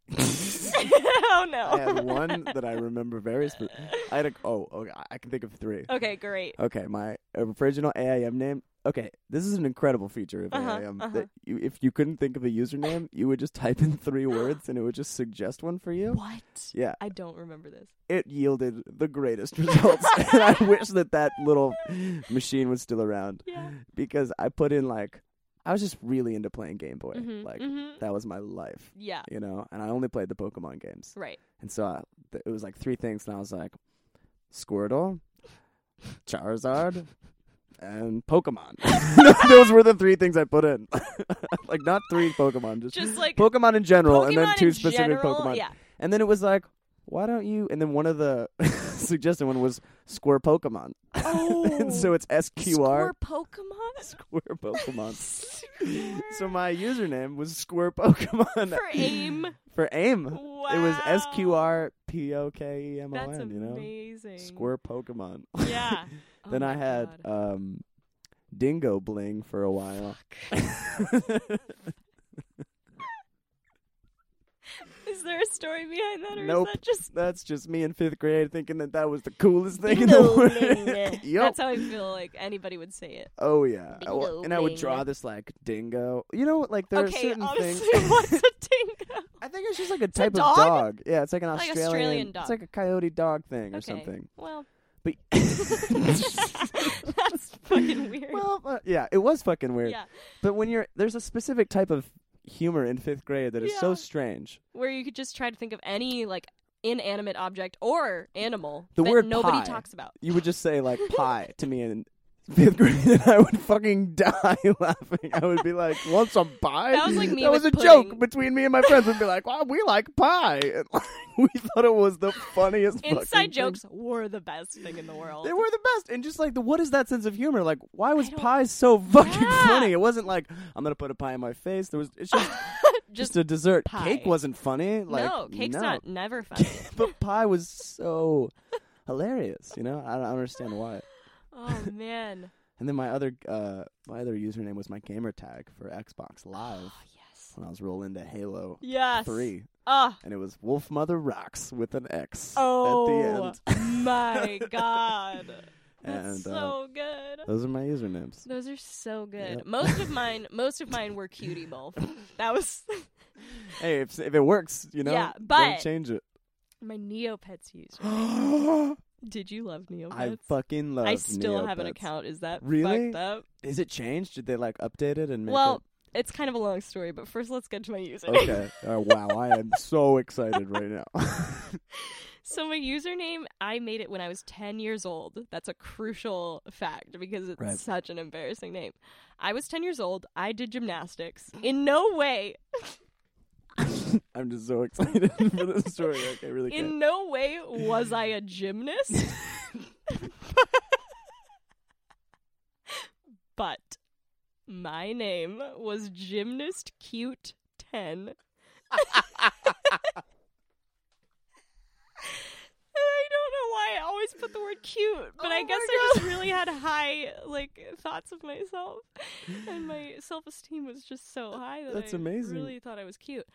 Speaker 4: oh no.
Speaker 3: I had one that I remember very. Sp- I had a oh okay. I- I can think of three.
Speaker 4: Okay, great.
Speaker 3: Okay, my original AIM name. Okay, this is an incredible feature of
Speaker 4: Uh-huh,
Speaker 3: AIM
Speaker 4: uh-huh.
Speaker 3: that you, if you couldn't think of a username, you would just type in three words and it would just suggest one for you.
Speaker 4: What?
Speaker 3: Uh, Yeah,
Speaker 4: I don't remember this.
Speaker 3: it yielded the greatest results, and I wish that that little machine was still around
Speaker 4: Yeah.
Speaker 3: because I put in like I was just really into playing Game Boy.
Speaker 4: Mhm,
Speaker 3: Like
Speaker 4: mhm.
Speaker 3: that was my life,
Speaker 4: Yeah.
Speaker 3: you know. And I only played the Pokemon games.
Speaker 4: Right.
Speaker 3: And so I, th- it was like three things, and I was like, Squirtle, Charizard, and Pokemon. Those were the three things I put in. like not three Pokemon, just,
Speaker 4: Just like
Speaker 3: Pokemon in general, and then
Speaker 4: Pokemon
Speaker 3: two
Speaker 4: in
Speaker 3: specific
Speaker 4: general,
Speaker 3: Pokemon.
Speaker 4: Yeah.
Speaker 3: And then it was like, why don't you? And then one of the suggested one was Square Pokemon.
Speaker 4: Oh.
Speaker 3: and so it's S Q R
Speaker 4: Score Pokemon.
Speaker 3: Square Pokemon.
Speaker 4: Score
Speaker 3: So my username was Square Pokemon
Speaker 4: for aim.
Speaker 3: for aim.
Speaker 4: Wow.
Speaker 3: It was S Q R P O K E M O
Speaker 4: That's
Speaker 3: N, you know?
Speaker 4: amazing.
Speaker 3: Square Pokemon.
Speaker 4: Yeah. Oh
Speaker 3: then I
Speaker 4: my
Speaker 3: had
Speaker 4: God.
Speaker 3: um Dingo Bling for a while.
Speaker 4: Is there a story behind that, or
Speaker 3: Nope.
Speaker 4: is that just?
Speaker 3: That's just me in fifth grade thinking that that was the coolest thing
Speaker 4: Dingo
Speaker 3: in the world.
Speaker 4: bling.
Speaker 3: Yup.
Speaker 4: That's how I feel like anybody would say it.
Speaker 3: Oh yeah, I wa-
Speaker 4: Dingo
Speaker 3: and I would
Speaker 4: Bling.
Speaker 3: draw this like dingo. You know, like there are
Speaker 4: okay,
Speaker 3: certain
Speaker 4: honestly,
Speaker 3: things.
Speaker 4: what's a dingo?
Speaker 3: I think it's just like a
Speaker 4: a
Speaker 3: type
Speaker 4: dog?
Speaker 3: of dog. Yeah, it's like an
Speaker 4: Like
Speaker 3: Australian.
Speaker 4: Australian
Speaker 3: It's
Speaker 4: dog.
Speaker 3: like a coyote dog thing or
Speaker 4: okay.
Speaker 3: something.
Speaker 4: Well,
Speaker 3: But
Speaker 4: that's fucking weird.
Speaker 3: well, uh, yeah, it was fucking weird.
Speaker 4: yeah,
Speaker 3: But when you're there's a specific type of humor in fifth grade that is so
Speaker 4: Yeah.
Speaker 3: strange.
Speaker 4: where you could just try to think of any like inanimate object or animal
Speaker 3: The
Speaker 4: that
Speaker 3: word
Speaker 4: nobody
Speaker 3: pie.
Speaker 4: talks about.
Speaker 3: You would just say like pie to me in fifth grade, and I would fucking die laughing. I would be like, "Want some pie?"
Speaker 4: That was like me
Speaker 3: That was
Speaker 4: with
Speaker 3: a
Speaker 4: pudding.
Speaker 3: joke between me and my friends. Would be like, "Wow, we like pie." And, like, we thought it was the funniest. fucking
Speaker 4: Inside
Speaker 3: thing.
Speaker 4: jokes were the best thing in the world.
Speaker 3: They were the best, and just like the what is that sense of humor? Like, why was
Speaker 4: I don't-
Speaker 3: pie so fucking
Speaker 4: Yeah.
Speaker 3: funny? It wasn't like I'm gonna put a pie in my face. There was it's just
Speaker 4: just
Speaker 3: just a dessert.
Speaker 4: pie.
Speaker 3: Cake wasn't funny. Like,
Speaker 4: no, cake's
Speaker 3: no.
Speaker 4: not never funny.
Speaker 3: but pie was so hilarious. You know, I don't understand why.
Speaker 4: oh man,
Speaker 3: And then my other uh, my other username was my gamer tag for Xbox Live
Speaker 4: oh yes,
Speaker 3: when I was rolling to Halo
Speaker 4: yes,
Speaker 3: Three,
Speaker 4: Oh,
Speaker 3: and it was Wolf Mother Rocks with an X
Speaker 4: oh
Speaker 3: at the
Speaker 4: my god,
Speaker 3: end.
Speaker 4: that's
Speaker 3: And uh,
Speaker 4: so good.
Speaker 3: those are my usernames.
Speaker 4: Those are so good.
Speaker 3: Yep.
Speaker 4: Most of mine, most of mine were cutie bowl. That was
Speaker 3: Hey, if, if it works, you know,
Speaker 4: Yeah,
Speaker 3: then
Speaker 4: but-
Speaker 3: change it.
Speaker 4: my Neopets user.
Speaker 3: I
Speaker 4: Did you love Neopets?
Speaker 3: fucking love.
Speaker 4: I still have an
Speaker 3: Neopets.
Speaker 4: account. Is that
Speaker 3: Really?
Speaker 4: fucked up?
Speaker 3: Is it changed? Did they like update it and make
Speaker 4: well,
Speaker 3: it?
Speaker 4: it's kind of a long story, but first let's get to my username.
Speaker 3: Okay. Uh, wow, I am so excited right now.
Speaker 4: So my username, I made it when I was 10 years old. That's a crucial fact because it's
Speaker 3: Right.
Speaker 4: such an embarrassing name. I was 10 years old. I did gymnastics. In no way,
Speaker 3: I'm just so excited for this story. Like, I really can't.
Speaker 4: in no way was I a gymnast. but my name was Gymnast Cute 10. And I don't know why I always put the word cute, but
Speaker 3: Oh
Speaker 4: I guess I just really had high like thoughts of myself, and my self esteem was just so high that
Speaker 3: That's
Speaker 4: I
Speaker 3: amazing.
Speaker 4: Really thought I was cute.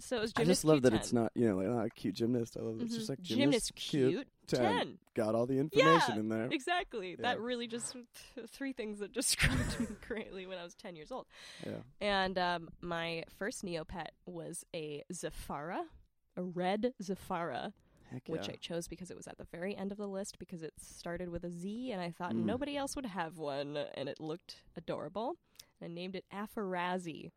Speaker 4: So it was
Speaker 3: I
Speaker 4: gymnast
Speaker 3: just love
Speaker 4: cute
Speaker 3: that it's
Speaker 4: 10.
Speaker 3: not, you know, like, not a cute gymnast. I love it. It's just like gymnast,
Speaker 4: gymnast Mm-hmm. cute 10.
Speaker 3: Got all the information
Speaker 4: Yeah.
Speaker 3: in there.
Speaker 4: Exactly. That
Speaker 3: Yeah.
Speaker 4: really just th- three things that described me greatly when I was ten years old.
Speaker 3: Yeah.
Speaker 4: And um, my first Neopet was a Zafara, a red Zafara.
Speaker 3: Heck
Speaker 4: which
Speaker 3: yeah.
Speaker 4: I chose because it was at the very end of the list because it started with a Z and I thought
Speaker 3: Mm.
Speaker 4: nobody else would have one and it looked adorable. I named it Afarazi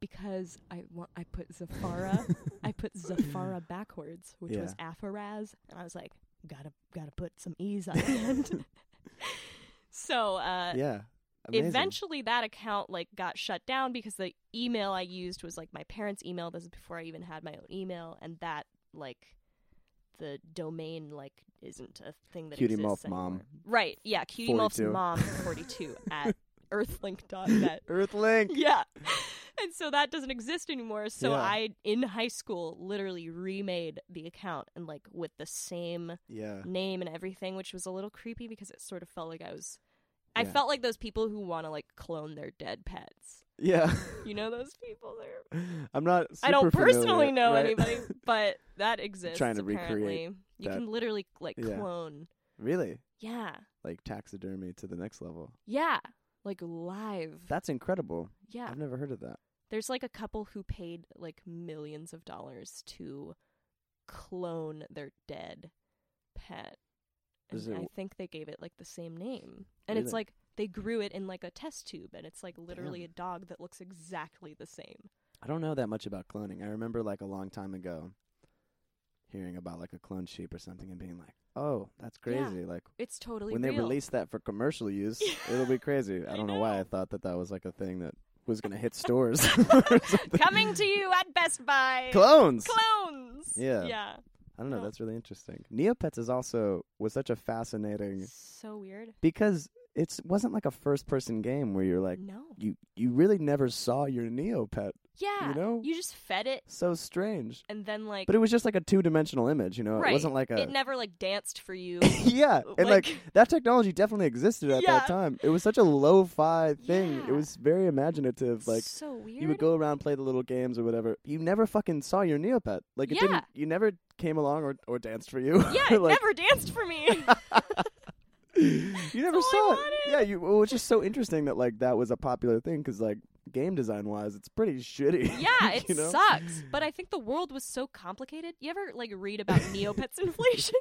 Speaker 4: because I wa- I put Zafara I put Zafara backwards, which was Afaraz, and I was like, gotta gotta put some E's on the end. so uh,
Speaker 3: yeah. Amazing.
Speaker 4: eventually that account like got shut down because the email i used was like my parents email this is before i even had my own email and that like the domain like isn't a thing that
Speaker 3: Cutie
Speaker 4: exists
Speaker 3: Mulf Mom.
Speaker 4: anymore. right yeah cutie mulf's
Speaker 3: 42.
Speaker 4: mom 42 at earthlink.net
Speaker 3: Earthlink.
Speaker 4: yeah and so that doesn't exist anymore so
Speaker 3: Yeah.
Speaker 4: i in high school literally remade the account and like with the same
Speaker 3: Yeah.
Speaker 4: name and everything, which was a little creepy because it sort of felt like I was. I
Speaker 3: Yeah.
Speaker 4: felt like those people who want to like clone their dead pets.
Speaker 3: Yeah.
Speaker 4: You know those people. They're,
Speaker 3: I'm not.
Speaker 4: I don't
Speaker 3: super familiar,
Speaker 4: personally know
Speaker 3: right?
Speaker 4: anybody, but that exists.
Speaker 3: Trying to
Speaker 4: apparently.
Speaker 3: recreate
Speaker 4: You
Speaker 3: that.
Speaker 4: can literally like
Speaker 3: Yeah.
Speaker 4: clone.
Speaker 3: really?
Speaker 4: Yeah,
Speaker 3: Like taxidermy to the next level.
Speaker 4: yeah, like live.
Speaker 3: That's incredible.
Speaker 4: yeah,
Speaker 3: I've never heard of that.
Speaker 4: there's like a couple who paid like millions of dollars to clone their dead pet.
Speaker 3: Is
Speaker 4: And
Speaker 3: it-
Speaker 4: I think they gave it like the same name. And it's
Speaker 3: Really?
Speaker 4: like they grew it in like a test tube and it's like literally a dog that looks exactly the same.
Speaker 3: I don't know that much about cloning. I remember like a long time ago hearing about like a cloned sheep or something and being like, "Oh, that's
Speaker 4: Yeah.
Speaker 3: crazy." Like
Speaker 4: It's totally
Speaker 3: when they
Speaker 4: real.
Speaker 3: release that for commercial use, it'll be crazy. I,
Speaker 4: I
Speaker 3: don't know. why
Speaker 4: know.
Speaker 3: I thought that that was like a thing that was going to hit stores.
Speaker 4: Coming to you Oh. at Best Buy.
Speaker 3: clones.
Speaker 4: Clones.
Speaker 3: Yeah.
Speaker 4: Yeah.
Speaker 3: I don't know.
Speaker 4: No.
Speaker 3: That's really interesting. Neopets is also was such a fascinating
Speaker 4: So weird.
Speaker 3: because it's wasn't like a first person game where you're like
Speaker 4: no.
Speaker 3: you you really never saw your Neopet.
Speaker 4: Yeah.
Speaker 3: you know?
Speaker 4: you just fed it
Speaker 3: So strange.
Speaker 4: and then like
Speaker 3: But it was just like a two dimensional image, you know.
Speaker 4: right.
Speaker 3: It wasn't like a
Speaker 4: It never like danced for you.
Speaker 3: yeah, and like,
Speaker 4: Like-
Speaker 3: that technology definitely existed at
Speaker 4: Yeah.
Speaker 3: that time. It was such a lo-fi thing.
Speaker 4: Yeah.
Speaker 3: It was very imaginative. Like
Speaker 4: so weird.
Speaker 3: you would go around play the little games or whatever. You never fucking saw your Neopet. Like it
Speaker 4: Yeah.
Speaker 3: didn't. You never came along or, or danced for you.
Speaker 4: Yeah, it
Speaker 3: like,
Speaker 4: never danced for me.
Speaker 3: You never
Speaker 4: all I
Speaker 3: saw it.
Speaker 4: wanted.
Speaker 3: Yeah, you. Well, it was just so interesting that like that was a popular thing because like game design wise, it's pretty shitty.
Speaker 4: yeah, it
Speaker 3: you know?
Speaker 4: sucks. But I think the world was so complicated. You ever like read about Neopets inflation?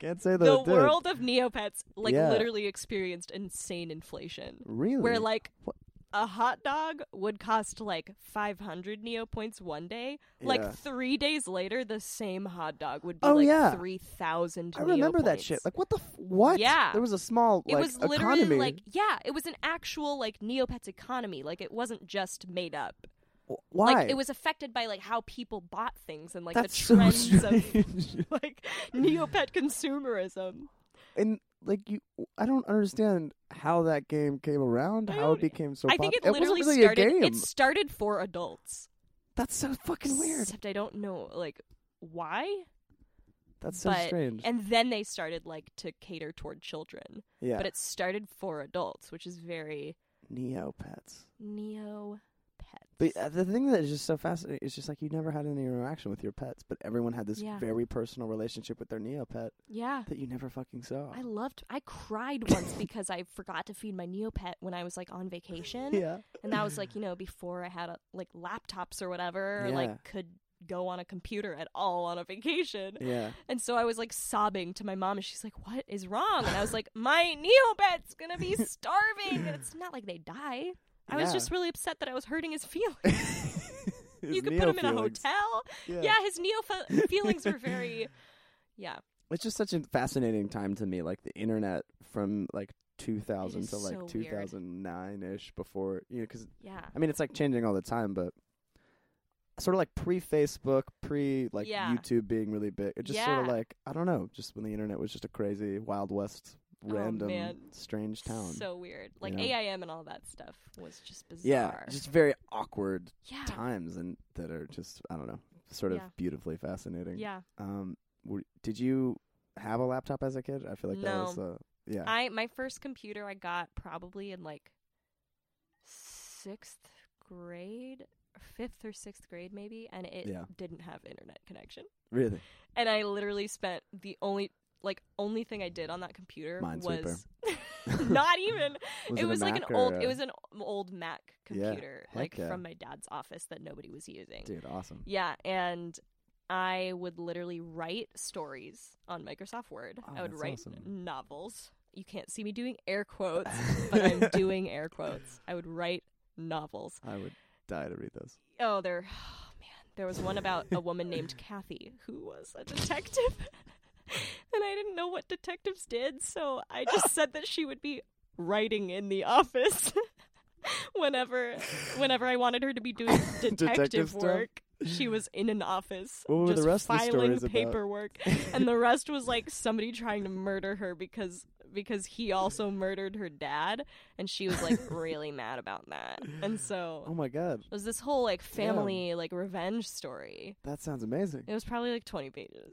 Speaker 3: Can't say that
Speaker 4: the
Speaker 3: it did.
Speaker 4: world of Neopets like
Speaker 3: Yeah.
Speaker 4: literally experienced insane inflation.
Speaker 3: Really?
Speaker 4: Where like
Speaker 3: What?
Speaker 4: a hot dog would cost like 500 Neo points one day.
Speaker 3: Yeah.
Speaker 4: Like 3 days later the same hot dog would be
Speaker 3: Oh,
Speaker 4: like
Speaker 3: yeah.
Speaker 4: 3000
Speaker 3: I remember that shit. Like what the f- what?
Speaker 4: Yeah.
Speaker 3: There was a small
Speaker 4: it
Speaker 3: like
Speaker 4: was literally
Speaker 3: economy.
Speaker 4: like yeah, it was an actual like Neopets economy. Like it wasn't just made up.
Speaker 3: W- Why?
Speaker 4: Like it was affected by like how people bought things and like
Speaker 3: That's
Speaker 4: the trends
Speaker 3: so
Speaker 4: of
Speaker 3: strange.
Speaker 4: like neopet consumerism.
Speaker 3: and like you i don't understand how that game came around
Speaker 4: I
Speaker 3: how it
Speaker 4: don't-
Speaker 3: became so
Speaker 4: I think it
Speaker 3: pop-
Speaker 4: literally
Speaker 3: wasn't really
Speaker 4: started.
Speaker 3: a game
Speaker 4: It started for adults.
Speaker 3: that's so fucking weird
Speaker 4: Except I don't know like why.
Speaker 3: that's so
Speaker 4: but
Speaker 3: strange
Speaker 4: and then they started like to cater toward children,
Speaker 3: yeah
Speaker 4: but it started for adults, which is very
Speaker 3: neopets
Speaker 4: neo
Speaker 3: the,
Speaker 4: pets.
Speaker 3: uh, the thing that is just so fascinating is just like you never had any interaction with your pets but everyone had this
Speaker 4: Yeah.
Speaker 3: very personal relationship with their neopet
Speaker 4: yeah.
Speaker 3: that you never fucking saw
Speaker 4: I loved. I cried once because I forgot to feed my Neopet when I was like on vacation.
Speaker 3: yeah
Speaker 4: And that was like, you know, before I had like uh, laptops or whatever, or
Speaker 3: Yeah.
Speaker 4: like could go on a computer at all on a vacation.
Speaker 3: Yeah.
Speaker 4: And so I was like sobbing to my mom, and she's like, "What is wrong?" And I was like, "My Neopet's gonna be starving." and it's not like they die. I was
Speaker 3: Yeah.
Speaker 4: just really upset that I was hurting his feelings.
Speaker 3: His
Speaker 4: you could put him in a
Speaker 3: neophylax.
Speaker 4: hotel.
Speaker 3: Yeah.
Speaker 4: Yeah, his neo feelings were very. Yeah,
Speaker 3: It's just such a fascinating time to me, like the internet from like 2000
Speaker 4: is
Speaker 3: to like
Speaker 4: so weird.
Speaker 3: 2009 ish before, you know, because
Speaker 4: yeah.
Speaker 3: I mean, it's like changing all the time, but sort of like pre Facebook, pre like
Speaker 4: Yeah.
Speaker 3: YouTube being really big. It just sort of
Speaker 4: Yeah.
Speaker 3: like, I don't know, just when the internet was just a crazy Wild West, random,
Speaker 4: Oh, man.
Speaker 3: strange town.
Speaker 4: So weird. Like
Speaker 3: know?
Speaker 4: AIM and all that stuff was just
Speaker 3: yeah,
Speaker 4: bizarre.
Speaker 3: just very awkward
Speaker 4: yeah.
Speaker 3: times and that are just, I don't know, sort of
Speaker 4: Yeah.
Speaker 3: beautifully fascinating.
Speaker 4: Yeah.
Speaker 3: Um, were, did you have a laptop as a kid? I feel like that
Speaker 4: No.
Speaker 3: was, uh, yeah.
Speaker 4: I my first computer I got probably in like sixth grade, fifth or sixth grade maybe, and it
Speaker 3: Yeah.
Speaker 4: didn't have internet connection.
Speaker 3: really?
Speaker 4: And I literally spent the only like only thing I did on that computer was not even.
Speaker 3: Was
Speaker 4: it,
Speaker 3: it a
Speaker 4: was like
Speaker 3: Mac
Speaker 4: an
Speaker 3: or
Speaker 4: old.
Speaker 3: a-
Speaker 4: It was an old Mac
Speaker 3: Yeah.
Speaker 4: computer,
Speaker 3: Heck
Speaker 4: like
Speaker 3: yeah.
Speaker 4: from my dad's office that nobody was using.
Speaker 3: Dude, awesome.
Speaker 4: Yeah, and I would literally write stories on Microsoft Word.
Speaker 3: Oh,
Speaker 4: I would
Speaker 3: that's
Speaker 4: write
Speaker 3: awesome.
Speaker 4: novels. You can't see me doing air quotes, but I'm doing air quotes. I would write novels.
Speaker 3: I would die to read those.
Speaker 4: Oh, there, oh, man, there was one about a woman named Kathy who was a detective, and I didn't know what detectives did, so I just said that she would be writing in the office. Whenever, whenever I wanted her to be doing detective,
Speaker 3: Detective stuff?
Speaker 4: work, she was in an office,
Speaker 3: What were the
Speaker 4: just
Speaker 3: rest of the
Speaker 4: filing
Speaker 3: stories about?
Speaker 4: paperwork, and the rest was like somebody trying to murder her because because he also murdered her dad, and she was like really mad about that, and so
Speaker 3: Oh my god,
Speaker 4: it was this whole like family like revenge story.
Speaker 3: that sounds amazing!
Speaker 4: It was probably like 20 pages.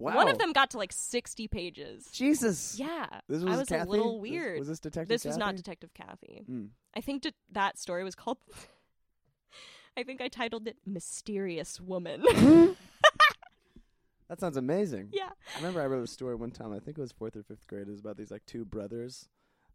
Speaker 3: Wow,
Speaker 4: One of them got to like 60 pages.
Speaker 3: Jesus,
Speaker 4: Yeah.
Speaker 3: This was
Speaker 4: I was
Speaker 3: Kathy?
Speaker 4: a little
Speaker 3: This-
Speaker 4: weird.
Speaker 3: was this Detective
Speaker 4: This was
Speaker 3: Kathy?
Speaker 4: not Detective Kathy.
Speaker 3: Mm.
Speaker 4: I think de- that story was called I think I titled it Mysterious Woman.
Speaker 3: That sounds amazing.
Speaker 4: yeah.
Speaker 3: I remember I wrote a story one time. I think it was fourth or fifth grade. It was about these like two brothers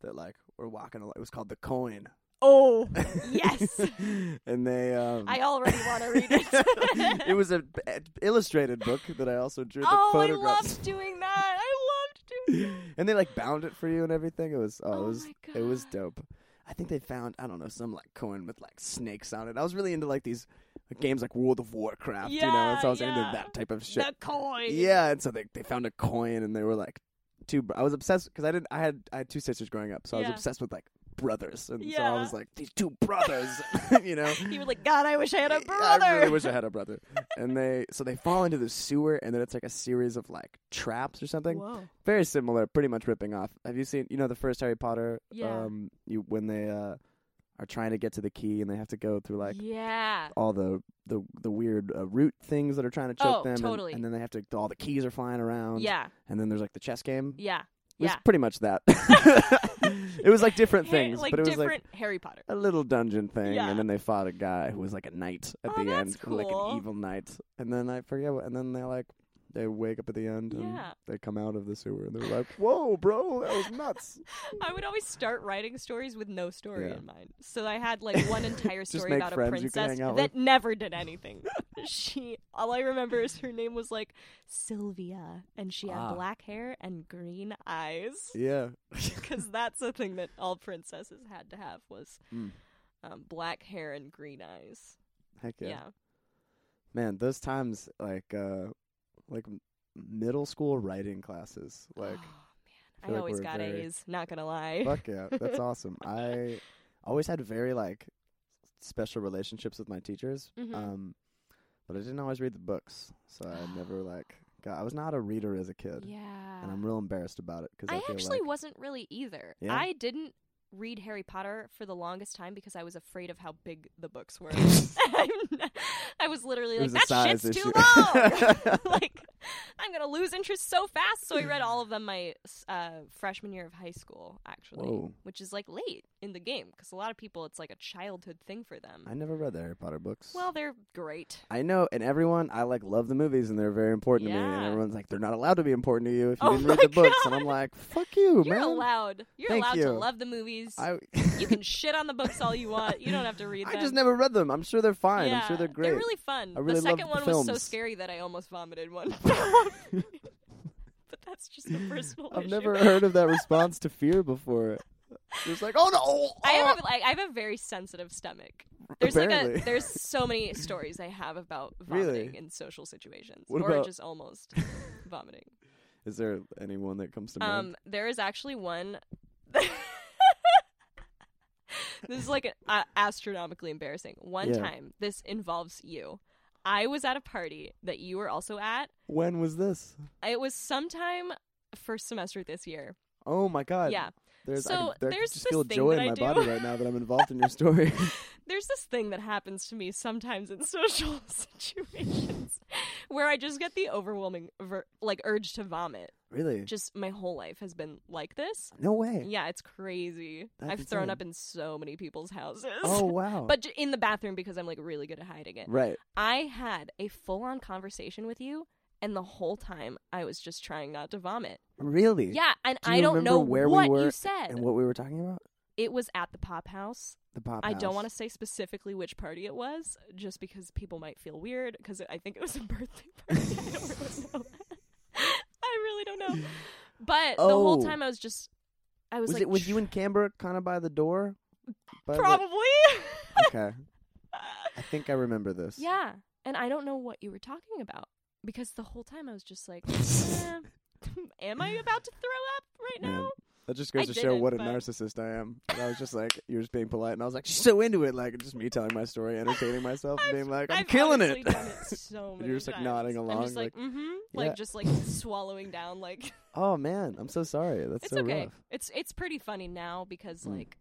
Speaker 3: that like were walking. al- It was called the Coin,
Speaker 4: Oh, yes.
Speaker 3: and they. Um,
Speaker 4: I already want to read it.
Speaker 3: it was a b- illustrated book that I also drew the
Speaker 4: oh, I
Speaker 3: photographs,
Speaker 4: loved doing that. I loved doing that.
Speaker 3: and they like bound it for you and everything. It was oh,
Speaker 4: Oh
Speaker 3: it was
Speaker 4: my
Speaker 3: it was dope. I think they found I don't know some like coin with like snakes on it. I was really into like these like, games like World of Warcraft, you know, and so I was into
Speaker 4: Yeah, yeah.
Speaker 3: that type of shit.
Speaker 4: The coin.
Speaker 3: Yeah, and so they they found a coin and they were like two. br- I was obsessed because I didn't. I had I had two sisters growing up, so I was
Speaker 4: Yeah.
Speaker 3: obsessed with like brothers, and so I
Speaker 4: Yeah.
Speaker 3: was like these two brothers, you know.
Speaker 4: You were like, God, I wish I had a
Speaker 3: Yeah,
Speaker 4: brother.
Speaker 3: I really wish I had a brother. and they so they fall into the sewer, and then it's like a series of like traps or something.
Speaker 4: Whoa.
Speaker 3: Very similar, pretty much ripping off. Have you seen you know the first Harry Potter?
Speaker 4: Yeah.
Speaker 3: Um, you when they uh, are trying to get to the key, and they have to go through like
Speaker 4: yeah.
Speaker 3: all the the the weird uh, root things that are trying to choke
Speaker 4: Oh,
Speaker 3: them, and-
Speaker 4: totally.
Speaker 3: and, then they have to all the keys are flying around.
Speaker 4: Yeah.
Speaker 3: and then there's like the chess game.
Speaker 4: Yeah.
Speaker 3: It was
Speaker 4: Yeah.
Speaker 3: pretty much that. it was like different
Speaker 4: Harry-
Speaker 3: things,
Speaker 4: like
Speaker 3: but it was
Speaker 4: different
Speaker 3: like
Speaker 4: Harry Potter.
Speaker 3: a little dungeon thing,
Speaker 4: Yeah.
Speaker 3: and then they fought a guy who was like a knight at
Speaker 4: Oh,
Speaker 3: the
Speaker 4: that's
Speaker 3: end, like an
Speaker 4: cool.
Speaker 3: evil knight, and then I forget what, and then they like. They wake up at the end and
Speaker 4: Yeah.
Speaker 3: they come out of the sewer and they're like, "Whoa, bro, that was nuts!"
Speaker 4: I would always start writing stories with no story
Speaker 3: Yeah.
Speaker 4: in mind. So I had like one entire
Speaker 3: Just
Speaker 4: story
Speaker 3: make
Speaker 4: about a
Speaker 3: friends you can
Speaker 4: princess
Speaker 3: hang out
Speaker 4: that never did anything. she all I remember is her name was like Sylvia and she had
Speaker 3: Ah.
Speaker 4: black hair and green eyes
Speaker 3: Yeah,
Speaker 4: because that's a thing that all princesses had to have was
Speaker 3: Mm.
Speaker 4: um, black hair and green eyes.
Speaker 3: heck yeah.
Speaker 4: Yeah.
Speaker 3: man those times like uh like m- middle school writing classes like
Speaker 4: Oh,
Speaker 3: I feel
Speaker 4: man. I,
Speaker 3: like
Speaker 4: always
Speaker 3: we're
Speaker 4: got
Speaker 3: very-
Speaker 4: A's, not gonna lie.
Speaker 3: fuck yeah that's awesome i always had very like special relationships with my teachers
Speaker 4: Mhm.
Speaker 3: um but i didn't always read the books so i never like got, i was not a reader as a kid
Speaker 4: yeah.
Speaker 3: and i'm real embarrassed about it because i,
Speaker 4: I,
Speaker 3: feel
Speaker 4: actually
Speaker 3: like
Speaker 4: wasn't really either.
Speaker 3: Yeah?
Speaker 4: I didn't read Harry Potter for the longest time because I was afraid of how big the books were. I'm not- I was literally
Speaker 3: It was
Speaker 4: like,
Speaker 3: a
Speaker 4: that
Speaker 3: size
Speaker 4: shit's too
Speaker 3: issue."
Speaker 4: long. like, I'm gonna lose interest so fast. So I read all of them my uh, freshman year of high school, actually,
Speaker 3: Whoa.
Speaker 4: which is like late in the game because a lot of people, it's like a childhood thing for them.
Speaker 3: i never read the harry potter books
Speaker 4: well, they're great.
Speaker 3: I know, and everyone, I like love the movies, and they're very important to me. And
Speaker 4: Yeah.
Speaker 3: everyone's like, they're not allowed to be important to you if you
Speaker 4: Oh
Speaker 3: didn't read
Speaker 4: my
Speaker 3: the books. And I'm like, fuck you,
Speaker 4: You're
Speaker 3: man.
Speaker 4: allowed. You're
Speaker 3: Thank
Speaker 4: allowed
Speaker 3: you.
Speaker 4: to love the movies.
Speaker 3: I,
Speaker 4: You can shit on the books all you want. You don't have to read them.
Speaker 3: I just never read them. I'm sure they're fine. I'm sure they're great.
Speaker 4: They're really fun.
Speaker 3: I really
Speaker 4: the second
Speaker 3: loved
Speaker 4: one
Speaker 3: the
Speaker 4: was so
Speaker 3: films.
Speaker 4: scary that I almost vomited one. but that's just a personal
Speaker 3: I've
Speaker 4: issue.
Speaker 3: never heard of that response to fear before. It's like, oh no! oh,
Speaker 4: I
Speaker 3: ah."
Speaker 4: have like I have a very sensitive stomach. There's
Speaker 3: Apparently.
Speaker 4: like a there's so many stories I have about vomiting
Speaker 3: Really?
Speaker 4: in social situations
Speaker 3: What
Speaker 4: or
Speaker 3: about-
Speaker 4: just almost vomiting.
Speaker 3: Is there anyone that comes to mind?
Speaker 4: Um, there is actually one. this is like uh, astronomically embarrassing. One
Speaker 3: Yeah.
Speaker 4: time, this involves you. I was at a party that you were also at.
Speaker 3: when was this?
Speaker 4: It was sometime first semester this year.
Speaker 3: Oh my god!
Speaker 4: yeah.
Speaker 3: There's, I,
Speaker 4: So
Speaker 3: could- there- I could
Speaker 4: there's
Speaker 3: just
Speaker 4: this
Speaker 3: feel
Speaker 4: thing
Speaker 3: joy in
Speaker 4: that I
Speaker 3: my
Speaker 4: do.
Speaker 3: body right now that I'm involved in your story.
Speaker 4: There's this thing that happens to me sometimes in social situations where I just get the overwhelming ver- like urge to vomit.
Speaker 3: really?
Speaker 4: Just my whole life has been like this.
Speaker 3: no way!
Speaker 4: Yeah, it's crazy.
Speaker 3: That's
Speaker 4: I've thrown
Speaker 3: insane.
Speaker 4: up in so many people's houses.
Speaker 3: Oh wow!
Speaker 4: but j- in the bathroom because I'm like really good at hiding it.
Speaker 3: right.
Speaker 4: I had a full on conversation with you, and the whole time I was just trying not to vomit.
Speaker 3: Really?
Speaker 4: Yeah, and
Speaker 3: Do you
Speaker 4: I don't
Speaker 3: remember
Speaker 4: know
Speaker 3: where
Speaker 4: what
Speaker 3: we were
Speaker 4: you said.
Speaker 3: and what we were talking about.
Speaker 4: it was at the pop house.
Speaker 3: The pop.
Speaker 4: I don't want to
Speaker 3: to.
Speaker 4: say specifically which party it was, just because people might feel weird. Because I think it was a birthday party. I don't really know. I really don't know. But the whole
Speaker 3: Oh.
Speaker 4: time I was just, I was,
Speaker 3: Was
Speaker 4: like,
Speaker 3: it was you and Canberra kind of by the door? By the-
Speaker 4: probably.
Speaker 3: okay. I think I remember this.
Speaker 4: Yeah. And I don't know what you were talking about because the whole time I was just like, eh, am I about to throw up right
Speaker 3: Man,
Speaker 4: now?
Speaker 3: That just goes
Speaker 4: I
Speaker 3: to show
Speaker 4: didn't,
Speaker 3: what a
Speaker 4: but-
Speaker 3: narcissist I am. And I was just like, you were just being polite, and I was like, she's so into it, like just me telling my story, entertaining myself, and being like, I'm
Speaker 4: I've
Speaker 3: killing
Speaker 4: honestly
Speaker 3: it.
Speaker 4: Done it so many
Speaker 3: you're just, like,
Speaker 4: times.
Speaker 3: nodding
Speaker 4: I'm
Speaker 3: along,
Speaker 4: just like,
Speaker 3: like-
Speaker 4: mm-hmm,
Speaker 3: Yeah.
Speaker 4: like just like swallowing down. Like
Speaker 3: oh man, I'm so sorry. That's
Speaker 4: it's
Speaker 3: so
Speaker 4: okay.
Speaker 3: rough. Mm.
Speaker 4: It's it's pretty funny now because like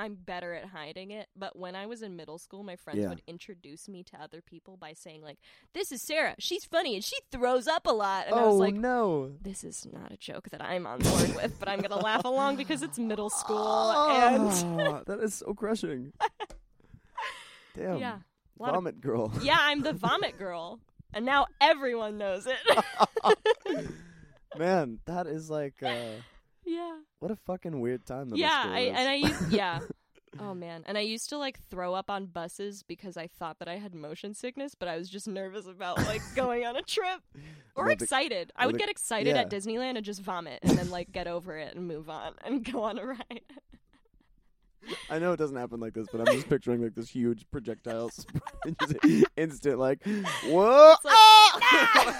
Speaker 4: I'm better at hiding it. But when I was in middle school, my friends
Speaker 3: Yeah.
Speaker 4: would introduce me to other people by saying like, "This is Sarah. She's funny and she throws up a lot." And I
Speaker 3: Oh
Speaker 4: was like,
Speaker 3: no.
Speaker 4: this is not a joke that I'm on board with, but I'm going to laugh along because it's middle school. And
Speaker 3: Oh, that is so crushing. Damn.
Speaker 4: yeah, a lot of-
Speaker 3: Vomit girl.
Speaker 4: yeah, I'm the vomit girl. And now everyone knows it.
Speaker 3: Man, that is like uh,
Speaker 4: yeah.
Speaker 3: what a fucking weird time. middle
Speaker 4: Yeah.
Speaker 3: school
Speaker 4: I,
Speaker 3: is.
Speaker 4: and I used, yeah. Oh, man. And I used to like throw up on buses because I thought that I had motion sickness, but I was just nervous about like going on a trip or
Speaker 3: Well, the-
Speaker 4: excited. I
Speaker 3: well,
Speaker 4: would
Speaker 3: the-
Speaker 4: get excited
Speaker 3: yeah.
Speaker 4: at Disneyland and just vomit and then like get over it and move on and go on a ride.
Speaker 3: I know it doesn't happen like this, but I'm just picturing like this huge projectile, sp- and just instant like, whoa!
Speaker 4: like,
Speaker 3: ah!"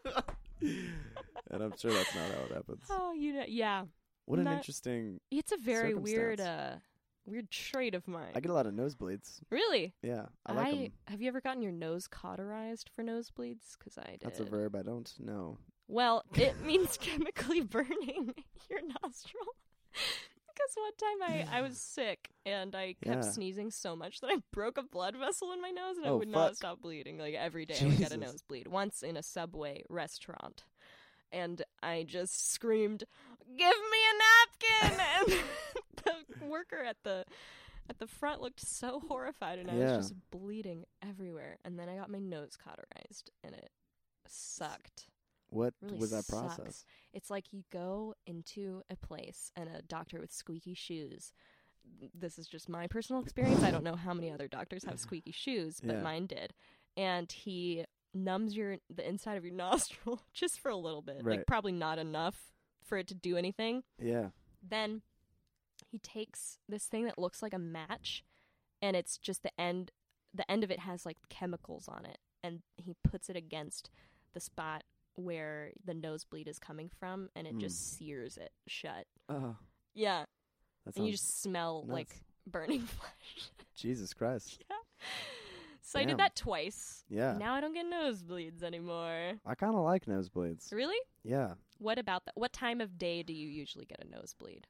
Speaker 3: and I'm sure that's not how it happens.
Speaker 4: Oh, you know, yeah.
Speaker 3: What an
Speaker 4: not-
Speaker 3: interesting.
Speaker 4: It's a very weird, uh,
Speaker 3: Circumstance.
Speaker 4: weird trait of mine.
Speaker 3: I get a lot of nosebleeds.
Speaker 4: really?
Speaker 3: Yeah, I like 'em.
Speaker 4: have you ever gotten your nose cauterized for nosebleeds? Because I did.
Speaker 3: That's a verb I don't know.
Speaker 4: well, it means chemically burning your nostril. Because one time I, I was sick and I kept
Speaker 3: Yeah.
Speaker 4: sneezing so much that I broke a blood vessel in my nose and I
Speaker 3: Oh,
Speaker 4: would not
Speaker 3: fuck.
Speaker 4: stop bleeding. Like every day I would get a
Speaker 3: Jesus.
Speaker 4: nosebleed. Once in a subway restaurant. And I just screamed, "Give me a napkin!" and the worker at the at the front looked so horrified and I
Speaker 3: Yeah.
Speaker 4: was just bleeding everywhere. And then I got my nose cauterized and it sucked.
Speaker 3: What
Speaker 4: Really
Speaker 3: was that
Speaker 4: sucks.
Speaker 3: process?
Speaker 4: It's like you go into a place and a doctor with squeaky shoes. This is just my personal experience. I don't know how many other doctors have squeaky shoes, but
Speaker 3: Yeah.
Speaker 4: mine did. And he numbs your the inside of your nostril just for a little bit.
Speaker 3: Right.
Speaker 4: Like probably not enough for it to do anything
Speaker 3: Yeah.
Speaker 4: then he takes this thing that looks like a match and it's just the end the end of it has like chemicals on it and he puts it against the spot where the nosebleed is coming from and it just
Speaker 3: Hmm.
Speaker 4: sears it shut
Speaker 3: Oh,
Speaker 4: yeah
Speaker 3: that
Speaker 4: and you
Speaker 3: sounds.
Speaker 4: just smell
Speaker 3: nuts.
Speaker 4: like burning flesh
Speaker 3: Jesus Christ.
Speaker 4: so i
Speaker 3: Damn.
Speaker 4: did that twice
Speaker 3: Yeah.
Speaker 4: now i don't get nosebleeds anymore
Speaker 3: I kind of like nosebleeds.
Speaker 4: really
Speaker 3: Yeah.
Speaker 4: what about that what time of day do you usually get a nosebleed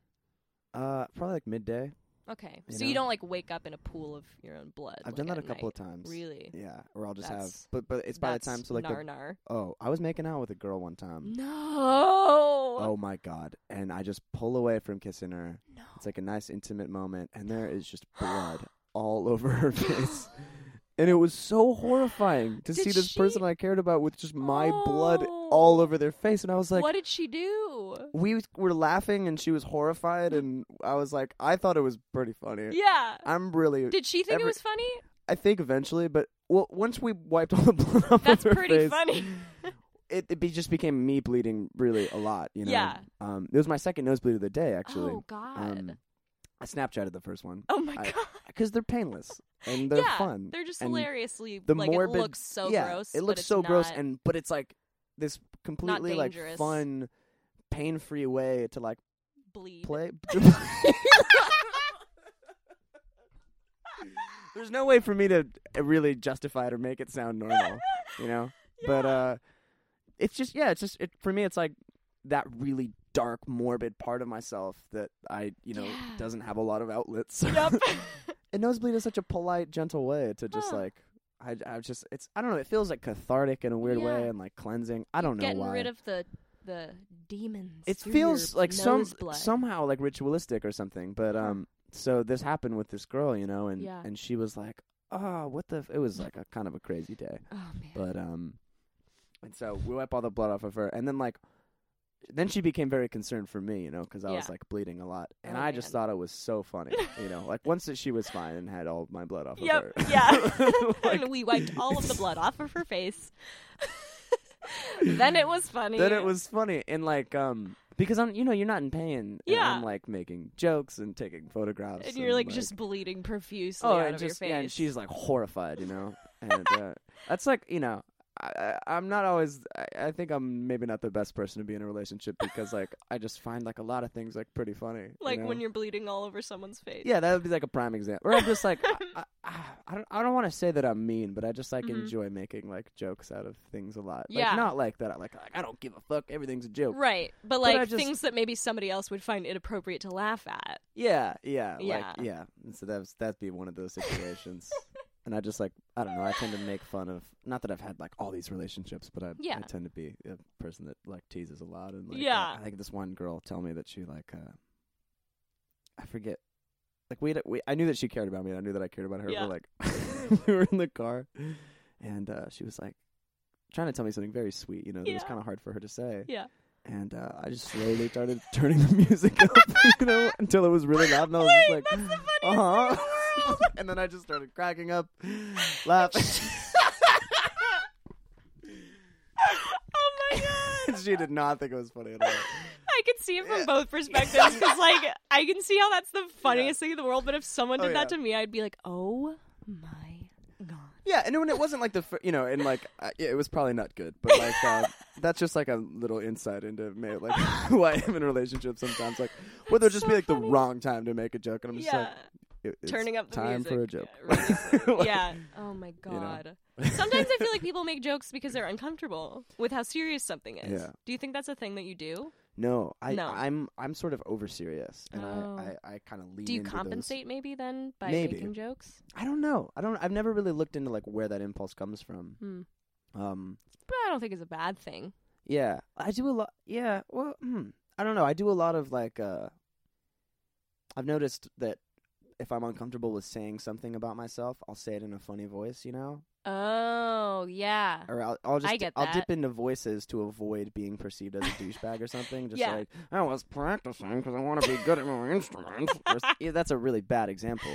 Speaker 3: Uh, probably like midday.
Speaker 4: okay
Speaker 3: You
Speaker 4: so you
Speaker 3: know-
Speaker 4: don't like wake up in a pool of your own blood
Speaker 3: I've done
Speaker 4: like,
Speaker 3: that a
Speaker 4: at
Speaker 3: couple
Speaker 4: night.
Speaker 3: of times.
Speaker 4: Really?
Speaker 3: Yeah, or I'll just
Speaker 4: That's-
Speaker 3: have. But but it's by the time. So like the
Speaker 4: nar nar.
Speaker 3: Oh, I was making out with a girl one time.
Speaker 4: No.
Speaker 3: Oh my god! And I just pull away from kissing her.
Speaker 4: no.
Speaker 3: It's like a nice intimate moment, and there is just blood all over her face. and it was so horrifying to
Speaker 4: Did
Speaker 3: see this
Speaker 4: she-
Speaker 3: person I cared about with just my blood
Speaker 4: Oh.
Speaker 3: all over their face, and I was like,
Speaker 4: what did she do?
Speaker 3: we were laughing, and she was horrified, and I was like, I thought it was pretty funny.
Speaker 4: Mm. Yeah.
Speaker 3: I'm really.
Speaker 4: Did she think
Speaker 3: every-
Speaker 4: it was funny?
Speaker 3: I think eventually, but well, once we wiped all the blood off, of
Speaker 4: That's
Speaker 3: her
Speaker 4: pretty
Speaker 3: face,
Speaker 4: funny.
Speaker 3: It, it be, just became me bleeding really a lot. You know.
Speaker 4: Yeah.
Speaker 3: Um, it was my second nosebleed of the day, actually.
Speaker 4: oh God.
Speaker 3: um, I Snapchatted the first one
Speaker 4: oh my
Speaker 3: I-
Speaker 4: God.
Speaker 3: because they're painless and they're
Speaker 4: yeah,
Speaker 3: fun.
Speaker 4: They're just
Speaker 3: and
Speaker 4: hilariously
Speaker 3: the
Speaker 4: like
Speaker 3: morbid-
Speaker 4: it looks so
Speaker 3: yeah,
Speaker 4: gross.
Speaker 3: It
Speaker 4: but
Speaker 3: looks
Speaker 4: it's
Speaker 3: so gross,
Speaker 4: not-
Speaker 3: and but it's like this completely like
Speaker 4: dangerous.
Speaker 3: fun, pain-free way to like
Speaker 4: bleed.
Speaker 3: play. There's no way for me to uh, really justify it or make it sound normal, you know. But
Speaker 4: Yeah.
Speaker 3: uh, it's just yeah, it's just it, for me. It's like that really dark, morbid part of myself that I you know
Speaker 4: Yeah.
Speaker 3: doesn't have a lot of outlets.
Speaker 4: Yup.
Speaker 3: and nosebleed is such a polite, gentle way to just
Speaker 4: Huh.
Speaker 3: like I, I just it's I don't know. It feels like cathartic in a weird
Speaker 4: Yeah.
Speaker 3: way and like cleansing. I don't know
Speaker 4: Getting
Speaker 3: why.
Speaker 4: rid of the the demons.
Speaker 3: it
Speaker 4: through
Speaker 3: feels
Speaker 4: your
Speaker 3: like some
Speaker 4: nose blood.
Speaker 3: somehow like ritualistic or something. But
Speaker 4: Huh.
Speaker 3: um, so this happened with this girl, you know, and
Speaker 4: Yeah.
Speaker 3: and she was like, "Oh, what the?" F-? It was like a kind of a crazy day.
Speaker 4: Oh man.
Speaker 3: But um, and so we wipe all the blood off of her, and then like, then she became very concerned for me, you know, because I was
Speaker 4: Yeah.
Speaker 3: like bleeding a lot, and
Speaker 4: Oh,
Speaker 3: I just
Speaker 4: man.
Speaker 3: thought it was so funny, you know, like once that she was fine and had all my blood off
Speaker 4: Yep,
Speaker 3: of her.
Speaker 4: yeah.
Speaker 3: Like,
Speaker 4: and we wiped all of the blood off of her face. then it was funny.
Speaker 3: Then it was funny, and like um, because I'm, you know, you're not in pain. and
Speaker 4: Yeah.
Speaker 3: I'm like making jokes and taking photographs,
Speaker 4: and you're like, just bleeding profusely
Speaker 3: oh,
Speaker 4: out
Speaker 3: and
Speaker 4: of
Speaker 3: just
Speaker 4: your face.
Speaker 3: yeah, and she's like horrified, you know, and uh, that's like you know. I, I- I'm not always. I, I think I'm maybe not the best person to be in a relationship because, like, I just find like a lot of things like pretty funny. you
Speaker 4: like when
Speaker 3: know?
Speaker 4: you're bleeding all over someone's face.
Speaker 3: yeah, that would be like a prime example. Or I'm just like, I, I, I don't, I don't want to say that I'm mean, but I just like
Speaker 4: Mhm.
Speaker 3: enjoy making like jokes out of things a lot. Like,
Speaker 4: Yeah.
Speaker 3: not like that. I like, like I don't give a fuck. Everything's a joke.
Speaker 4: Right. But
Speaker 3: I
Speaker 4: like
Speaker 3: just-
Speaker 4: things that maybe somebody else would find inappropriate to laugh at.
Speaker 3: Yeah, yeah,
Speaker 4: Yeah.
Speaker 3: like yeah. And so that was that'd be one of those situations. and I just like I don't know. I tend to make fun of not that I've had like all these relationships, but I, I
Speaker 4: Yeah.
Speaker 3: tend to be a person that like teases a lot and like uh,
Speaker 4: Yeah.
Speaker 3: I think this one girl tell me that she like uh I forget. Like we, we I knew that she cared about me. and I knew that I cared about her.
Speaker 4: Yeah.
Speaker 3: But like we were in the car, and uh, she was like trying to tell me something very sweet. You know, that was
Speaker 4: Yeah.
Speaker 3: kind of hard for her to say.
Speaker 4: Yeah.
Speaker 3: And uh, I just slowly started turning the music up, you know, until it was really loud, and I was
Speaker 4: Wait,
Speaker 3: just like,
Speaker 4: that's the
Speaker 3: uh
Speaker 4: funniest thing in the
Speaker 3: huh.
Speaker 4: world.
Speaker 3: and then I just started cracking up, laughing.
Speaker 4: oh my god.
Speaker 3: she did not think it was funny at all.
Speaker 4: I can see it from both perspectives because, like, I can see how that's the funniest thing in the world. But if someone
Speaker 3: Oh,
Speaker 4: did that
Speaker 3: yeah.
Speaker 4: to me, I'd be like, "Oh my god!"
Speaker 3: Yeah, and when it wasn't like the, fir- you know, and like uh, yeah, it was probably not good, but like uh, that's just like a little insight into ma like who I am in relationships sometimes, like where there'll just
Speaker 4: so
Speaker 3: be like the
Speaker 4: funny.
Speaker 3: wrong time to make a joke, and I'm just
Speaker 4: yeah,
Speaker 3: like, it- it's
Speaker 4: turning up the
Speaker 3: time
Speaker 4: music.
Speaker 3: for a joke.
Speaker 4: Right.
Speaker 3: Like-
Speaker 4: yeah. Oh my
Speaker 3: know.
Speaker 4: god. Sometimes I feel like people make jokes because they're uncomfortable with how serious something is.
Speaker 3: Yeah.
Speaker 4: Do you think that's a thing that you do?
Speaker 3: No, I,
Speaker 4: No.
Speaker 3: I'm I'm sort of over serious, and
Speaker 4: Oh.
Speaker 3: I, I, I kind of lean.
Speaker 4: Do you
Speaker 3: into those-
Speaker 4: compensate maybe then by
Speaker 3: Maybe.
Speaker 4: making jokes?
Speaker 3: I don't know. I don't. I've never really looked into like where that impulse comes from.
Speaker 4: Hmm.
Speaker 3: Um.
Speaker 4: But I don't think it's a bad thing.
Speaker 3: Yeah, I do a lot. Yeah. Well, hmm, I don't know. I do a lot of like. uh I've noticed that if I'm uncomfortable with saying something about myself, I'll say it in a funny voice, you know,
Speaker 4: Oh yeah.
Speaker 3: or I'll, I'll just
Speaker 4: I get
Speaker 3: I'll dip
Speaker 4: that.
Speaker 3: into voices to avoid being perceived as a douchebag or something. Just
Speaker 4: Yeah.
Speaker 3: like I was practicing because I want to be good at my instrument. Or s- yeah, that's a really bad example.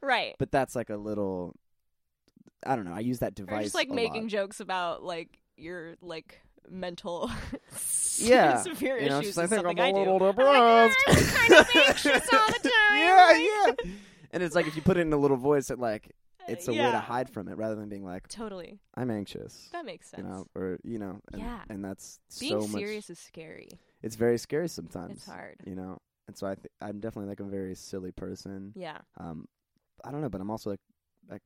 Speaker 4: Right.
Speaker 3: but that's like a little i don't know i use that
Speaker 4: Or
Speaker 3: device
Speaker 4: just like
Speaker 3: a
Speaker 4: making
Speaker 3: lot.
Speaker 4: jokes about like your like mental
Speaker 3: yeah
Speaker 4: severe
Speaker 3: you know
Speaker 4: issues
Speaker 3: she's like,
Speaker 4: is
Speaker 3: i think
Speaker 4: something
Speaker 3: i'm a
Speaker 4: I do.
Speaker 3: little
Speaker 4: I'm like, "Yeah,
Speaker 3: depressed
Speaker 4: I'm kind of anxious all the time.
Speaker 3: yeah yeah and it's like if you put it in a little voice it like it's a way to
Speaker 4: Uh, Yeah.
Speaker 3: hide from it rather than being like
Speaker 4: Totally.
Speaker 3: i'm anxious
Speaker 4: That makes
Speaker 3: you
Speaker 4: sense.
Speaker 3: know or you know and,
Speaker 4: Yeah.
Speaker 3: and that's
Speaker 4: Being
Speaker 3: so
Speaker 4: serious is scary.
Speaker 3: much it's very scary sometimes
Speaker 4: It's hard.
Speaker 3: you know and so i th- i'm definitely like a very silly person
Speaker 4: Yeah.
Speaker 3: um i don't know but i'm also like like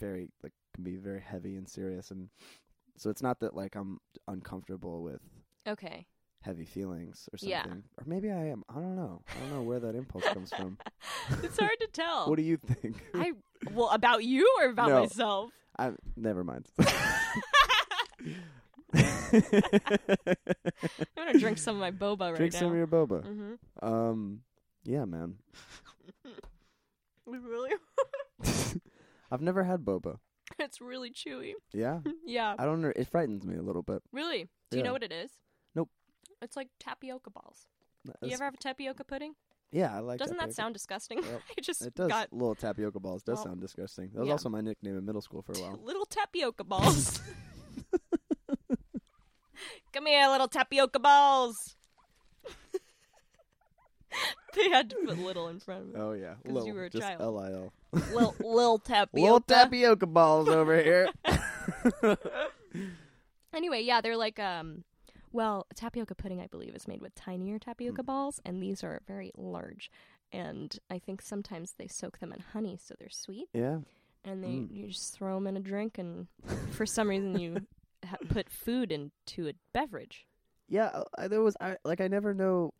Speaker 3: very like can be very heavy and serious and so it's not that like i'm uncomfortable with
Speaker 4: Okay.
Speaker 3: heavy feelings or something
Speaker 4: Yeah.
Speaker 3: or maybe i am i don't know i don't know where that impulse comes from
Speaker 4: it's hard to tell.
Speaker 3: what do you think
Speaker 4: I well about you or about
Speaker 3: No.
Speaker 4: myself?
Speaker 3: I, never mind
Speaker 4: I'm gonna drink some of my boba right
Speaker 3: drink
Speaker 4: now.
Speaker 3: some of your boba
Speaker 4: Mhm.
Speaker 3: um yeah man
Speaker 4: Really?
Speaker 3: i've never had boba
Speaker 4: it's really chewy.
Speaker 3: Yeah.
Speaker 4: Yeah.
Speaker 3: I don't know. It frightens me a little bit.
Speaker 4: Really? Do you
Speaker 3: Yeah.
Speaker 4: know what it is?
Speaker 3: Nope.
Speaker 4: It's like tapioca balls. you
Speaker 3: That's-
Speaker 4: ever have a tapioca pudding?
Speaker 3: yeah, I like
Speaker 4: Doesn't that
Speaker 3: tapioca.
Speaker 4: sound disgusting?
Speaker 3: Yep.
Speaker 4: I just
Speaker 3: It does.
Speaker 4: got
Speaker 3: Little tapioca balls does
Speaker 4: Well,
Speaker 3: sound disgusting. That was
Speaker 4: yeah.
Speaker 3: also my nickname in middle school for a while.
Speaker 4: little tapioca balls. Come here, little tapioca balls. they had to put little in front of it.
Speaker 3: Oh yeah,
Speaker 4: 'Cause
Speaker 3: Lil,
Speaker 4: you were a
Speaker 3: just
Speaker 4: child.
Speaker 3: L I L.
Speaker 4: Lil, lil tapioca.
Speaker 3: Little tapioca balls over here.
Speaker 4: Anyway, yeah, they're like um well, tapioca pudding I believe is made with tinier
Speaker 3: Hmm.
Speaker 4: tapioca balls and these are very large. And I think sometimes they soak them in honey so they're sweet
Speaker 3: yeah,
Speaker 4: and they
Speaker 3: Mm.
Speaker 4: you just throw them in a drink and for some reason you ha- put food into a beverage.
Speaker 3: yeah. uh, I, there was I like I never know.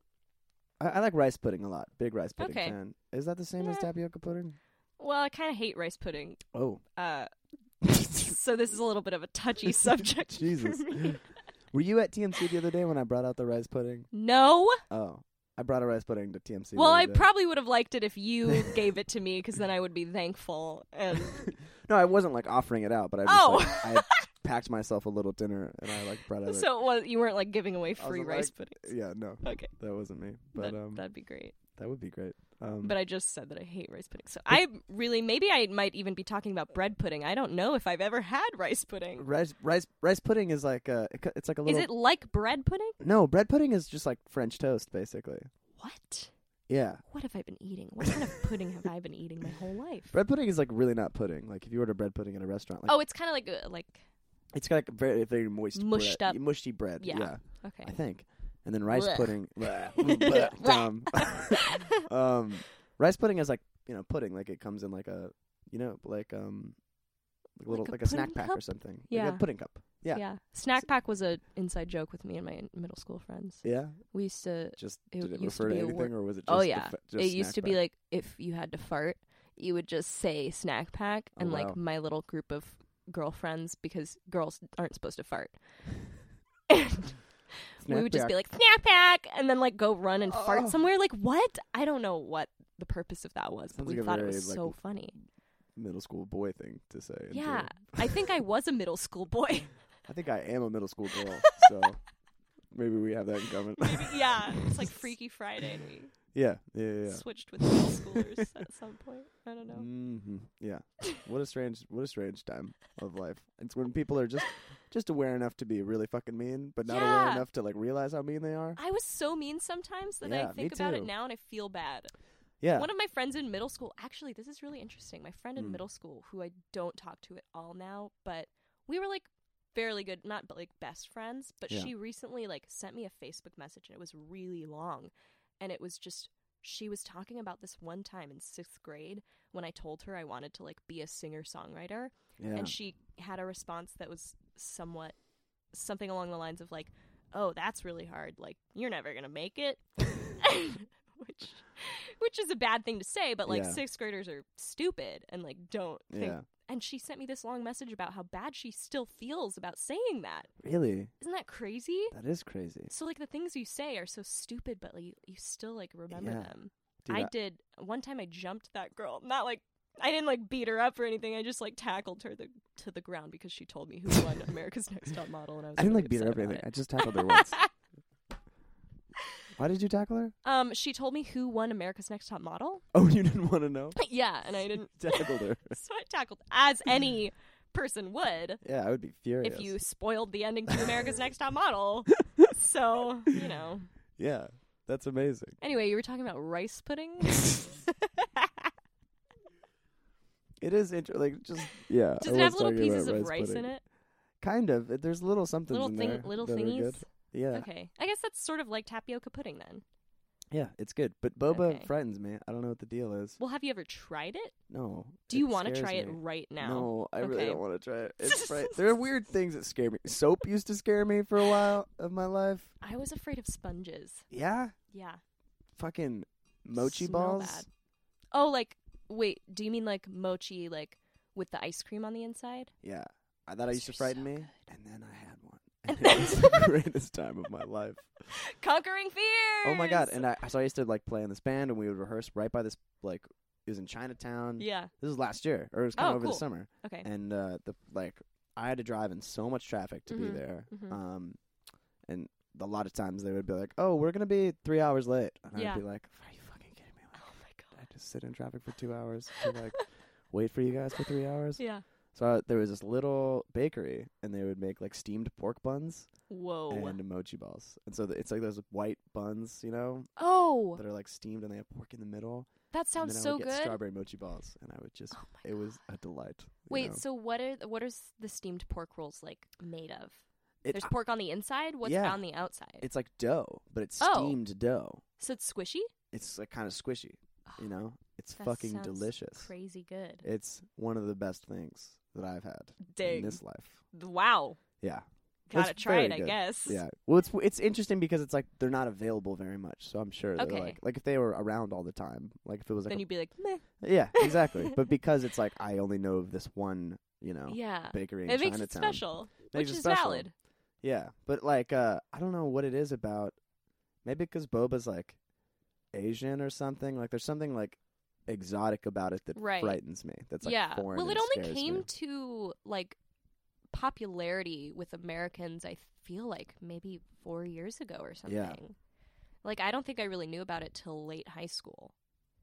Speaker 3: I, I like rice pudding a lot. Big rice pudding
Speaker 4: Okay.
Speaker 3: fan. Is that the same as
Speaker 4: Yeah.
Speaker 3: tapioca pudding?
Speaker 4: Well, I kind of hate rice pudding.
Speaker 3: Oh
Speaker 4: Uh so this is a little bit of a touchy subject. for
Speaker 3: Jesus!
Speaker 4: me.
Speaker 3: were you at TMC the other day when I brought out the rice pudding?
Speaker 4: No.
Speaker 3: Oh, I brought a rice pudding to TMC.
Speaker 4: Well,
Speaker 3: the
Speaker 4: I
Speaker 3: other day.
Speaker 4: probably would have liked it if you gave it to me because then I would be thankful and
Speaker 3: no, I wasn't like offering it out, but I just,
Speaker 4: Oh.
Speaker 3: like, I packed myself a little dinner and I like brought out.
Speaker 4: So it was, you weren't like giving away
Speaker 3: I
Speaker 4: free
Speaker 3: wasn't,
Speaker 4: rice
Speaker 3: a,
Speaker 4: puddings.
Speaker 3: yeah, no,
Speaker 4: Okay,
Speaker 3: that wasn't me. But
Speaker 4: that,
Speaker 3: um,
Speaker 4: that'd be great.
Speaker 3: that would be great. Um,
Speaker 4: But I just said that I hate rice pudding. So I really, maybe I might even be talking about bread pudding. I don't know if I've ever had rice pudding.
Speaker 3: rice rice rice pudding is like a it co- it's like a
Speaker 4: Is
Speaker 3: little
Speaker 4: it like bread pudding?
Speaker 3: no bread pudding is just like French toast basically.
Speaker 4: What?
Speaker 3: Yeah,
Speaker 4: What have I been eating? What kind of pudding have I been eating my whole life?
Speaker 3: bread pudding is like really not pudding. Like if you order bread pudding at a restaurant, like
Speaker 4: Oh, it's kind of like uh, like
Speaker 3: it's got like very very moist
Speaker 4: Mushed
Speaker 3: bread,
Speaker 4: up.
Speaker 3: mushy bread. Yeah.
Speaker 4: Yeah.
Speaker 3: I
Speaker 4: okay.
Speaker 3: think. And then rice
Speaker 4: Blech.
Speaker 3: pudding. Blech. Blech. Dumb. um, rice pudding is like you know pudding. Like it comes in like a you know like um like a little
Speaker 4: Like
Speaker 3: like
Speaker 4: a
Speaker 3: a, snack
Speaker 4: pudding
Speaker 3: pack or
Speaker 4: cup?
Speaker 3: something. Like
Speaker 4: Yeah.
Speaker 3: a pudding cup. Yeah.
Speaker 4: Snack pack was a inside joke with me and my middle school friends.
Speaker 3: Yeah.
Speaker 4: We used to.
Speaker 3: Just
Speaker 4: It
Speaker 3: did it
Speaker 4: used to
Speaker 3: refer to,
Speaker 4: be a
Speaker 3: anything
Speaker 4: word-
Speaker 3: or was it? Just
Speaker 4: Oh,
Speaker 3: the
Speaker 4: yeah.
Speaker 3: fa- just
Speaker 4: It used
Speaker 3: snack
Speaker 4: to be
Speaker 3: pack?
Speaker 4: like if you had to fart, you would just say snack pack,
Speaker 3: Oh,
Speaker 4: and
Speaker 3: wow.
Speaker 4: like my little group of girlfriends, because girls aren't supposed to fart. we
Speaker 3: Snack
Speaker 4: would just be
Speaker 3: pack.
Speaker 4: like snack pack and then like go run and
Speaker 3: Oh.
Speaker 4: fart somewhere like what i don't know what the purpose of that was but
Speaker 3: Sounds
Speaker 4: we
Speaker 3: like a
Speaker 4: thought it
Speaker 3: very,
Speaker 4: was
Speaker 3: like,
Speaker 4: so funny
Speaker 3: middle school boy thing to say. and do.
Speaker 4: yeah i think i was a middle school boy
Speaker 3: I think I am a middle school girl, so maybe we have that in common.
Speaker 4: yeah it's like freaky friday and we
Speaker 3: yeah, yeah, yeah. yeah.
Speaker 4: switched with middle schoolers at some point i don't know
Speaker 3: hmm Yeah. What a strange, what a strange time of life. It's when people are just, just aware enough to be really fucking mean, but not aware
Speaker 4: Yeah.
Speaker 3: enough to like realize how mean they are.
Speaker 4: I was so mean sometimes that
Speaker 3: Yeah, me
Speaker 4: I think about
Speaker 3: too.
Speaker 4: it now and I feel bad.
Speaker 3: Yeah.
Speaker 4: One of my friends in middle school, actually, this is really interesting. My friend in
Speaker 3: Mm.
Speaker 4: middle school, who I don't talk to at all now, but we were like fairly good, not but like best friends, but
Speaker 3: Yeah.
Speaker 4: she recently like sent me a Facebook message and it was really long. And it was just, she was talking about this one time in sixth grade when I told her I wanted to like be a singer songwriter
Speaker 3: yeah.
Speaker 4: and she had a response that was somewhat something along the lines of like oh that's really hard like you're never gonna make it which which is a bad thing to say but like
Speaker 3: Yeah.
Speaker 4: sixth graders are stupid and like don't think
Speaker 3: yeah.
Speaker 4: and she sent me this long message about how bad she still feels about saying that
Speaker 3: Really?
Speaker 4: isn't that crazy
Speaker 3: That is crazy.
Speaker 4: so like the things you say are so stupid but like you, you still like remember
Speaker 3: Yeah.
Speaker 4: them
Speaker 3: Dude,
Speaker 4: I did one time. I jumped that girl. Not like I didn't like beat her up or anything. I just like tackled her the, to the ground because she told me who won America's Next Top Model, and I was.
Speaker 3: I didn't
Speaker 4: really
Speaker 3: like beat her up or
Speaker 4: upset
Speaker 3: anything.
Speaker 4: about
Speaker 3: I
Speaker 4: it.
Speaker 3: just tackled her once. Why did you tackle her?
Speaker 4: Um, she told me who won America's Next Top Model.
Speaker 3: Oh, you didn't want to know?
Speaker 4: yeah, and I didn't.
Speaker 3: tackled her.
Speaker 4: So I tackled as any person would
Speaker 3: Yeah, I would be furious.
Speaker 4: if you spoiled the ending to America's Next Top Model. So you know.
Speaker 3: Yeah, that's amazing.
Speaker 4: Anyway, you were talking about rice pudding.
Speaker 3: It is interesting. Like just yeah.
Speaker 4: Does
Speaker 3: I
Speaker 4: it have
Speaker 3: was
Speaker 4: little
Speaker 3: talking about
Speaker 4: pieces of rice
Speaker 3: pudding.
Speaker 4: in it?
Speaker 3: Kind of. There's little something.
Speaker 4: Little
Speaker 3: in
Speaker 4: thing,
Speaker 3: there
Speaker 4: little
Speaker 3: that are
Speaker 4: thingies.
Speaker 3: good. Yeah.
Speaker 4: Okay, I guess that's sort of like tapioca pudding then.
Speaker 3: Yeah, it's good. But boba
Speaker 4: Okay.
Speaker 3: frightens me. I don't know what the deal is.
Speaker 4: Well, have you ever tried it?
Speaker 3: No.
Speaker 4: Do you
Speaker 3: want to
Speaker 4: try it right now?
Speaker 3: No, I really
Speaker 4: Okay.
Speaker 3: don't want to try it. It's fright- there are weird things that scare me. Soap used to scare me for a while of my life.
Speaker 4: I was afraid of sponges.
Speaker 3: Yeah.
Speaker 4: Yeah.
Speaker 3: Fucking mochi
Speaker 4: Smell
Speaker 3: balls.
Speaker 4: bad. Oh, like wait, do you mean like mochi like with the ice cream on the inside?
Speaker 3: Yeah. I thought I
Speaker 4: Those
Speaker 3: used to
Speaker 4: are
Speaker 3: frighten
Speaker 4: so
Speaker 3: me.
Speaker 4: good.
Speaker 3: And then I had one. And it was the greatest time of my life.
Speaker 4: Conquering fears.
Speaker 3: Oh my god! And I so I used to like play in this band, and we would rehearse right by this like It was in Chinatown.
Speaker 4: Yeah.
Speaker 3: This was last year, or it was kind of
Speaker 4: Oh,
Speaker 3: over
Speaker 4: cool.
Speaker 3: the summer.
Speaker 4: Okay.
Speaker 3: And uh, the like, I had to drive in so much traffic to be
Speaker 4: Mhm,
Speaker 3: there.
Speaker 4: mhm.
Speaker 3: Um, and a lot of times they would be like, "Oh, we're gonna be three hours late," and
Speaker 4: Yeah.
Speaker 3: I'd be like, "Are you fucking kidding me?" Like,
Speaker 4: oh my god.
Speaker 3: I just sit in traffic for two hours to like wait for you guys for three hours.
Speaker 4: Yeah.
Speaker 3: So I, there was this little bakery, and they would make like steamed pork buns
Speaker 4: Whoa.
Speaker 3: and mochi balls. And so the, it's like those white buns, you know,
Speaker 4: oh,
Speaker 3: that are like steamed and they have pork in the middle.
Speaker 4: that
Speaker 3: and then
Speaker 4: sounds
Speaker 3: I
Speaker 4: so
Speaker 3: would get
Speaker 4: good.
Speaker 3: Strawberry mochi balls, and I would just.
Speaker 4: Oh my
Speaker 3: It was a delight. you
Speaker 4: Wait,
Speaker 3: know?
Speaker 4: so what are what are s- the steamed pork rolls like made of?
Speaker 3: It- uh,
Speaker 4: There's pork on the inside. What's
Speaker 3: Yeah.
Speaker 4: on the outside?
Speaker 3: it's like dough, but it's
Speaker 4: Oh.
Speaker 3: steamed dough.
Speaker 4: so it's squishy.
Speaker 3: It's like kind of squishy, you know. It's
Speaker 4: That
Speaker 3: fucking
Speaker 4: sounds
Speaker 3: delicious.
Speaker 4: Crazy good.
Speaker 3: It's one of the best things that I've had in
Speaker 4: Dang.
Speaker 3: this life.
Speaker 4: wow.
Speaker 3: Yeah,
Speaker 4: Gotta
Speaker 3: It's
Speaker 4: try it,
Speaker 3: very
Speaker 4: I
Speaker 3: good.
Speaker 4: guess.
Speaker 3: yeah. Well, it's it's interesting because it's like they're not available very much, so I'm sure they're
Speaker 4: Okay.
Speaker 3: like like if they were around all the time, like if it was like
Speaker 4: then you'd be like, meh.
Speaker 3: a- yeah, exactly. but because it's like I only know of this one, you know,
Speaker 4: Yeah.
Speaker 3: bakery in
Speaker 4: It makes
Speaker 3: Chinatown.
Speaker 4: it special,
Speaker 3: Makes
Speaker 4: which
Speaker 3: it
Speaker 4: is
Speaker 3: special.
Speaker 4: valid.
Speaker 3: Yeah, but like uh I don't know what it is about. Maybe because boba's like Asian or something. Like there's something like exotic about it that
Speaker 4: Right.
Speaker 3: frightens me. That's like
Speaker 4: yeah.
Speaker 3: foreign.
Speaker 4: Well, it
Speaker 3: and
Speaker 4: only
Speaker 3: scares
Speaker 4: came
Speaker 3: me.
Speaker 4: to like popularity with Americans. I feel like maybe four years ago or something. Like I don't think I really knew about it till late high school.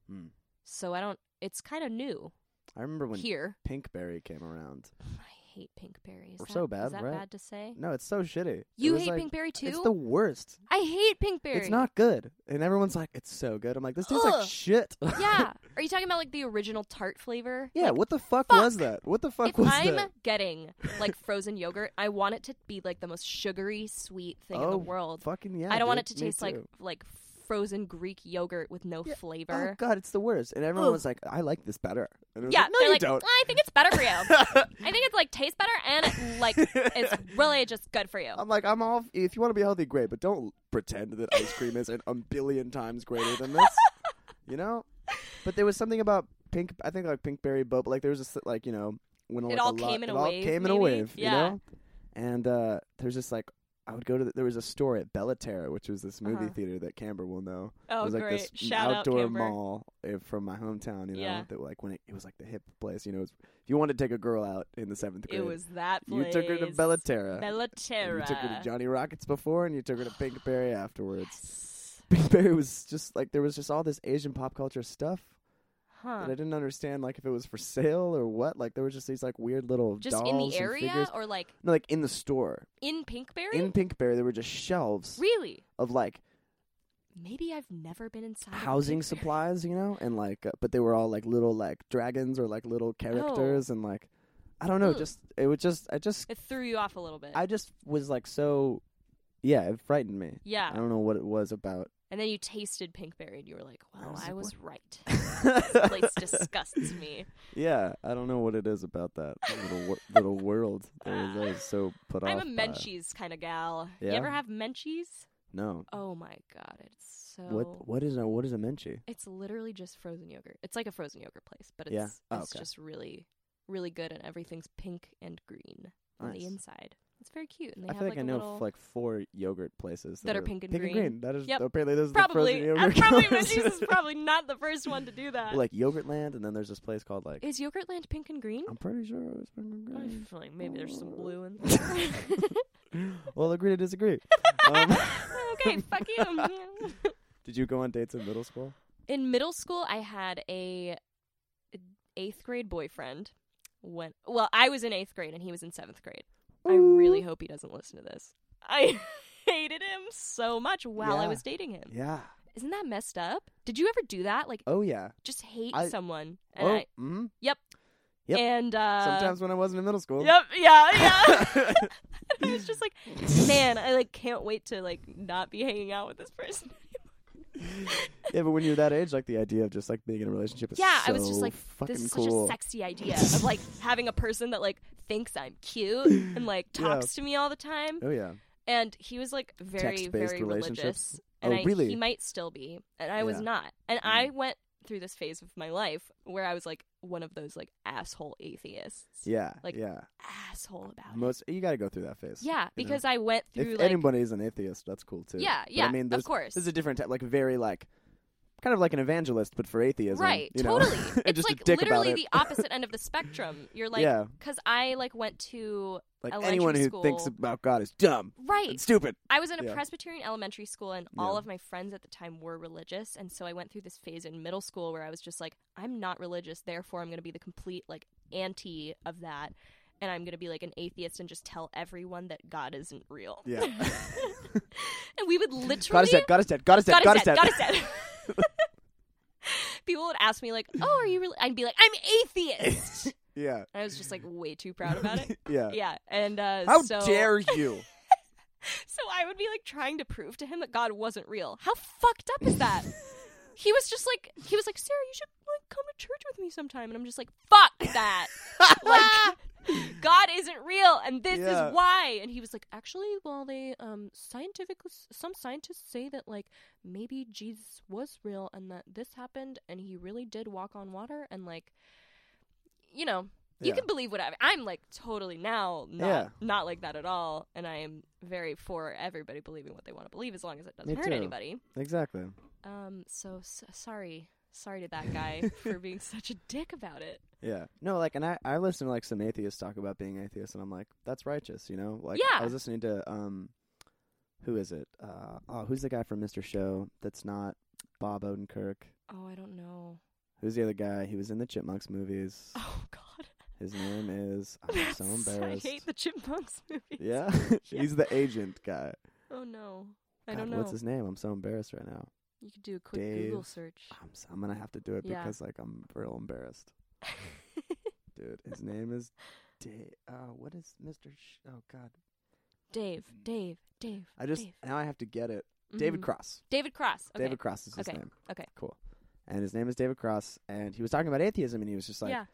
Speaker 3: Hmm.
Speaker 4: So I don't. It's kind of new
Speaker 3: I remember when
Speaker 4: here.
Speaker 3: Pinkberry came around.
Speaker 4: I hate pink berry. Is
Speaker 3: We're
Speaker 4: that-
Speaker 3: so bad,
Speaker 4: Is that
Speaker 3: right?
Speaker 4: bad to say?
Speaker 3: No, it's so shitty. It
Speaker 4: Eh. You
Speaker 3: was,
Speaker 4: hate
Speaker 3: like-
Speaker 4: pink berry too?
Speaker 3: It's the worst.
Speaker 4: I hate pink berry.
Speaker 3: Mm-hmm. It's not good. And everyone's like, it's so good. I'm like, this tastes like
Speaker 4: Ugh.
Speaker 3: shit.
Speaker 4: yeah. Are you talking about like the original tart flavor?
Speaker 3: yeah, what the fuck, was that? What the fuck
Speaker 4: If
Speaker 3: was
Speaker 4: I'm
Speaker 3: that?
Speaker 4: getting like frozen yogurt, I want it to be like the most sugary, sweet thing in
Speaker 3: Oh,
Speaker 4: the world.
Speaker 3: Fucking yeah.
Speaker 4: I don't want it
Speaker 3: dude.
Speaker 4: to
Speaker 3: Me
Speaker 4: taste like
Speaker 3: too.
Speaker 4: like frozen Greek yogurt with no
Speaker 3: Oh
Speaker 4: flavor.
Speaker 3: god, it's the worst. And everyone
Speaker 4: Ugh.
Speaker 3: was like, I like this better. And it was
Speaker 4: yeah,
Speaker 3: like, no,
Speaker 4: they're
Speaker 3: you
Speaker 4: like,
Speaker 3: don't.
Speaker 4: I think it's better for you. I think it's like tastes better and it, like it's really just good for you.
Speaker 3: I'm like, I'm all. If you want to be healthy, great, but don't pretend that ice cream is an, a billion times greater than this. you know. But there was something about pink. I think like pinkberry boba. Like there was this like you know when like,
Speaker 4: all
Speaker 3: a
Speaker 4: came
Speaker 3: lot,
Speaker 4: in
Speaker 3: it
Speaker 4: a
Speaker 3: all
Speaker 4: wave,
Speaker 3: Came in a
Speaker 4: maybe?
Speaker 3: wave.
Speaker 4: Yeah.
Speaker 3: You know? And uh, there's this like. I would go to the, there was a store at Bellaterra, which was this movie
Speaker 4: Uh-huh.
Speaker 3: theater that Camber will know.
Speaker 4: Oh,
Speaker 3: it was like
Speaker 4: great.
Speaker 3: this
Speaker 4: Shout out,
Speaker 3: outdoor
Speaker 4: Camber.
Speaker 3: mall eh, from my hometown, you know,
Speaker 4: Yeah.
Speaker 3: that like when it, it was like the hip place, you know, it was, if you wanted to take a girl out in the seventh grade,
Speaker 4: it was that
Speaker 3: you
Speaker 4: place.
Speaker 3: took her to Bellaterra. And
Speaker 4: Bellaterra.
Speaker 3: You took her to Johnny Rockets before, and you took her to Pinkberry afterwards.
Speaker 4: Yes.
Speaker 3: Pinkberry was just like there was just all this Asian pop culture stuff
Speaker 4: Huh.
Speaker 3: that I didn't understand, like if it was for sale or what. Like there was just these like weird little
Speaker 4: just
Speaker 3: dolls
Speaker 4: in the
Speaker 3: and
Speaker 4: area
Speaker 3: figures.
Speaker 4: or like
Speaker 3: no, like in the store
Speaker 4: in Pinkberry?
Speaker 3: in Pinkberry, there were just shelves
Speaker 4: really?
Speaker 3: of like
Speaker 4: Maybe I've never been inside of a
Speaker 3: housing
Speaker 4: Pinkberry.
Speaker 3: supplies, you know, and like uh, but they were all like little like dragons or like
Speaker 4: Oh.
Speaker 3: little characters, and like I don't know,
Speaker 4: Ooh.
Speaker 3: just it was just I just
Speaker 4: It threw you off a little bit.
Speaker 3: I just was like so, yeah, it frightened me. I
Speaker 4: yeah.
Speaker 3: don't know what it was about
Speaker 4: And then you tasted Pinkberry and you were like, wow, I
Speaker 3: was
Speaker 4: was,
Speaker 3: like,
Speaker 4: right. This place disgusts me.
Speaker 3: Yeah, I don't know what it is about that little wor- little world. That was, I was so put
Speaker 4: I'm
Speaker 3: off.
Speaker 4: a
Speaker 3: by it.
Speaker 4: Menchie's kind of gal.
Speaker 3: Yeah?
Speaker 4: You ever have Menchie's?
Speaker 3: No.
Speaker 4: Oh my god, it's so
Speaker 3: What what is a what is a menchie?
Speaker 4: It's literally just frozen yogurt. It's like a frozen yogurt place, but it's
Speaker 3: Yeah? Oh,
Speaker 4: it's
Speaker 3: okay.
Speaker 4: just really really good and everything's pink and green on the
Speaker 3: Nice.
Speaker 4: inside. It's very cute and they
Speaker 3: I
Speaker 4: have
Speaker 3: feel like,
Speaker 4: like
Speaker 3: I
Speaker 4: a
Speaker 3: know
Speaker 4: little
Speaker 3: like four yogurt places
Speaker 4: That are pink and green.
Speaker 3: That is
Speaker 4: Yep.
Speaker 3: apparently those
Speaker 4: probably
Speaker 3: are the frozen
Speaker 4: and
Speaker 3: yogurt.
Speaker 4: probably
Speaker 3: places.
Speaker 4: Menchie's is probably not the first one to do that. Is
Speaker 3: like Yogurtland, and then there's this place called like
Speaker 4: Yogurtland pink and green?
Speaker 3: I'm pretty sure it was pink and
Speaker 4: I
Speaker 3: green.
Speaker 4: feel like maybe there's some blue in
Speaker 3: well, agree to disagree. um,
Speaker 4: okay, fuck you.
Speaker 3: did you go on dates in middle school?
Speaker 4: In middle school, I had a eighth grade boyfriend. When well, I was in eighth grade and he was in seventh grade. I really hope he doesn't listen to this. I hated him so much while I
Speaker 3: Yeah.
Speaker 4: was dating him.
Speaker 3: Yeah.
Speaker 4: Isn't that messed up? Did you ever do that? Like,
Speaker 3: Oh yeah.
Speaker 4: just hate
Speaker 3: I-
Speaker 4: someone. And
Speaker 3: Oh.
Speaker 4: I-
Speaker 3: mm-hmm.
Speaker 4: yep.
Speaker 3: Yep.
Speaker 4: And uh,
Speaker 3: Sometimes when I wasn't in middle school.
Speaker 4: Yep. Yeah. Yeah. I was just like, man, I like can't wait to like not be hanging out with this person.
Speaker 3: Yeah, but when you're that age, like the idea of just like being in a relationship is
Speaker 4: Yeah,
Speaker 3: so
Speaker 4: I was just like,
Speaker 3: fucking
Speaker 4: this is
Speaker 3: cool.
Speaker 4: such a sexy idea of like having a person that like thinks I'm cute and like talks to me all the time.
Speaker 3: oh yeah,
Speaker 4: And he was like very,
Speaker 3: Text-based
Speaker 4: very
Speaker 3: relationships?
Speaker 4: religious.
Speaker 3: Oh,
Speaker 4: And I,
Speaker 3: really?
Speaker 4: he might still be. And I was
Speaker 3: Yeah. Mm.
Speaker 4: not. And I went through this phase of my life where I was like one of those like asshole atheists.
Speaker 3: yeah,
Speaker 4: Like,
Speaker 3: yeah.
Speaker 4: Asshole about it.
Speaker 3: Most you got to go through that phase.
Speaker 4: Yeah,
Speaker 3: you know?
Speaker 4: because I went through
Speaker 3: if
Speaker 4: like
Speaker 3: anybody's an atheist, that's cool too.
Speaker 4: Yeah,
Speaker 3: But
Speaker 4: yeah,
Speaker 3: I mean,
Speaker 4: of
Speaker 3: there's-
Speaker 4: course.
Speaker 3: This is a different type, like very like kind of like an evangelist, but for atheism.
Speaker 4: Right,
Speaker 3: you know?
Speaker 4: totally.
Speaker 3: And
Speaker 4: it's
Speaker 3: just a
Speaker 4: like
Speaker 3: dick
Speaker 4: literally
Speaker 3: about
Speaker 4: the
Speaker 3: it.
Speaker 4: opposite end of the spectrum. You're like,
Speaker 3: Yeah.
Speaker 4: because I like went to
Speaker 3: like
Speaker 4: elementary
Speaker 3: anyone who
Speaker 4: school.
Speaker 3: thinks about God is dumb and
Speaker 4: right.
Speaker 3: stupid.
Speaker 4: I was in a
Speaker 3: yeah.
Speaker 4: Presbyterian elementary school, and all
Speaker 3: Yeah.
Speaker 4: of my friends at the time were religious, and so I went through this phase in middle school where I was just like, I'm not religious, therefore I'm going to be the complete like anti of that, and I'm going to be like an atheist and just tell everyone that God isn't real.
Speaker 3: Yeah.
Speaker 4: and we would literally
Speaker 3: God is dead. God is dead. God is dead.
Speaker 4: God
Speaker 3: God
Speaker 4: is dead. God is dead. People would ask me like, "Oh, are you really?" I'd be like, "I'm atheist."
Speaker 3: Yeah.
Speaker 4: I was just like way too proud about it.
Speaker 3: Yeah.
Speaker 4: Yeah, and uh,
Speaker 3: How
Speaker 4: so
Speaker 3: dare you?
Speaker 4: so I would be like trying to prove to him that God wasn't real. How fucked up is that? he was just like he was like Sarah, you should like come to church with me sometime, and I'm just like fuck that. like God isn't real, and this
Speaker 3: Yeah.
Speaker 4: is why. And he was like, actually, well, they um scientific some scientists say that like maybe Jesus was real and that this happened and he really did walk on water and like you know you
Speaker 3: Yeah.
Speaker 4: can believe whatever i'm like totally now not,
Speaker 3: Yeah.
Speaker 4: not like that at all and i am very for everybody believing what they want to believe as long as it doesn't
Speaker 3: Me
Speaker 4: hurt
Speaker 3: too.
Speaker 4: anybody
Speaker 3: exactly.
Speaker 4: um so s- sorry sorry to that guy for being such a dick about it
Speaker 3: Yeah. No, like, and I, I listen to like some atheists talk about being atheists, and I'm like, that's righteous, you know? Like,
Speaker 4: Yeah.
Speaker 3: I was listening to, um, who is it? Uh, oh, who's the guy from Mr. Show that's not Bob Odenkirk?
Speaker 4: oh i don't know
Speaker 3: Who's the other guy? He was in the Chipmunks movies.
Speaker 4: oh god
Speaker 3: His name is, I'm
Speaker 4: That's-
Speaker 3: so
Speaker 4: i
Speaker 3: embarrassed.
Speaker 4: hate the chipmunks movies
Speaker 3: yeah?
Speaker 4: Yeah.
Speaker 3: He's the agent guy.
Speaker 4: oh no i
Speaker 3: God,
Speaker 4: don't know
Speaker 3: What's his name? I'm so embarrassed right now.
Speaker 4: you could do a quick google
Speaker 3: Dave.
Speaker 4: search
Speaker 3: I'm, s am gonna have to do it
Speaker 4: Yeah.
Speaker 3: because like I'm real embarrassed, dude. His name is Dave. Uh, what is Mr. Sh- oh God,
Speaker 4: dave dave dave
Speaker 3: I just
Speaker 4: Dave.
Speaker 3: now I have to get it. David
Speaker 4: Mhm.
Speaker 3: Cross.
Speaker 4: david cross okay.
Speaker 3: David Cross is his
Speaker 4: Okay.
Speaker 3: name.
Speaker 4: Okay.
Speaker 3: Cool. And his name is David Cross, and he was talking about atheism, and he was just like,
Speaker 4: yeah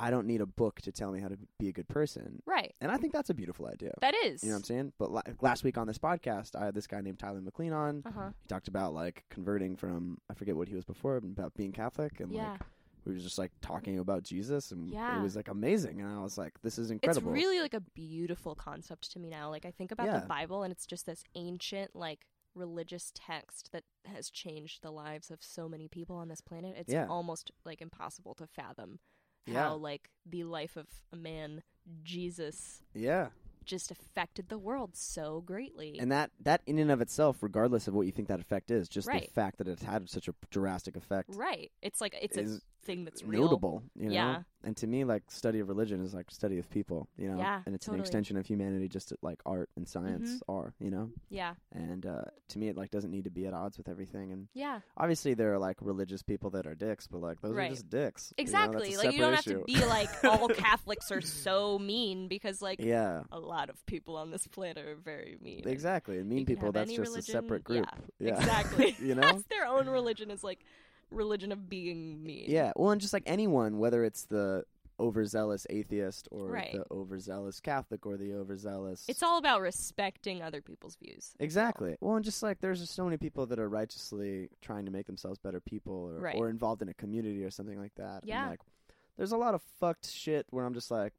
Speaker 3: "I don't need a book to tell me how to be a good person,"
Speaker 4: right
Speaker 3: and I think that's a beautiful idea.
Speaker 4: that is
Speaker 3: you know what I'm saying? But la- last week on this podcast, I had this guy named Tyler McLean on.
Speaker 4: uh-huh
Speaker 3: He talked about like converting from I forget what he was before, but about being Catholic and
Speaker 4: yeah
Speaker 3: like we were just like talking about Jesus and
Speaker 4: Yeah.
Speaker 3: it was like amazing and I was like this is incredible.
Speaker 4: It's really like a beautiful concept to me now. Like I think about
Speaker 3: Yeah.
Speaker 4: the Bible and it's just this ancient like religious text that has changed the lives of so many people on this planet. It's
Speaker 3: Yeah.
Speaker 4: almost like impossible to fathom
Speaker 3: Yeah.
Speaker 4: how like the life of a man Jesus
Speaker 3: yeah.
Speaker 4: just affected the world so greatly.
Speaker 3: And that that in and of itself regardless of what you think that effect is, just the
Speaker 4: Right.
Speaker 3: fact that it had such a drastic effect
Speaker 4: right. It's like it's
Speaker 3: Is
Speaker 4: a thing that's
Speaker 3: it's
Speaker 4: real.
Speaker 3: notable, you know.
Speaker 4: Yeah.
Speaker 3: And to me like study of religion is like study of people, you know.
Speaker 4: Yeah,
Speaker 3: and it's an
Speaker 4: totally. Mm-hmm.
Speaker 3: extension of humanity just like art and science are, you know.
Speaker 4: Yeah.
Speaker 3: And uh to me it like doesn't need to be at odds with everything and
Speaker 4: Yeah.
Speaker 3: obviously there are like religious people that are dicks, but like those
Speaker 4: Right.
Speaker 3: are just dicks. you know, that's a
Speaker 4: Exactly. like you
Speaker 3: separate
Speaker 4: don't have to
Speaker 3: issue.
Speaker 4: be like all Catholics are so mean because like
Speaker 3: Yeah.
Speaker 4: a lot of people on this planet are very mean. and
Speaker 3: Exactly. And
Speaker 4: you
Speaker 3: mean
Speaker 4: can
Speaker 3: people,
Speaker 4: have
Speaker 3: that's
Speaker 4: any
Speaker 3: just
Speaker 4: religion.
Speaker 3: a separate group.
Speaker 4: Yeah,
Speaker 3: Yeah.
Speaker 4: exactly.
Speaker 3: you know?
Speaker 4: That's their own religion is like religion of being mean.
Speaker 3: Yeah. Well, and just like anyone, whether it's the overzealous atheist or
Speaker 4: Right.
Speaker 3: the overzealous Catholic or the overzealous.
Speaker 4: It's all about respecting other people's views.
Speaker 3: Exactly. Well, and just like there's just so many people that are righteously trying to make themselves better people or,
Speaker 4: Right.
Speaker 3: or involved in a community or something like that. And,
Speaker 4: Yeah.
Speaker 3: like, there's a lot of fucked shit where I'm just like,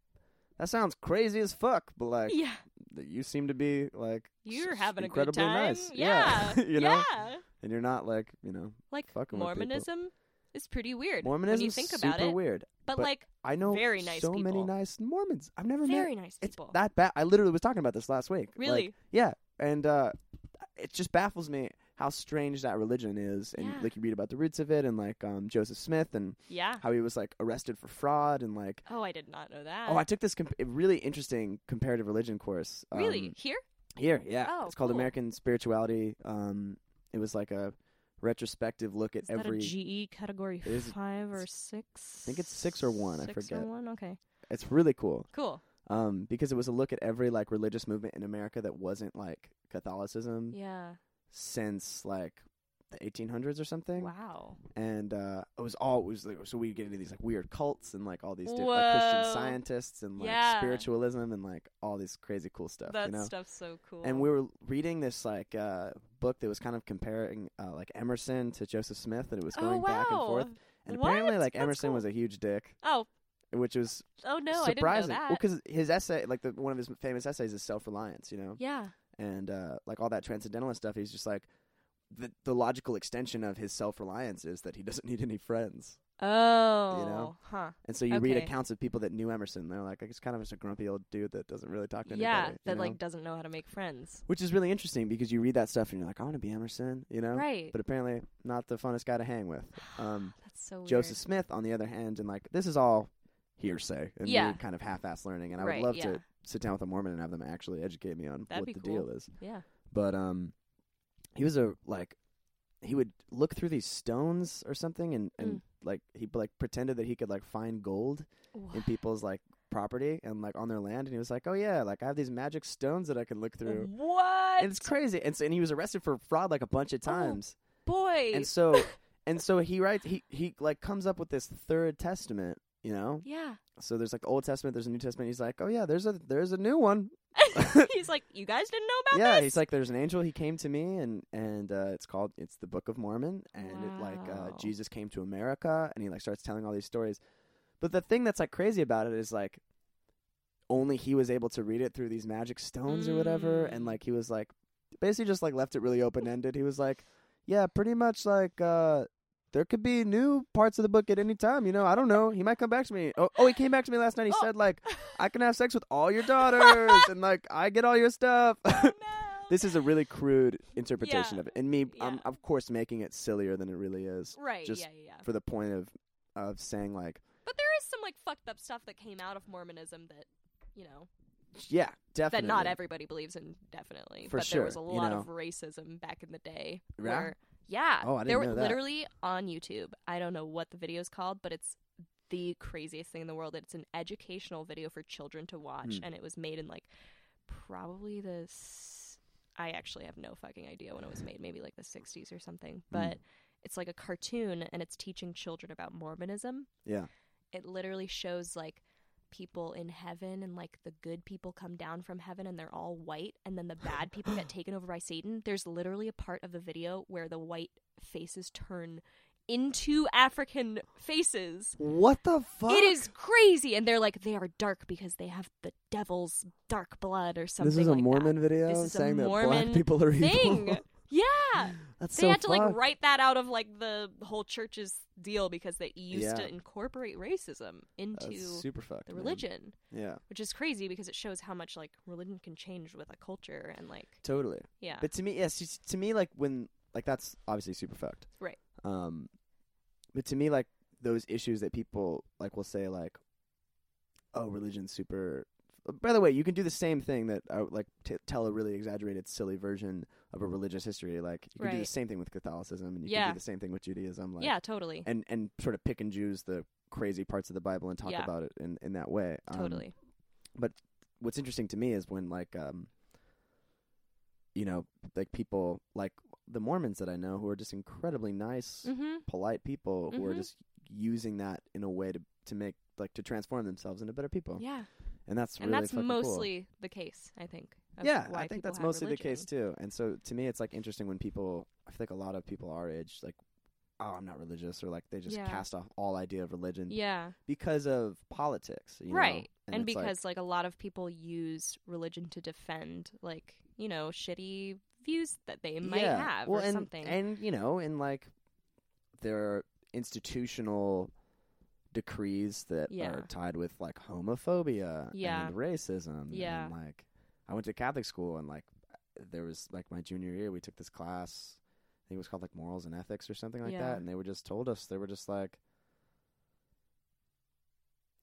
Speaker 3: that sounds crazy as fuck, but like,
Speaker 4: yeah.
Speaker 3: that you seem to be like s-
Speaker 4: You're
Speaker 3: s-
Speaker 4: having a good
Speaker 3: incredibly
Speaker 4: time.
Speaker 3: nice.
Speaker 4: Yeah.
Speaker 3: you know,
Speaker 4: Yeah.
Speaker 3: and you're not like you know
Speaker 4: Like
Speaker 3: Fucking with people.
Speaker 4: Mormonism is pretty weird.
Speaker 3: Mormonism.
Speaker 4: when you think
Speaker 3: super
Speaker 4: about it.
Speaker 3: weird.
Speaker 4: But,
Speaker 3: but
Speaker 4: like
Speaker 3: I know
Speaker 4: Very nice
Speaker 3: so many
Speaker 4: people.
Speaker 3: nice Mormons. I've never
Speaker 4: very
Speaker 3: met.
Speaker 4: nice
Speaker 3: It's
Speaker 4: people.
Speaker 3: that bad. I literally was talking about this last week. Like,
Speaker 4: really?
Speaker 3: yeah, and uh, it just baffles me how strange that religion is, and
Speaker 4: Yeah.
Speaker 3: like you read about the roots of it, and like um, Joseph Smith and
Speaker 4: yeah.
Speaker 3: how he was like arrested for fraud, and like
Speaker 4: Oh, I did not know that.
Speaker 3: oh, I took this comp- really interesting comparative religion course. um,
Speaker 4: really? Here?
Speaker 3: Here, yeah.
Speaker 4: Oh,
Speaker 3: it's called
Speaker 4: cool.
Speaker 3: American Spirituality. Um, it was like a retrospective look at
Speaker 4: Is that
Speaker 3: every.
Speaker 4: a GE category
Speaker 3: It is-
Speaker 4: five or six? I
Speaker 3: think it's six or one, I
Speaker 4: Six or
Speaker 3: forget.
Speaker 4: one. Okay,
Speaker 3: It's really cool
Speaker 4: cool.
Speaker 3: um, because it was a look at every like religious movement in America that wasn't like Catholicism
Speaker 4: Yeah.
Speaker 3: since like the 1800s or something.
Speaker 4: Wow.
Speaker 3: And uh, it was all it was like, so we get into these like weird cults and like all these different like, Christian
Speaker 4: Whoa.
Speaker 3: scientists and like
Speaker 4: Yeah.
Speaker 3: spiritualism and like all these crazy cool stuff.
Speaker 4: That
Speaker 3: you know?
Speaker 4: stuff's so cool.
Speaker 3: and we were reading this like uh, book that was kind of comparing uh, like Emerson to Joseph Smith, and it was
Speaker 4: oh,
Speaker 3: going
Speaker 4: wow.
Speaker 3: back and forth. And
Speaker 4: What?
Speaker 3: apparently, like
Speaker 4: That's
Speaker 3: Emerson
Speaker 4: cool.
Speaker 3: was a huge dick,
Speaker 4: Oh,
Speaker 3: which was
Speaker 4: oh no,
Speaker 3: surprising.
Speaker 4: I didn't know
Speaker 3: Well,
Speaker 4: that.
Speaker 3: because his essay, like the, one of his famous essays, is self-reliance, you know,
Speaker 4: yeah.
Speaker 3: and uh, like all that transcendentalist stuff. He's just like, the, the logical extension of his self reliance is that he doesn't need any friends.
Speaker 4: Oh.
Speaker 3: know?
Speaker 4: Huh.
Speaker 3: And so you read
Speaker 4: Okay.
Speaker 3: accounts of people that knew Emerson. They're like, he's kind of just a grumpy old dude that doesn't really talk to anybody.
Speaker 4: Yeah,
Speaker 3: you
Speaker 4: that
Speaker 3: know?
Speaker 4: like doesn't know how to make friends.
Speaker 3: Which is really interesting because you read that stuff and you're like, I want to be Emerson, you know?
Speaker 4: Right.
Speaker 3: But apparently, not the funnest guy to hang with. Um,
Speaker 4: That's so weird.
Speaker 3: Joseph Smith, on the other hand, and like this is all hearsay and me
Speaker 4: Yeah.
Speaker 3: kind of half-ass learning, and I would
Speaker 4: Right,
Speaker 3: love
Speaker 4: yeah.
Speaker 3: to sit down with a Mormon and have them actually educate me on
Speaker 4: That'd
Speaker 3: what
Speaker 4: be
Speaker 3: the
Speaker 4: cool.
Speaker 3: deal is.
Speaker 4: Yeah.
Speaker 3: But um, he was a like he would look through these stones or something, and and
Speaker 4: Mm.
Speaker 3: like he like pretended that he could like find gold in people's like property and like on their land, and he was like, oh yeah, like I have these magic stones that I can look through.
Speaker 4: What?
Speaker 3: And it's crazy, and so and he was arrested for fraud like a bunch of times
Speaker 4: Boy.
Speaker 3: and so and so he writes he he like comes up with this third testament you know
Speaker 4: yeah.
Speaker 3: so there's like old testament there's a new testament he's like oh yeah there's a there's a new one
Speaker 4: he's like, you guys didn't know about
Speaker 3: yeah
Speaker 4: this?
Speaker 3: he's like there's an angel he came to me and and uh, it's called it's the book of mormon and it like uh,
Speaker 4: Wow.
Speaker 3: jesus came to america and he like starts telling all these stories but the thing that's like crazy about it is like only he was able to read it through these magic stones or whatever
Speaker 4: Mm.
Speaker 3: and like he was like basically just like left it really open ended he was like yeah pretty much like uh there could be new parts of the book at any time you know i don't know he might come back to me oh, oh he came back to me last night he
Speaker 4: Oh.
Speaker 3: said like i can have sex with all your daughters and like i get all your stuff
Speaker 4: Oh, no.
Speaker 3: this is a really crude interpretation
Speaker 4: Yeah.
Speaker 3: of it and me i'm
Speaker 4: Yeah.
Speaker 3: of course making it sillier than it really is
Speaker 4: Right,
Speaker 3: just
Speaker 4: yeah, yeah, yeah.
Speaker 3: for the point of of saying like
Speaker 4: But there is some like fucked up stuff that came out of Mormonism that, you know,
Speaker 3: yeah definitely
Speaker 4: that not everybody believes in definitely.
Speaker 3: For
Speaker 4: but there was a
Speaker 3: sure, you
Speaker 4: lot
Speaker 3: know.
Speaker 4: of racism back in the day.
Speaker 3: Yeah?
Speaker 4: Where, yeah.
Speaker 3: Oh, I didn't
Speaker 4: there were
Speaker 3: know that.
Speaker 4: literally on YouTube. I don't know what the video's called, but it's the craziest thing in the world. It's an educational video for children to watch,
Speaker 3: Hmm.
Speaker 4: and it was made in like probably the. s- I actually have no fucking idea when it was made, maybe like the 60s or something.
Speaker 3: Hmm.
Speaker 4: But it's like a cartoon, and it's teaching children about Mormonism
Speaker 3: yeah
Speaker 4: it literally shows like people in heaven and like the good people come down from heaven and they're all white and then the bad people get taken over by Satan. There's literally a part of the video where the white faces turn into African faces.
Speaker 3: what the fuck
Speaker 4: It is crazy and they're like they are dark because they have the devil's dark blood or something
Speaker 3: this is a
Speaker 4: like
Speaker 3: mormon
Speaker 4: that.
Speaker 3: video
Speaker 4: This is a
Speaker 3: saying that
Speaker 4: Mormon
Speaker 3: black people are
Speaker 4: Thing.
Speaker 3: evil
Speaker 4: yeah.
Speaker 3: that's
Speaker 4: They
Speaker 3: so
Speaker 4: had to like
Speaker 3: fucked.
Speaker 4: write that out of like the whole church's deal because they used
Speaker 3: Yeah.
Speaker 4: to incorporate racism into
Speaker 3: That's super fucked
Speaker 4: the
Speaker 3: man.
Speaker 4: religion,
Speaker 3: yeah
Speaker 4: which is crazy because it shows how much like religion can change with a culture and like
Speaker 3: totally
Speaker 4: yeah,
Speaker 3: But to me, yes, it's- to me, like when like that's obviously super fucked,
Speaker 4: Right.
Speaker 3: Um, but to me, like those issues that people like will say, like, oh, religion's super. By the way, you can do the same thing that I would, like t- tell a really exaggerated, silly version of a religious history. Like you can do the
Speaker 4: Right.
Speaker 3: same thing with Catholicism, and you
Speaker 4: Yeah.
Speaker 3: can do the same thing with Judaism. Like,
Speaker 4: yeah, totally,
Speaker 3: and and sort of pick and choose the crazy parts of the Bible and talk
Speaker 4: Yeah.
Speaker 3: about it in in that way. Um,
Speaker 4: totally,
Speaker 3: what's interesting to me is when like um you know like people like the mormons that i know who are just incredibly nice
Speaker 4: mm-hmm.
Speaker 3: polite people who are
Speaker 4: Mhm.
Speaker 3: just using that in a way to to make like to transform themselves into better people
Speaker 4: yeah,
Speaker 3: and that's
Speaker 4: and
Speaker 3: really
Speaker 4: that's
Speaker 3: fucking
Speaker 4: mostly the case, I think.
Speaker 3: cool.
Speaker 4: of
Speaker 3: yeah
Speaker 4: why
Speaker 3: i think
Speaker 4: people
Speaker 3: that's
Speaker 4: have
Speaker 3: mostly
Speaker 4: religion.
Speaker 3: the case too and so to me it's like interesting when people i feel like a lot of people our age like oh i'm not religious or like they just
Speaker 4: Yeah.
Speaker 3: cast off all idea of religion
Speaker 4: Yeah,
Speaker 3: because of politics you know?
Speaker 4: right, and,
Speaker 3: it's like-
Speaker 4: because like, a lot of people use religion to defend like you know shitty views that they might
Speaker 3: Yeah.
Speaker 4: have
Speaker 3: well,
Speaker 4: or
Speaker 3: and,
Speaker 4: something.
Speaker 3: And you know, and like there are institutional decrees that
Speaker 4: Yeah.
Speaker 3: are tied with like homophobia
Speaker 4: Yeah.
Speaker 3: and racism.
Speaker 4: Yeah.
Speaker 3: And like I went to Catholic school and like there was like my junior year we took this class I think it was called like morals and ethics or something like
Speaker 4: Yeah.
Speaker 3: that. And they were just told us they were just like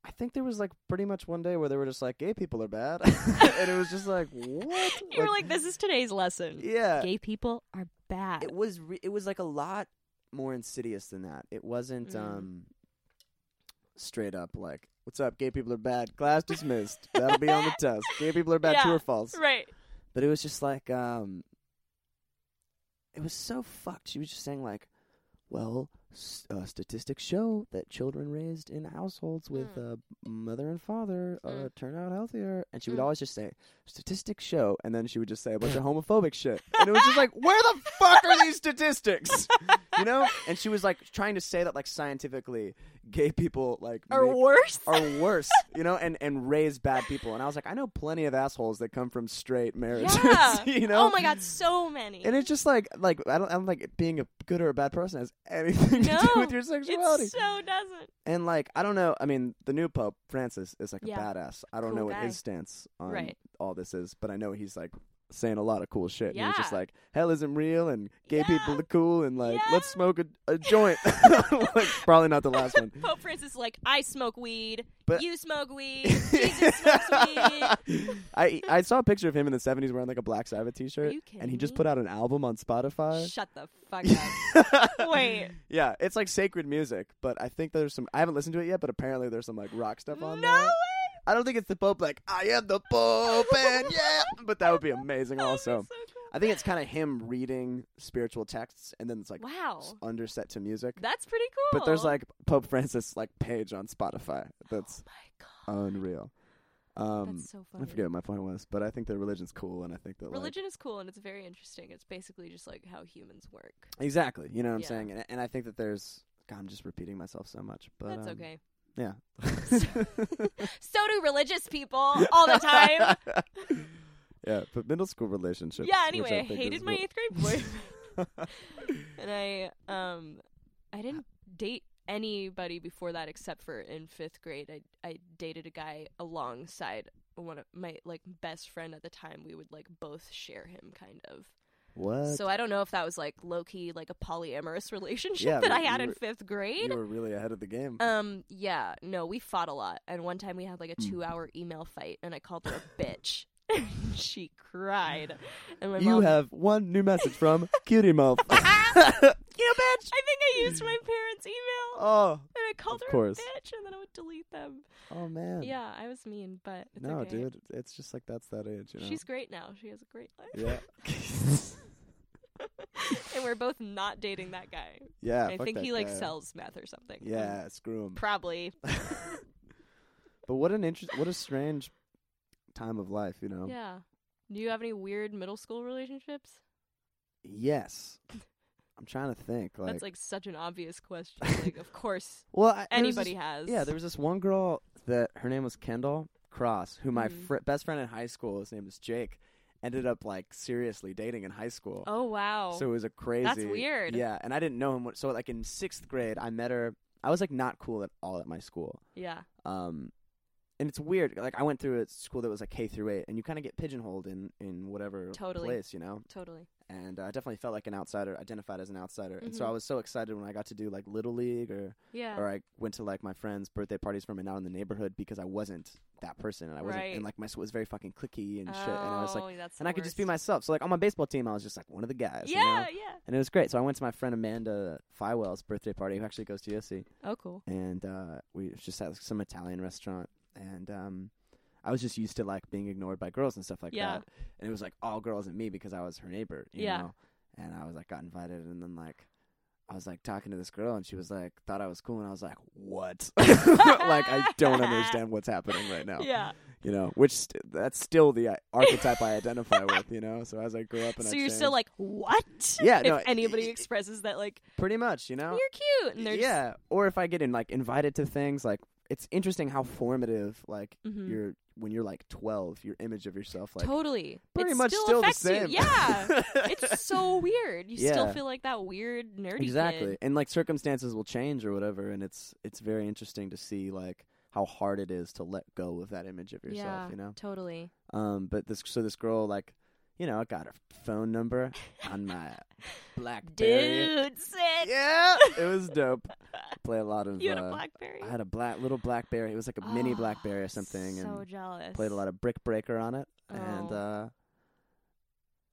Speaker 3: I think there was like pretty much one day where they were just like gay people are bad, and it was just like what
Speaker 4: you were like, "This is today's lesson.
Speaker 3: yeah
Speaker 4: Gay people are bad."
Speaker 3: it was re- it was like a lot more insidious than that. It wasn't
Speaker 4: Mm.
Speaker 3: um straight up like what's up gay people are bad class dismissed that'll be on the test gay people are bad true
Speaker 4: Yeah.
Speaker 3: or false
Speaker 4: right.
Speaker 3: but it was just like um it was so fucked she was just saying like well s- uh, statistics show that children raised in households with
Speaker 4: Mm.
Speaker 3: uh, mother and father uh,
Speaker 4: Mm.
Speaker 3: turn out healthier. And she would
Speaker 4: Mm.
Speaker 3: always just say, statistics show. And then she would just say a bunch of homophobic shit. And it was just like, where the fuck are these statistics? you know? And she was like trying to say that, like, scientifically, gay people, like,
Speaker 4: Or
Speaker 3: make-
Speaker 4: worse.
Speaker 3: are worse, you know, and and raise bad people. And I was like, I know plenty of assholes that come from straight marriages,
Speaker 4: yeah.
Speaker 3: you know.
Speaker 4: Oh my god, so many.
Speaker 3: And it's just like like I don't I don't think being a good or a bad person has anything to
Speaker 4: No,
Speaker 3: do with your sexuality.
Speaker 4: It so doesn't.
Speaker 3: And like I don't know, I mean, the new pope Francis is like
Speaker 4: Yeah.
Speaker 3: a badass. I don't
Speaker 4: Cool
Speaker 3: know what
Speaker 4: guy.
Speaker 3: his stance on
Speaker 4: Right.
Speaker 3: all this is, but I know he's like saying a lot of cool shit. And he was just
Speaker 4: Yeah.
Speaker 3: like hell isn't real and gay
Speaker 4: Yeah.
Speaker 3: people are cool and like
Speaker 4: Yeah.
Speaker 3: let's smoke a, a joint. like, probably not the last one.
Speaker 4: Pope Francis is like, I smoke weed.
Speaker 3: But-
Speaker 4: you smoke weed. Jesus smokes weed.
Speaker 3: I I saw a picture of him in the seventies wearing like a Black Sabbath
Speaker 4: Are
Speaker 3: T-shirt,
Speaker 4: you
Speaker 3: and he
Speaker 4: kidding
Speaker 3: just
Speaker 4: me?
Speaker 3: put out an album on Spotify.
Speaker 4: Shut the fuck up. Wait.
Speaker 3: Yeah, it's like sacred music, but I think there's some. I haven't listened to it yet, but apparently there's some like rock stuff on
Speaker 4: no
Speaker 3: there.
Speaker 4: way.
Speaker 3: I don't think it's the Pope like I am the Pope and yeah, but that would be amazing.
Speaker 4: That would be
Speaker 3: Also,
Speaker 4: so cool.
Speaker 3: I think it's kind of him reading spiritual texts and then it's like
Speaker 4: wow.
Speaker 3: s- underset to music.
Speaker 4: That's pretty cool.
Speaker 3: But there's like Pope Francis like page on Spotify. That's
Speaker 4: Oh my god.
Speaker 3: unreal. Um,
Speaker 4: That's so funny.
Speaker 3: I forget what my point was, but I think that religion's cool, and I think that like,
Speaker 4: Religion is cool and it's very interesting. It's basically just like how humans work.
Speaker 3: Exactly. You know what I'm
Speaker 4: Yeah.
Speaker 3: saying? And, and I think that there's. God, I'm just repeating myself so much, but
Speaker 4: That's
Speaker 3: um,
Speaker 4: okay.
Speaker 3: Yeah.
Speaker 4: So do religious people all the time.
Speaker 3: yeah, but middle school relationships.
Speaker 4: yeah,
Speaker 3: which
Speaker 4: anyway, I
Speaker 3: think
Speaker 4: hated
Speaker 3: is
Speaker 4: my
Speaker 3: what-
Speaker 4: eighth grade boyfriend. and I um I didn't date anybody before that except for in fifth grade. I I dated a guy alongside one of my like best friend at the time. We would like both share him kind of.
Speaker 3: what?
Speaker 4: so I don't know if that was like low key like a polyamorous relationship
Speaker 3: Yeah,
Speaker 4: that
Speaker 3: but
Speaker 4: I had
Speaker 3: you
Speaker 4: in
Speaker 3: were-
Speaker 4: fifth grade.
Speaker 3: you were really ahead of the game.
Speaker 4: Um, yeah, no, we fought a lot, and one time we had like a
Speaker 3: Hmm.
Speaker 4: two-hour email fight, and I called her a bitch. she cried, and my
Speaker 3: you
Speaker 4: mom.
Speaker 3: have one new message from Cutie Mouth. you bitch.
Speaker 4: I think I used my parents' email,
Speaker 3: Oh,
Speaker 4: and I called
Speaker 3: of
Speaker 4: her
Speaker 3: course.
Speaker 4: a bitch, and then I would delete them.
Speaker 3: oh man.
Speaker 4: Yeah, I was mean, but it's
Speaker 3: No,
Speaker 4: okay.
Speaker 3: dude, it's just like that's that age, you know.
Speaker 4: She's great now. She has a great life,
Speaker 3: yeah,
Speaker 4: and we're both not dating that guy.
Speaker 3: yeah.
Speaker 4: I
Speaker 3: fuck
Speaker 4: think
Speaker 3: that
Speaker 4: he like
Speaker 3: guy.
Speaker 4: sells um, meth or something.
Speaker 3: Yeah, screw him.
Speaker 4: probably.
Speaker 3: But what an interest, what a strange time of life, you know.
Speaker 4: Yeah. Do you have any weird middle school relationships?
Speaker 3: Yes, I'm trying to think. Like,
Speaker 4: That's like such an obvious question. Like, of course,
Speaker 3: well, I, there was
Speaker 4: anybody has.
Speaker 3: This, yeah, there was this one girl that her name was Kendall Cross, who my
Speaker 4: Mhm.
Speaker 3: fri best friend in high school, his name is Jake, ended up like seriously dating in high school.
Speaker 4: oh wow.
Speaker 3: So it was a crazy.
Speaker 4: weird.
Speaker 3: Yeah, and I didn't know him. when- So like in sixth grade, I met her. I was like not cool at all at my school.
Speaker 4: yeah.
Speaker 3: Um, and it's weird. Like I went through a school that was like K through eight, and you kind of get pigeonholed in in whatever
Speaker 4: Totally.
Speaker 3: place, you know.
Speaker 4: Totally.
Speaker 3: And uh, I definitely felt like an outsider, identified as an outsider. And so
Speaker 4: Mhm.
Speaker 3: I was so excited when I got to do like little league or
Speaker 4: Yeah.
Speaker 3: or I went to like my friends' birthday parties from and out in the neighborhood because I wasn't that person and I wasn't
Speaker 4: Right.
Speaker 3: and like my school was very fucking clicky and shit and I was like
Speaker 4: Oh, that's
Speaker 3: and
Speaker 4: the
Speaker 3: I could just be
Speaker 4: worst.
Speaker 3: myself. So like on my baseball team I was just like one of the guys. you know?
Speaker 4: Yeah. Yeah.
Speaker 3: And it was great. So I went to my friend Amanda Fywell's birthday party who actually goes to USC
Speaker 4: Oh, cool.
Speaker 3: and uh we was just at like, some Italian restaurant and um I was just used to like being ignored by girls and stuff like
Speaker 4: Yeah.
Speaker 3: that. And it was like all girls and me because I was her neighbor, you
Speaker 4: Yeah.
Speaker 3: know. And I was like got invited and then like I was like talking to this girl and she was like thought I was cool and I was like, "What?" like I don't understand what's happening right now.
Speaker 4: Yeah.
Speaker 3: You know, which st- that's still the uh, archetype I identify with, you know. So as I grew up and
Speaker 4: So
Speaker 3: I
Speaker 4: you're
Speaker 3: changed,
Speaker 4: still like, what?
Speaker 3: Yeah,
Speaker 4: if
Speaker 3: no,
Speaker 4: anybody
Speaker 3: it-
Speaker 4: expresses that, like,
Speaker 3: pretty much, you know.
Speaker 4: you're cute, and they're
Speaker 3: yeah or if i get in like invited to things like it's interesting how formative like
Speaker 4: just, Mhm.
Speaker 3: your when you're like 12 your image of yourself like
Speaker 4: totally.
Speaker 3: pretty
Speaker 4: it
Speaker 3: much
Speaker 4: still,
Speaker 3: still, the
Speaker 4: affects
Speaker 3: same
Speaker 4: You. Yeah. it's so weird. You still
Speaker 3: Yeah.
Speaker 4: feel like that weird nerdy
Speaker 3: exactly
Speaker 4: kid.
Speaker 3: and like circumstances will change or whatever and it's it's very interesting to see like how hard it is to let go of that image of yourself
Speaker 4: yeah.
Speaker 3: you know
Speaker 4: Totally.
Speaker 3: um but this so this girl like you know i got her phone number on my blackberry
Speaker 4: Dude, sick.
Speaker 3: yeah it was dope play a lot of
Speaker 4: You had a
Speaker 3: uh,
Speaker 4: BlackBerry.
Speaker 3: I had a black little BlackBerry. It was like a mini
Speaker 4: Oh,
Speaker 3: BlackBerry or something,
Speaker 4: So
Speaker 3: and
Speaker 4: jealous.
Speaker 3: played a lot of Brick Breaker on it. And
Speaker 4: Oh.
Speaker 3: uh,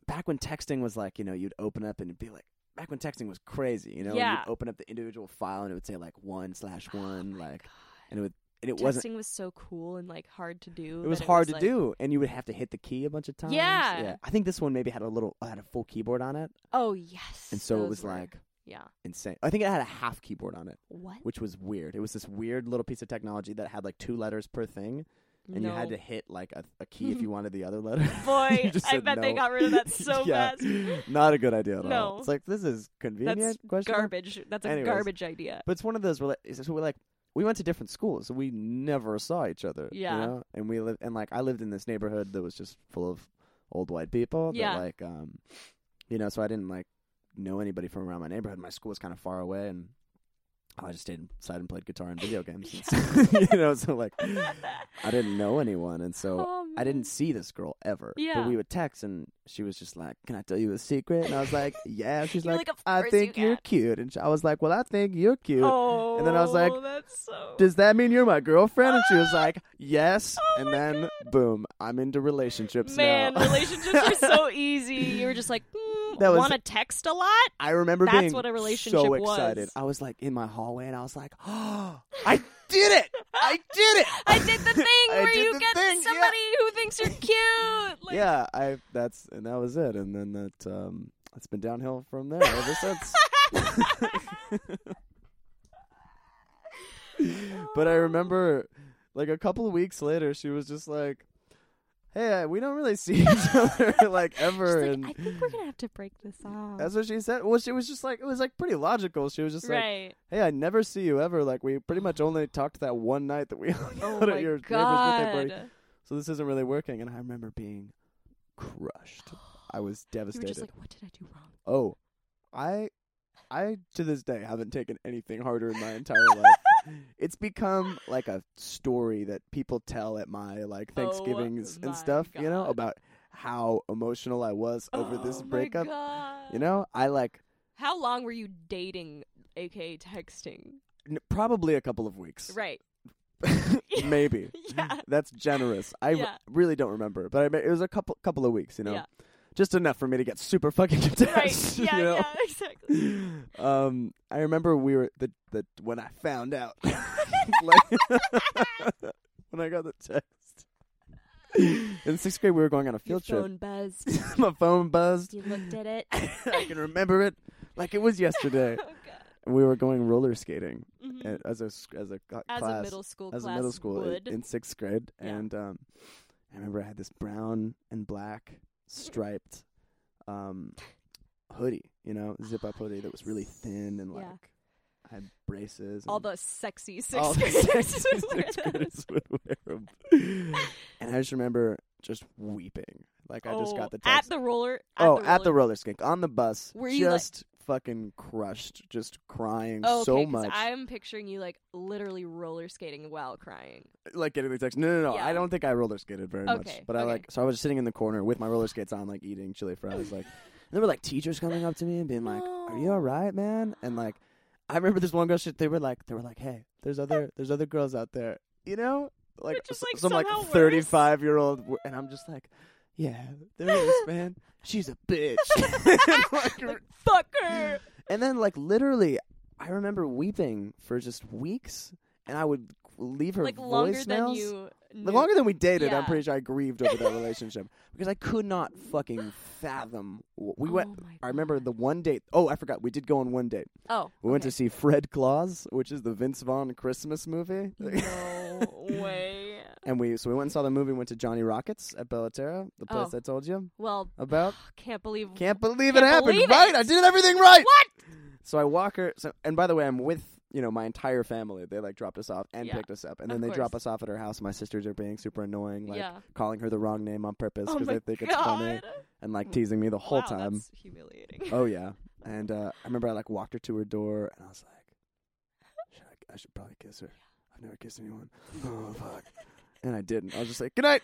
Speaker 3: back when texting was like, you know, you'd open up and it'd be like, back when texting was crazy, you know, and
Speaker 4: Yeah. Oh
Speaker 3: you'd open up the individual file and it would say like one slash one,
Speaker 4: my
Speaker 3: like,
Speaker 4: God.
Speaker 3: and it would, and it
Speaker 4: texting
Speaker 3: wasn't,
Speaker 4: was so cool and like hard to do.
Speaker 3: it
Speaker 4: that
Speaker 3: was hard
Speaker 4: like-
Speaker 3: to do, and you would have to hit the key a bunch of times.
Speaker 4: Yeah.
Speaker 3: I think this one maybe had a little, had a full keyboard on it,
Speaker 4: Oh yes.
Speaker 3: and so it
Speaker 4: those
Speaker 3: was
Speaker 4: were-
Speaker 3: like
Speaker 4: Yeah.
Speaker 3: Insane. I think it had a half keyboard on it,
Speaker 4: What?
Speaker 3: which was weird. It was this weird little piece of technology that had like two letters per thing, and you had to hit like a, a key if you wanted the other letter. You
Speaker 4: Boy,
Speaker 3: just
Speaker 4: I
Speaker 3: said
Speaker 4: bet they
Speaker 3: no.
Speaker 4: got rid of that so
Speaker 3: yeah,
Speaker 4: fast.
Speaker 3: Not a good idea at all.
Speaker 4: No.
Speaker 3: It's like this is convenient. question mark?
Speaker 4: Garbage. That's a
Speaker 3: Anyways.
Speaker 4: garbage idea.
Speaker 3: But it's one of those. Rela- it's- so we're like, we went to different schools, so we never saw each other. you
Speaker 4: Yeah.
Speaker 3: know? And we lived, and like I lived in this neighborhood that was just full of old white people. that,
Speaker 4: Yeah.
Speaker 3: like, um, you know, so I didn't like know anybody from around my neighborhood. My school was kind of far away, and I just stayed inside and played guitar and video games. you know, so like, I didn't know anyone, and so
Speaker 4: Oh,
Speaker 3: I
Speaker 4: man.
Speaker 3: didn't see this girl ever. But
Speaker 4: Yeah.
Speaker 3: we would text, and she was just like, "Can I tell you a secret?" And I was like, "Yeah." She's
Speaker 4: You're
Speaker 3: like,
Speaker 4: like, "Of
Speaker 3: "I
Speaker 4: course
Speaker 3: think
Speaker 4: you
Speaker 3: are
Speaker 4: can."
Speaker 3: cute," and sh- I was like, "Well, I think you're cute."
Speaker 4: Oh,
Speaker 3: And then I was like,
Speaker 4: that's so.
Speaker 3: Does that mean you're my girlfriend? And she was like, "Yes."
Speaker 4: Oh
Speaker 3: and
Speaker 4: my
Speaker 3: then, boom, I'm into relationships
Speaker 4: Man,
Speaker 3: now.
Speaker 4: relationships are so easy. You were just like, mm,
Speaker 3: That was-
Speaker 4: want to text a lot?
Speaker 3: I remember
Speaker 4: That's
Speaker 3: being
Speaker 4: what a relationship
Speaker 3: so
Speaker 4: was.
Speaker 3: excited. I was like in my hallway, and I was like, "Oh, I did it! I did it!
Speaker 4: I did the thing
Speaker 3: I
Speaker 4: where
Speaker 3: did
Speaker 4: you
Speaker 3: the
Speaker 4: get
Speaker 3: thing, yeah.
Speaker 4: somebody who thinks you're cute. Like,
Speaker 3: yeah, I that's and that was it, and then that um, it's been downhill from there ever since. but I remember,
Speaker 4: Oh.
Speaker 3: like a couple of weeks later, she was just like, "Hey, I- we don't really see each other like
Speaker 4: She's
Speaker 3: ever,"
Speaker 4: like,
Speaker 3: and
Speaker 4: I think we're gonna have to break this off.
Speaker 3: that's what she said. Well, she was just like, it was like pretty logical. She was just like,
Speaker 4: right.
Speaker 3: "Hey, I never see you ever. Like we pretty much only talked that one night that we hung
Speaker 4: oh
Speaker 3: out
Speaker 4: my
Speaker 3: at your neighbor's birthday
Speaker 4: god.
Speaker 3: party." so this isn't really working. And I remember being crushed. I was
Speaker 4: You
Speaker 3: devastated.
Speaker 4: were just like, what did I do wrong?
Speaker 3: oh, I, I to this day haven't taken anything harder in my entire life. It's become like a story that people tell at my like
Speaker 4: Oh
Speaker 3: Thanksgivings
Speaker 4: my
Speaker 3: and stuff. You know
Speaker 4: God.
Speaker 3: about how emotional I was over
Speaker 4: Oh
Speaker 3: this
Speaker 4: my
Speaker 3: breakup.
Speaker 4: God.
Speaker 3: You know, I like
Speaker 4: How long were you dating, aka texting?
Speaker 3: n- probably a couple of weeks,
Speaker 4: Right.
Speaker 3: maybe.
Speaker 4: Yeah.
Speaker 3: That's generous. I r-
Speaker 4: Yeah.
Speaker 3: really don't remember, but I me- it was a couple couple of weeks, you know,
Speaker 4: Yeah.
Speaker 3: just enough for me to get super fucking
Speaker 4: Right.
Speaker 3: attached.
Speaker 4: Yeah.
Speaker 3: you know?
Speaker 4: Yeah. Exactly.
Speaker 3: Um, I remember we were the the when I found out, like, when I got the text in sixth grade, we were going on a
Speaker 4: Your
Speaker 3: field trip.
Speaker 4: phone buzzed.
Speaker 3: My phone buzzed.
Speaker 4: you looked at it.
Speaker 3: I can remember it like it was yesterday.
Speaker 4: Oh god.
Speaker 3: And we were going roller skating
Speaker 4: Mhm.
Speaker 3: at- as a s- as a cl-
Speaker 4: As
Speaker 3: class
Speaker 4: a middle school
Speaker 3: as
Speaker 4: class
Speaker 3: a middle school i-
Speaker 4: would.
Speaker 3: in sixth grade,
Speaker 4: Yeah.
Speaker 3: and um, I remember I had this brown and black striped um, hoodie, you know, zip up
Speaker 4: Oh,
Speaker 3: hoodie that was really
Speaker 4: yes.
Speaker 3: thin and
Speaker 4: Yeah.
Speaker 3: like I had braces.
Speaker 4: all
Speaker 3: and
Speaker 4: the sexy sixth
Speaker 3: all the
Speaker 4: graders
Speaker 3: sexy
Speaker 4: would wear
Speaker 3: sixth
Speaker 4: those.
Speaker 3: graders would wear 'em. and I just remember just weeping, like I just
Speaker 4: Oh,
Speaker 3: got the
Speaker 4: at
Speaker 3: text.
Speaker 4: the roller.
Speaker 3: oh, at the roller skate on the bus,
Speaker 4: Were you, like-
Speaker 3: just fucking crushed, just crying
Speaker 4: Oh,
Speaker 3: so much.
Speaker 4: I'm picturing you like literally roller skating while crying.
Speaker 3: like getting the text. No, no, no.
Speaker 4: Yeah.
Speaker 3: I don't think I roller skated very much.
Speaker 4: Okay,
Speaker 3: But I
Speaker 4: okay.
Speaker 3: like, so I was sitting in the corner with my roller skates on, like eating chili fries. Like, and there were like teachers coming up to me and being like, "Are you all right, man?" And like, I remember this one girl. She, they were like, they were like, "Hey, there's other, there's other girls out there," you know, like,
Speaker 4: Which is,
Speaker 3: s-
Speaker 4: like,
Speaker 3: some like
Speaker 4: somehow worse.
Speaker 3: thirty-five year old, and I'm just like, "Yeah, there is, man. She's a bitch." And, like,
Speaker 4: Fuck her.
Speaker 3: and then, like, literally, I remember weeping for just weeks, and I would leave her
Speaker 4: like longer than
Speaker 3: voicemails.
Speaker 4: you.
Speaker 3: The
Speaker 4: Knew.
Speaker 3: longer than we dated, I'm
Speaker 4: Yeah.
Speaker 3: pretty sure I grieved over that relationship because I could not fucking fathom. wh- We went.
Speaker 4: Oh my
Speaker 3: I remember the one date. Oh, I forgot. We did go on one date.
Speaker 4: Oh,
Speaker 3: We went
Speaker 4: okay.
Speaker 3: to see Fred Claus, which is the Vince Vaughn Christmas movie.
Speaker 4: Mm-hmm. No way.
Speaker 3: and we so we went and saw the movie. Went to Johnny Rockets at Bellatera, the place
Speaker 4: Oh.
Speaker 3: I told you
Speaker 4: Well,
Speaker 3: about.
Speaker 4: can't believe.
Speaker 3: Can't believe
Speaker 4: Can't
Speaker 3: it happened.
Speaker 4: believe
Speaker 3: right?
Speaker 4: it.
Speaker 3: I did everything right.
Speaker 4: What?
Speaker 3: So I walk her. So, and by the way, I'm with you know my entire family. They like dropped us off and
Speaker 4: Yeah.
Speaker 3: picked us up, and
Speaker 4: Of
Speaker 3: then they
Speaker 4: course.
Speaker 3: drop us off at her house. My sisters are being super annoying, like
Speaker 4: Yeah.
Speaker 3: calling her the wrong name on purpose
Speaker 4: Oh
Speaker 3: because
Speaker 4: my
Speaker 3: they think
Speaker 4: God. Mm.
Speaker 3: it's funny and like teasing me the whole
Speaker 4: wow,
Speaker 3: time.
Speaker 4: That's humiliating.
Speaker 3: Oh yeah. And uh, I remember I like walked her to her door, and I was like, should I, I should probably kiss her. I've never kissed anyone. Oh fuck. And I didn't. I was just like, good night.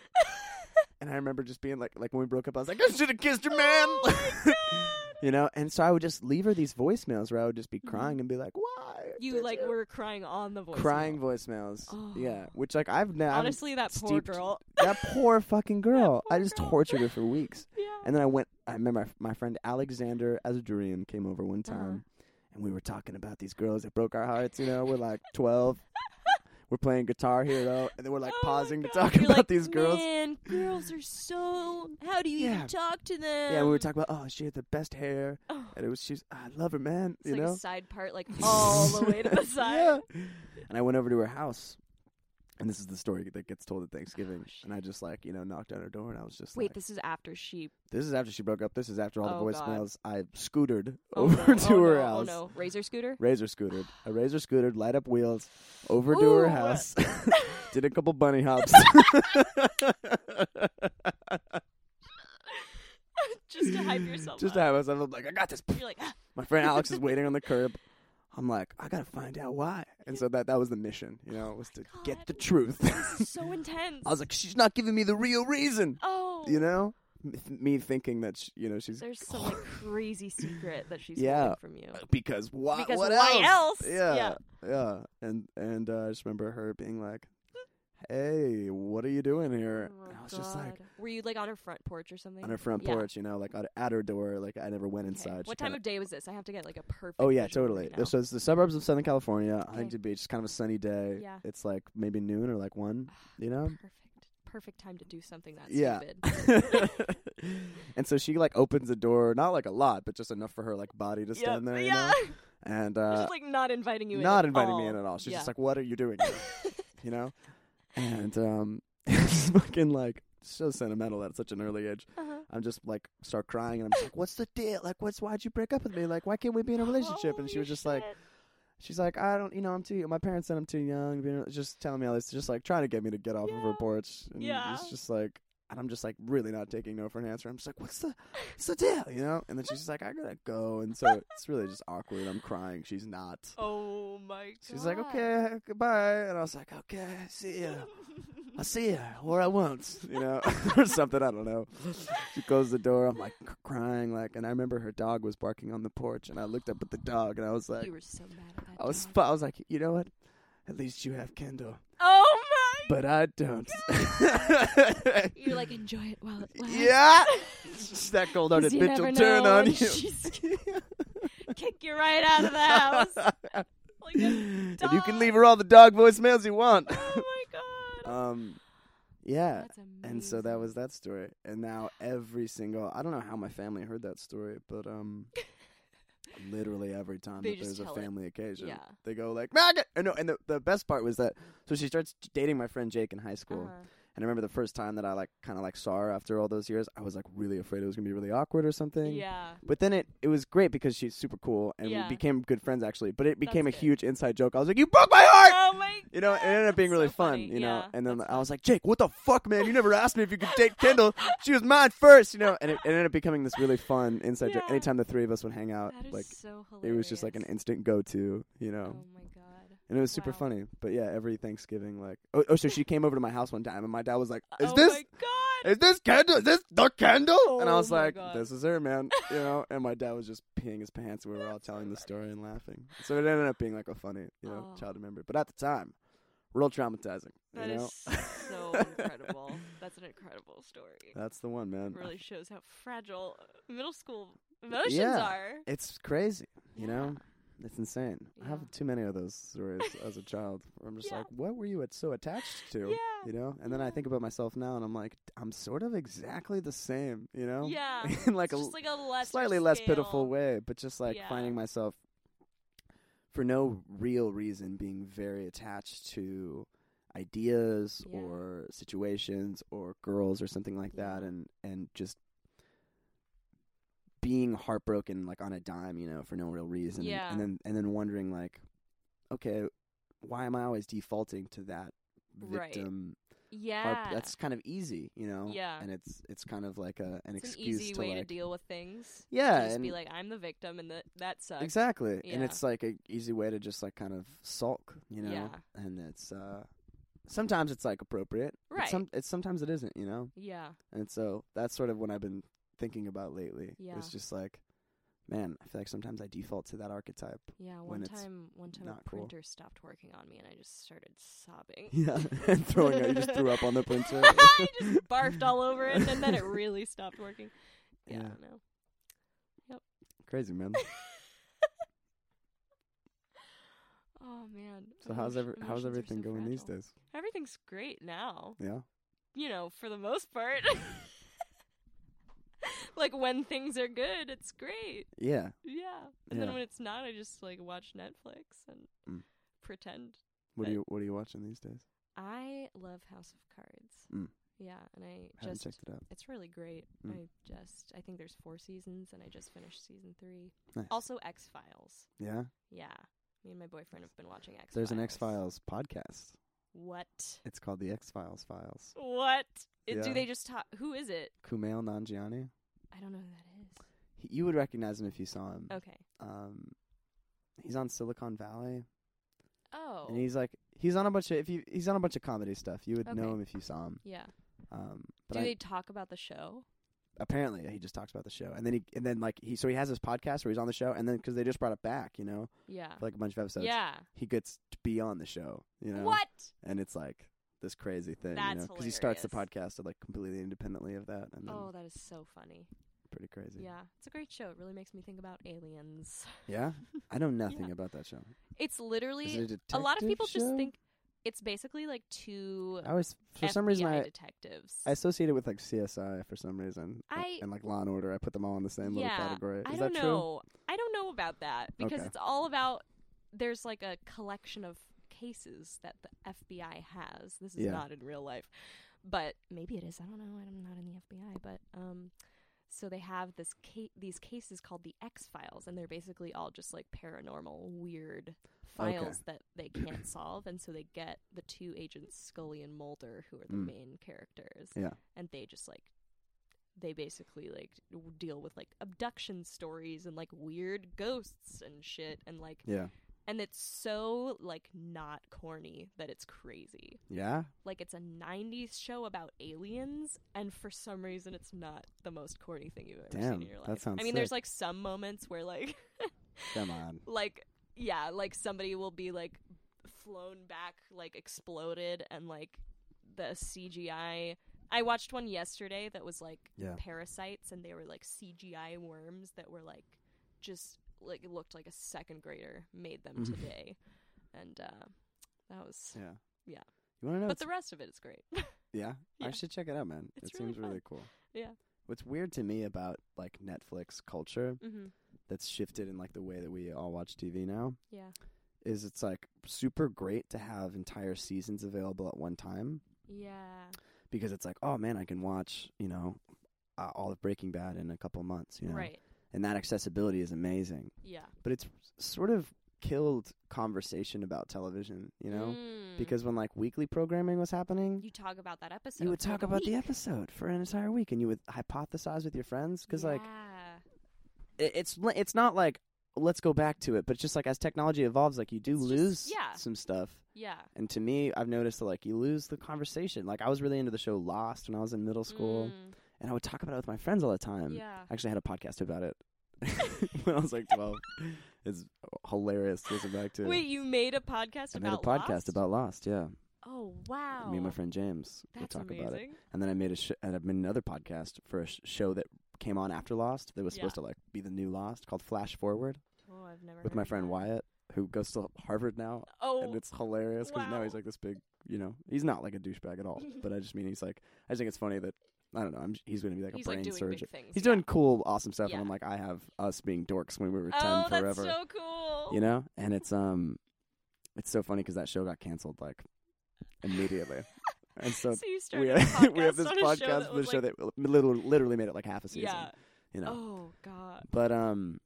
Speaker 3: and I remember just being like, like when we broke up, I was like, I should have kissed her, man.
Speaker 4: Oh
Speaker 3: you know. And so I would just leave her these voicemails where I would just be crying and be like, why?
Speaker 4: Mm-hmm. You
Speaker 3: did
Speaker 4: like were crying on the voice.
Speaker 3: crying voicemails.
Speaker 4: Oh.
Speaker 3: Yeah, which like I've now
Speaker 4: Honestly, that poor
Speaker 3: steeped-
Speaker 4: girl.
Speaker 3: that poor fucking girl.
Speaker 4: poor
Speaker 3: I just
Speaker 4: girl.
Speaker 3: tortured her for weeks.
Speaker 4: Yeah.
Speaker 3: And then I went. I remember my friend Alexander Azadurian came over
Speaker 4: Uh-huh.
Speaker 3: one time, and we were talking about these girls that broke our hearts. You know, we're like twelve. We're playing Guitar Hero, and then we're like
Speaker 4: Oh my
Speaker 3: pausing to
Speaker 4: God.
Speaker 3: talk
Speaker 4: You're
Speaker 3: about
Speaker 4: like,
Speaker 3: these girls.
Speaker 4: Man, girls are so. How do you
Speaker 3: Yeah.
Speaker 4: even talk to them?
Speaker 3: Yeah, we were talking about oh she had the best hair,
Speaker 4: Oh.
Speaker 3: and it was she's I love her man,
Speaker 4: It's
Speaker 3: you
Speaker 4: like
Speaker 3: know.
Speaker 4: a side part, like all the way to the side.
Speaker 3: yeah. And I went over to her house, and this is the story that gets told at Thanksgiving.
Speaker 4: shit.
Speaker 3: and I just like you know knocked on her door, and I was just
Speaker 4: Oh, Wait,
Speaker 3: like,
Speaker 4: this is after she.
Speaker 3: "This is after she broke up. This is after all
Speaker 4: Oh,
Speaker 3: the
Speaker 4: God.
Speaker 3: voicemails." I scootered
Speaker 4: Oh,
Speaker 3: over
Speaker 4: no.
Speaker 3: to
Speaker 4: oh,
Speaker 3: her
Speaker 4: no.
Speaker 3: house,
Speaker 4: Oh no, razor scooter.
Speaker 3: razor scootered, I razor scootered, light up wheels, over to her
Speaker 4: Ooh.
Speaker 3: house, did a couple bunny hops.
Speaker 4: Just to hype yourself
Speaker 3: Just to
Speaker 4: up.
Speaker 3: have us, I'm like, I got this.
Speaker 4: You're like, "Ah,
Speaker 3: My friend Alex is waiting on the curb. I'm like, I gotta find out why. And so that that was the mission, you know, was to get
Speaker 4: God.
Speaker 3: the truth.
Speaker 4: this is so intense.
Speaker 3: I was like, she's not giving me the real reason,
Speaker 4: oh,
Speaker 3: you know. M- Me thinking that she, you know she's
Speaker 4: there's some like crazy secret that she's
Speaker 3: Yeah.
Speaker 4: holding from you.
Speaker 3: because why?
Speaker 4: Because
Speaker 3: what
Speaker 4: why
Speaker 3: else?
Speaker 4: else?
Speaker 3: Yeah, yeah,
Speaker 4: Yeah.
Speaker 3: And and uh, I just remember her being like, "Hey, what are you doing here?"
Speaker 4: Oh,
Speaker 3: and I was just like
Speaker 4: God. were you like on her front porch or something?
Speaker 3: on her front
Speaker 4: Yeah.
Speaker 3: porch, you know, like at, at her door. Like I never went
Speaker 4: Okay.
Speaker 3: inside. She
Speaker 4: What time
Speaker 3: kinda-
Speaker 4: of day was this? I have to get like a perfect.
Speaker 3: Oh yeah,
Speaker 4: visual
Speaker 3: totally.
Speaker 4: right now.
Speaker 3: So it's the suburbs of Southern California, Huntington Beach. It's kind of a sunny day.
Speaker 4: Yeah.
Speaker 3: It's like maybe noon or like one. You know.
Speaker 4: perfect, perfect time to do something that
Speaker 3: Yeah.
Speaker 4: stupid.
Speaker 3: and so she like opens the door, not like a lot, but just enough for her like body to stand there. You
Speaker 4: yeah,
Speaker 3: know? And uh,
Speaker 4: she's like not inviting you. in
Speaker 3: not
Speaker 4: at
Speaker 3: inviting
Speaker 4: all.
Speaker 3: me in at all. She's
Speaker 4: yeah.
Speaker 3: just like, "What are you doing?" here?" you know. And um, she's fucking like so sentimental at such an early age.
Speaker 4: Uh-huh.
Speaker 3: I'm just like start crying, and I'm just like, "What's the deal? Like, what's why'd you break up with me? Like, why can't we be in a relationship?" and she
Speaker 4: Holy
Speaker 3: was just like,
Speaker 4: shit.
Speaker 3: She's like, I don't, you know, I'm too. My parents said I'm too young. to be in a- Just telling me all this, just like trying to get me to get off of her
Speaker 4: Yeah.
Speaker 3: porch. And
Speaker 4: Yeah.
Speaker 3: It's just like, and I'm just like really not taking no for an answer. I'm just like, what's the, what's the deal, you know? And then she's just like, I gotta go. And so it's really just awkward. I'm crying. She's not.
Speaker 4: "Oh my god."
Speaker 3: She's like, okay, goodbye. And I was like, okay, see ya. I'll see ya, or I won't, you know, or something. I don't know. She closed the door. I'm like c- crying, like, and I remember her dog was barking on the porch, and I looked up at the dog, and I was like,
Speaker 4: You were so mad at that.
Speaker 3: I was,
Speaker 4: dog.
Speaker 3: fu- I was like, you know what? At least you have Kendall,
Speaker 4: Oh my.
Speaker 3: but I don't.
Speaker 4: You're like, enjoy it while it lasts.
Speaker 3: yeah, Just that cold-hearted
Speaker 4: 'Cause you
Speaker 3: bitch will
Speaker 4: never
Speaker 3: turn
Speaker 4: know
Speaker 3: on
Speaker 4: when
Speaker 3: you.
Speaker 4: she's- Kick you right out of the house. Like a-
Speaker 3: and you can
Speaker 4: dog.
Speaker 3: leave her all the dog voicemails you want.
Speaker 4: oh my god.
Speaker 3: um, yeah.
Speaker 4: That's amazing.
Speaker 3: And so that was that story. And now every single I don't know how my family heard that story, but um literally every time
Speaker 4: They
Speaker 3: that
Speaker 4: just
Speaker 3: there's a
Speaker 4: tell it.
Speaker 3: family occasion,
Speaker 4: Yeah.
Speaker 3: they go like Maggot and no and the, the best part was that so she starts dating my friend Jake in high school.
Speaker 4: Uh-huh.
Speaker 3: And I remember the first time that I like kinda like saw her after all those years, I was like really afraid it was gonna be really awkward or something.
Speaker 4: Yeah.
Speaker 3: But then it, it was great because she's super cool and
Speaker 4: Yeah.
Speaker 3: we became good friends actually. But it became a
Speaker 4: good.
Speaker 3: huge inside joke. I was like, You broke my heart
Speaker 4: Oh my.
Speaker 3: you know, it ended up being
Speaker 4: That's
Speaker 3: really
Speaker 4: so
Speaker 3: fun,
Speaker 4: funny.
Speaker 3: you know.
Speaker 4: Yeah,
Speaker 3: and then
Speaker 4: that's
Speaker 3: I was like, Jake, what the fuck, man? You never asked me if you could date Kendall. She was mine first, you know. And it, it ended up becoming this really fun inside joke.
Speaker 4: Yeah.
Speaker 3: Anytime the three of us would hang out,
Speaker 4: That is
Speaker 3: like
Speaker 4: so hilarious.
Speaker 3: it was just like an instant go-to, you know.
Speaker 4: Oh my god.
Speaker 3: and it was super
Speaker 4: wow.
Speaker 3: funny. But yeah, every Thanksgiving, like, oh, oh, so she came over to my house one time, and my dad was like, "Is
Speaker 4: oh
Speaker 3: this?"
Speaker 4: my god.
Speaker 3: Is this Kendall? Is this the Kendall? and I
Speaker 4: Oh
Speaker 3: was
Speaker 4: my
Speaker 3: like,
Speaker 4: God.
Speaker 3: "This is her, man," you know. And my dad was just peeing his pants. We were all telling the story and laughing. So it ended up being like a funny, you know,
Speaker 4: Oh.
Speaker 3: childhood memory. But at the time, real traumatizing.
Speaker 4: That
Speaker 3: you know?
Speaker 4: is so incredible. That's an incredible story.
Speaker 3: That's the one, man.
Speaker 4: really shows how fragile uh, middle school emotions
Speaker 3: Yeah.
Speaker 4: are.
Speaker 3: It's crazy, you know. It's insane. I
Speaker 4: Yeah.
Speaker 3: have too many of those stories as a child. Where I'm just
Speaker 4: Yeah.
Speaker 3: like, what were you at- so attached to?
Speaker 4: Yeah.
Speaker 3: You know. And then I
Speaker 4: Yeah.
Speaker 3: think about myself now, and I'm like, I'm sort of exactly the same. You know.
Speaker 4: Yeah.
Speaker 3: In like
Speaker 4: It's
Speaker 3: a
Speaker 4: just like a lesser
Speaker 3: slightly less
Speaker 4: scale.
Speaker 3: pitiful way, but just like
Speaker 4: Yeah.
Speaker 3: finding myself for no real reason being very attached to ideas
Speaker 4: Yeah.
Speaker 3: or situations or girls or something like that
Speaker 4: Yeah.
Speaker 3: and and just being heartbroken like on a dime, you know, for no real reason. and-
Speaker 4: Yeah.
Speaker 3: And then and then wondering like, okay, why am I always defaulting to that
Speaker 4: Right.
Speaker 3: victim? harp-
Speaker 4: Yeah.
Speaker 3: That's kind of easy, you know.
Speaker 4: Yeah.
Speaker 3: And it's it's kind of like a an
Speaker 4: it's an
Speaker 3: excuse
Speaker 4: easy
Speaker 3: to
Speaker 4: way
Speaker 3: like
Speaker 4: to deal with things.
Speaker 3: yeah,
Speaker 4: just
Speaker 3: and
Speaker 4: be like, I'm the victim, and that that sucks.
Speaker 3: Exactly. And
Speaker 4: Yeah.
Speaker 3: it's like a easy way to just like kind of sulk, you know?
Speaker 4: Yeah.
Speaker 3: And it's uh sometimes it's like appropriate. but
Speaker 4: Right.
Speaker 3: Some it's sometimes it isn't, you know?
Speaker 4: Yeah,
Speaker 3: And so that's sort of what I've been thinking about lately.
Speaker 4: Yeah.
Speaker 3: It's just like man, I feel like sometimes I default to that archetype.
Speaker 4: yeah.
Speaker 3: When
Speaker 4: One
Speaker 3: it's
Speaker 4: time, one time,
Speaker 3: not
Speaker 4: a
Speaker 3: cool.
Speaker 4: printer stopped working on me, and I just started sobbing.
Speaker 3: Yeah. and throwing up you just threw up on the printer.
Speaker 4: I just barfed all over it, and then it really stopped working. Yeah, I
Speaker 3: Yeah.
Speaker 4: don't know.
Speaker 3: Crazy man.
Speaker 4: Oh man.
Speaker 3: So how's
Speaker 4: Emotion-
Speaker 3: every, how's
Speaker 4: emotions are
Speaker 3: everything
Speaker 4: so
Speaker 3: going these
Speaker 4: fragile.
Speaker 3: days?
Speaker 4: Everything's great now.
Speaker 3: Yeah.
Speaker 4: You know, for the most part. like when things are good, it's great.
Speaker 3: Yeah.
Speaker 4: Yeah. And
Speaker 3: Yeah.
Speaker 4: then when it's not, I just like watch Netflix and
Speaker 3: Mm.
Speaker 4: pretend.
Speaker 3: What
Speaker 4: But-
Speaker 3: are you What are you watching these days?
Speaker 4: I love House of Cards.
Speaker 3: Mm.
Speaker 4: Yeah, and I
Speaker 3: Haven't
Speaker 4: just
Speaker 3: checked it out.
Speaker 4: it's really great.
Speaker 3: Mm.
Speaker 4: I just I think there's 4 seasons and I just finished season 3.
Speaker 3: Nice.
Speaker 4: Also X-Files.
Speaker 3: Yeah.
Speaker 4: Yeah. Me and my boyfriend have been watching X-Files.
Speaker 3: There's an X Files podcast.
Speaker 4: What?
Speaker 3: It's called the X Files Files.
Speaker 4: What? It-
Speaker 3: Yeah.
Speaker 4: Do they just talk? Who is it?
Speaker 3: Kumail Nanjiani.
Speaker 4: I don't know who that is.
Speaker 3: He, you would recognize him if you saw him.
Speaker 4: Okay.
Speaker 3: Um, he's on Silicon Valley,
Speaker 4: Oh.
Speaker 3: and he's like he's on a bunch of if you he's on a bunch of comedy stuff. You would know
Speaker 4: Okay.
Speaker 3: him if you saw him.
Speaker 4: yeah.
Speaker 3: Um, but
Speaker 4: Do
Speaker 3: I,
Speaker 4: they talk about the show?
Speaker 3: apparently he just talks about the show, and then he and then like he so he has this podcast where he's on the show, and then because they just brought it back, you know,
Speaker 4: Yeah.
Speaker 3: for like a bunch of episodes.
Speaker 4: Ah. yeah.
Speaker 3: he gets to be on the show, you know,
Speaker 4: What?
Speaker 3: and it's like this crazy thing, you
Speaker 4: That's
Speaker 3: know, he starts the
Speaker 4: hilarious.
Speaker 3: podcast like completely independently of that, and then
Speaker 4: Oh, that is so funny.
Speaker 3: pretty crazy.
Speaker 4: Yeah. It's a great show. It really makes me think about aliens.
Speaker 3: Yeah? I know nothing
Speaker 4: Yeah.
Speaker 3: about that show.
Speaker 4: It's
Speaker 3: Is
Speaker 4: literally
Speaker 3: it a,
Speaker 4: a lot of
Speaker 3: detective
Speaker 4: people just
Speaker 3: show?
Speaker 4: think it's basically like two
Speaker 3: I was for some
Speaker 4: FBI
Speaker 3: reason I,
Speaker 4: detectives.
Speaker 3: I associate it with like CSI for some reason.
Speaker 4: I-
Speaker 3: and like Law and Order. I put them all in the same little
Speaker 4: yeah,
Speaker 3: category. Is
Speaker 4: I
Speaker 3: that
Speaker 4: don't know. I don't know about that because
Speaker 3: Okay.
Speaker 4: it's all about there's like a collection of cases that the FBI has. This is
Speaker 3: Yeah.
Speaker 4: not in real life, but maybe it is. I don't know. I'm not in the FBI, but um, so they have this ca- these cases called the X files, and they're basically all just like paranormal, weird files that they can't solve, and so they get the two agents Scully and Mulder, who are the
Speaker 3: Mm.
Speaker 4: main characters,
Speaker 3: true? Yeah.
Speaker 4: and they just like they basically like w- deal with like abduction stories and like weird ghosts and shit and like
Speaker 3: Yeah.
Speaker 4: and it's so like not corny that it's crazy
Speaker 3: Yeah?
Speaker 4: like it's a 90s show about aliens and for some reason it's not the most corny thing you've ever
Speaker 3: Damn,
Speaker 4: seen in your
Speaker 3: that
Speaker 4: life
Speaker 3: sounds
Speaker 4: i mean there's
Speaker 3: sick.
Speaker 4: like some moments where like
Speaker 3: Come on.
Speaker 4: like yeah like somebody will be like flown back like exploded and like the cgi i watched one yesterday that was like
Speaker 3: Yeah.
Speaker 4: parasites and they were like cgi worms that were like just like it looked like a second grader made them today and uh that was
Speaker 3: Mm-hmm. Yeah.
Speaker 4: Yeah.
Speaker 3: You wanna know?
Speaker 4: but
Speaker 3: what's-
Speaker 4: the rest of it is great
Speaker 3: yeah? I
Speaker 4: yeah.
Speaker 3: should check it out, man.
Speaker 4: It's
Speaker 3: it
Speaker 4: really
Speaker 3: seems really cool.
Speaker 4: yeah
Speaker 3: What's weird to me about like Netflix culture
Speaker 4: mm-hmm.
Speaker 3: that's shifted in like the way that we all watch TV now
Speaker 4: yeah
Speaker 3: is it's like super great to have entire seasons available at one time
Speaker 4: yeah
Speaker 3: because it's like, oh man, I can watch, you know, uh, all of Breaking Bad in a couple months, you know.
Speaker 4: right
Speaker 3: And that accessibility is amazing.
Speaker 4: yeah
Speaker 3: But it's sort of killed conversation about television, you know?
Speaker 4: Mm.
Speaker 3: Because when like weekly programming was happening,
Speaker 4: you talk about that episode
Speaker 3: you would talk about the episode for an entire week and you would hypothesize with your friends cuz like
Speaker 4: yeah.
Speaker 3: it, it's li- it's not like let's go back to it, but just like as technology evolves, like you do
Speaker 4: It's just-
Speaker 3: lose
Speaker 4: yeah.
Speaker 3: some stuff.
Speaker 4: yeah
Speaker 3: And to me, I've noticed that like you lose the conversation. Like I was really into the show Lost when I was in middle school,
Speaker 4: Mm.
Speaker 3: and I would talk about it with my friends all the time.
Speaker 4: yeah
Speaker 3: I actually had a podcast about it when I was like twelve. it's hilarious to listen back to.
Speaker 4: Wait, you made a podcast
Speaker 3: I made a
Speaker 4: about
Speaker 3: podcast
Speaker 4: Lost?
Speaker 3: about Lost. Yeah,
Speaker 4: Oh wow!
Speaker 3: me and my friend James would
Speaker 4: That's
Speaker 3: talk
Speaker 4: amazing.
Speaker 3: about it. And then I made a sh- and I made another podcast for a sh- show that came on after Lost that was
Speaker 4: Yeah.
Speaker 3: supposed to like be the new Lost called Flash Forward.
Speaker 4: Oh, I've never
Speaker 3: with
Speaker 4: heard
Speaker 3: my
Speaker 4: of
Speaker 3: friend
Speaker 4: that.
Speaker 3: Wyatt, who goes to Harvard now,
Speaker 4: Oh,
Speaker 3: and it's hilarious because now
Speaker 4: wow.
Speaker 3: he's like this big, you know, he's not like a douchebag at all, but I just mean he's like, I just think it's funny that I don't know, I'm, he's going to be like
Speaker 4: he's
Speaker 3: a brain
Speaker 4: like doing
Speaker 3: surgeon.
Speaker 4: big things.
Speaker 3: He's doing cool, awesome stuff,
Speaker 4: Yeah.
Speaker 3: and I'm like, I have us being dorks when we were ten
Speaker 4: oh, that's
Speaker 3: forever,
Speaker 4: so cool.
Speaker 3: you know, and it's um, it's so funny because that show got canceled like immediately, and so.
Speaker 4: so you started
Speaker 3: We
Speaker 4: a
Speaker 3: have, we have
Speaker 4: podcast
Speaker 3: this
Speaker 4: on a show
Speaker 3: podcast
Speaker 4: that
Speaker 3: with
Speaker 4: was
Speaker 3: a show
Speaker 4: like,
Speaker 3: that literally, literally made it like half a season.
Speaker 4: yeah.
Speaker 3: You know,
Speaker 4: Oh god.
Speaker 3: but um,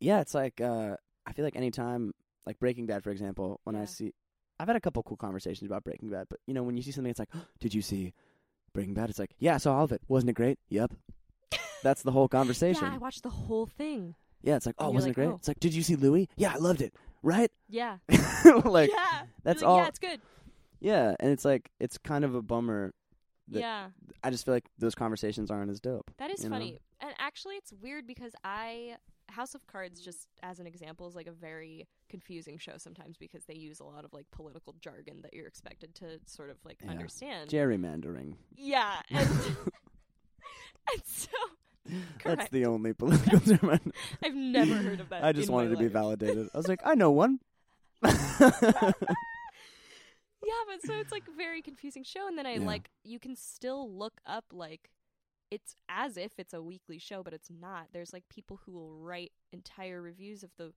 Speaker 3: yeah, it's like uh, I feel like anytime, like Breaking Bad, for example, when I
Speaker 4: Yeah.
Speaker 3: see, I've had a couple cool conversations about Breaking Bad, but you know, when you see something, it's like, did you see Breaking Bad? It's like, yeah, I saw all of it. Wasn't it great? Yep. That's the whole conversation.
Speaker 4: Yeah, I watched the whole thing.
Speaker 3: Yeah, it's like, oh,
Speaker 4: you're
Speaker 3: wasn't
Speaker 4: like,
Speaker 3: it great?
Speaker 4: oh.
Speaker 3: It's like, did you see Louis? Yeah, I loved it. Right?
Speaker 4: Yeah.
Speaker 3: like, yeah.
Speaker 4: yeah.
Speaker 3: that's
Speaker 4: You're
Speaker 3: all-
Speaker 4: like, Yeah, it's good.
Speaker 3: and it's like, it's kind of a bummer. That-
Speaker 4: yeah,
Speaker 3: I just feel like those conversations aren't as dope.
Speaker 4: that is
Speaker 3: you know?
Speaker 4: funny. And actually, it's weird because I House of Cards, just as an example, is like a very confusing show sometimes because they use a lot of like political jargon that you're expected to sort of like
Speaker 3: Yeah.
Speaker 4: understand.
Speaker 3: Gerrymandering.
Speaker 4: Yeah. And, and so
Speaker 3: That's
Speaker 4: Correct.
Speaker 3: the only political term I
Speaker 4: I've never heard of that.
Speaker 3: I just
Speaker 4: in
Speaker 3: wanted
Speaker 4: my
Speaker 3: to be
Speaker 4: life.
Speaker 3: validated. I was like, I know one.
Speaker 4: Yeah, but so it's like a very confusing show. And then I
Speaker 3: Yeah.
Speaker 4: like, you can still look up, like, it's as if it's a weekly show, but it's not. There's like people who will write entire reviews of the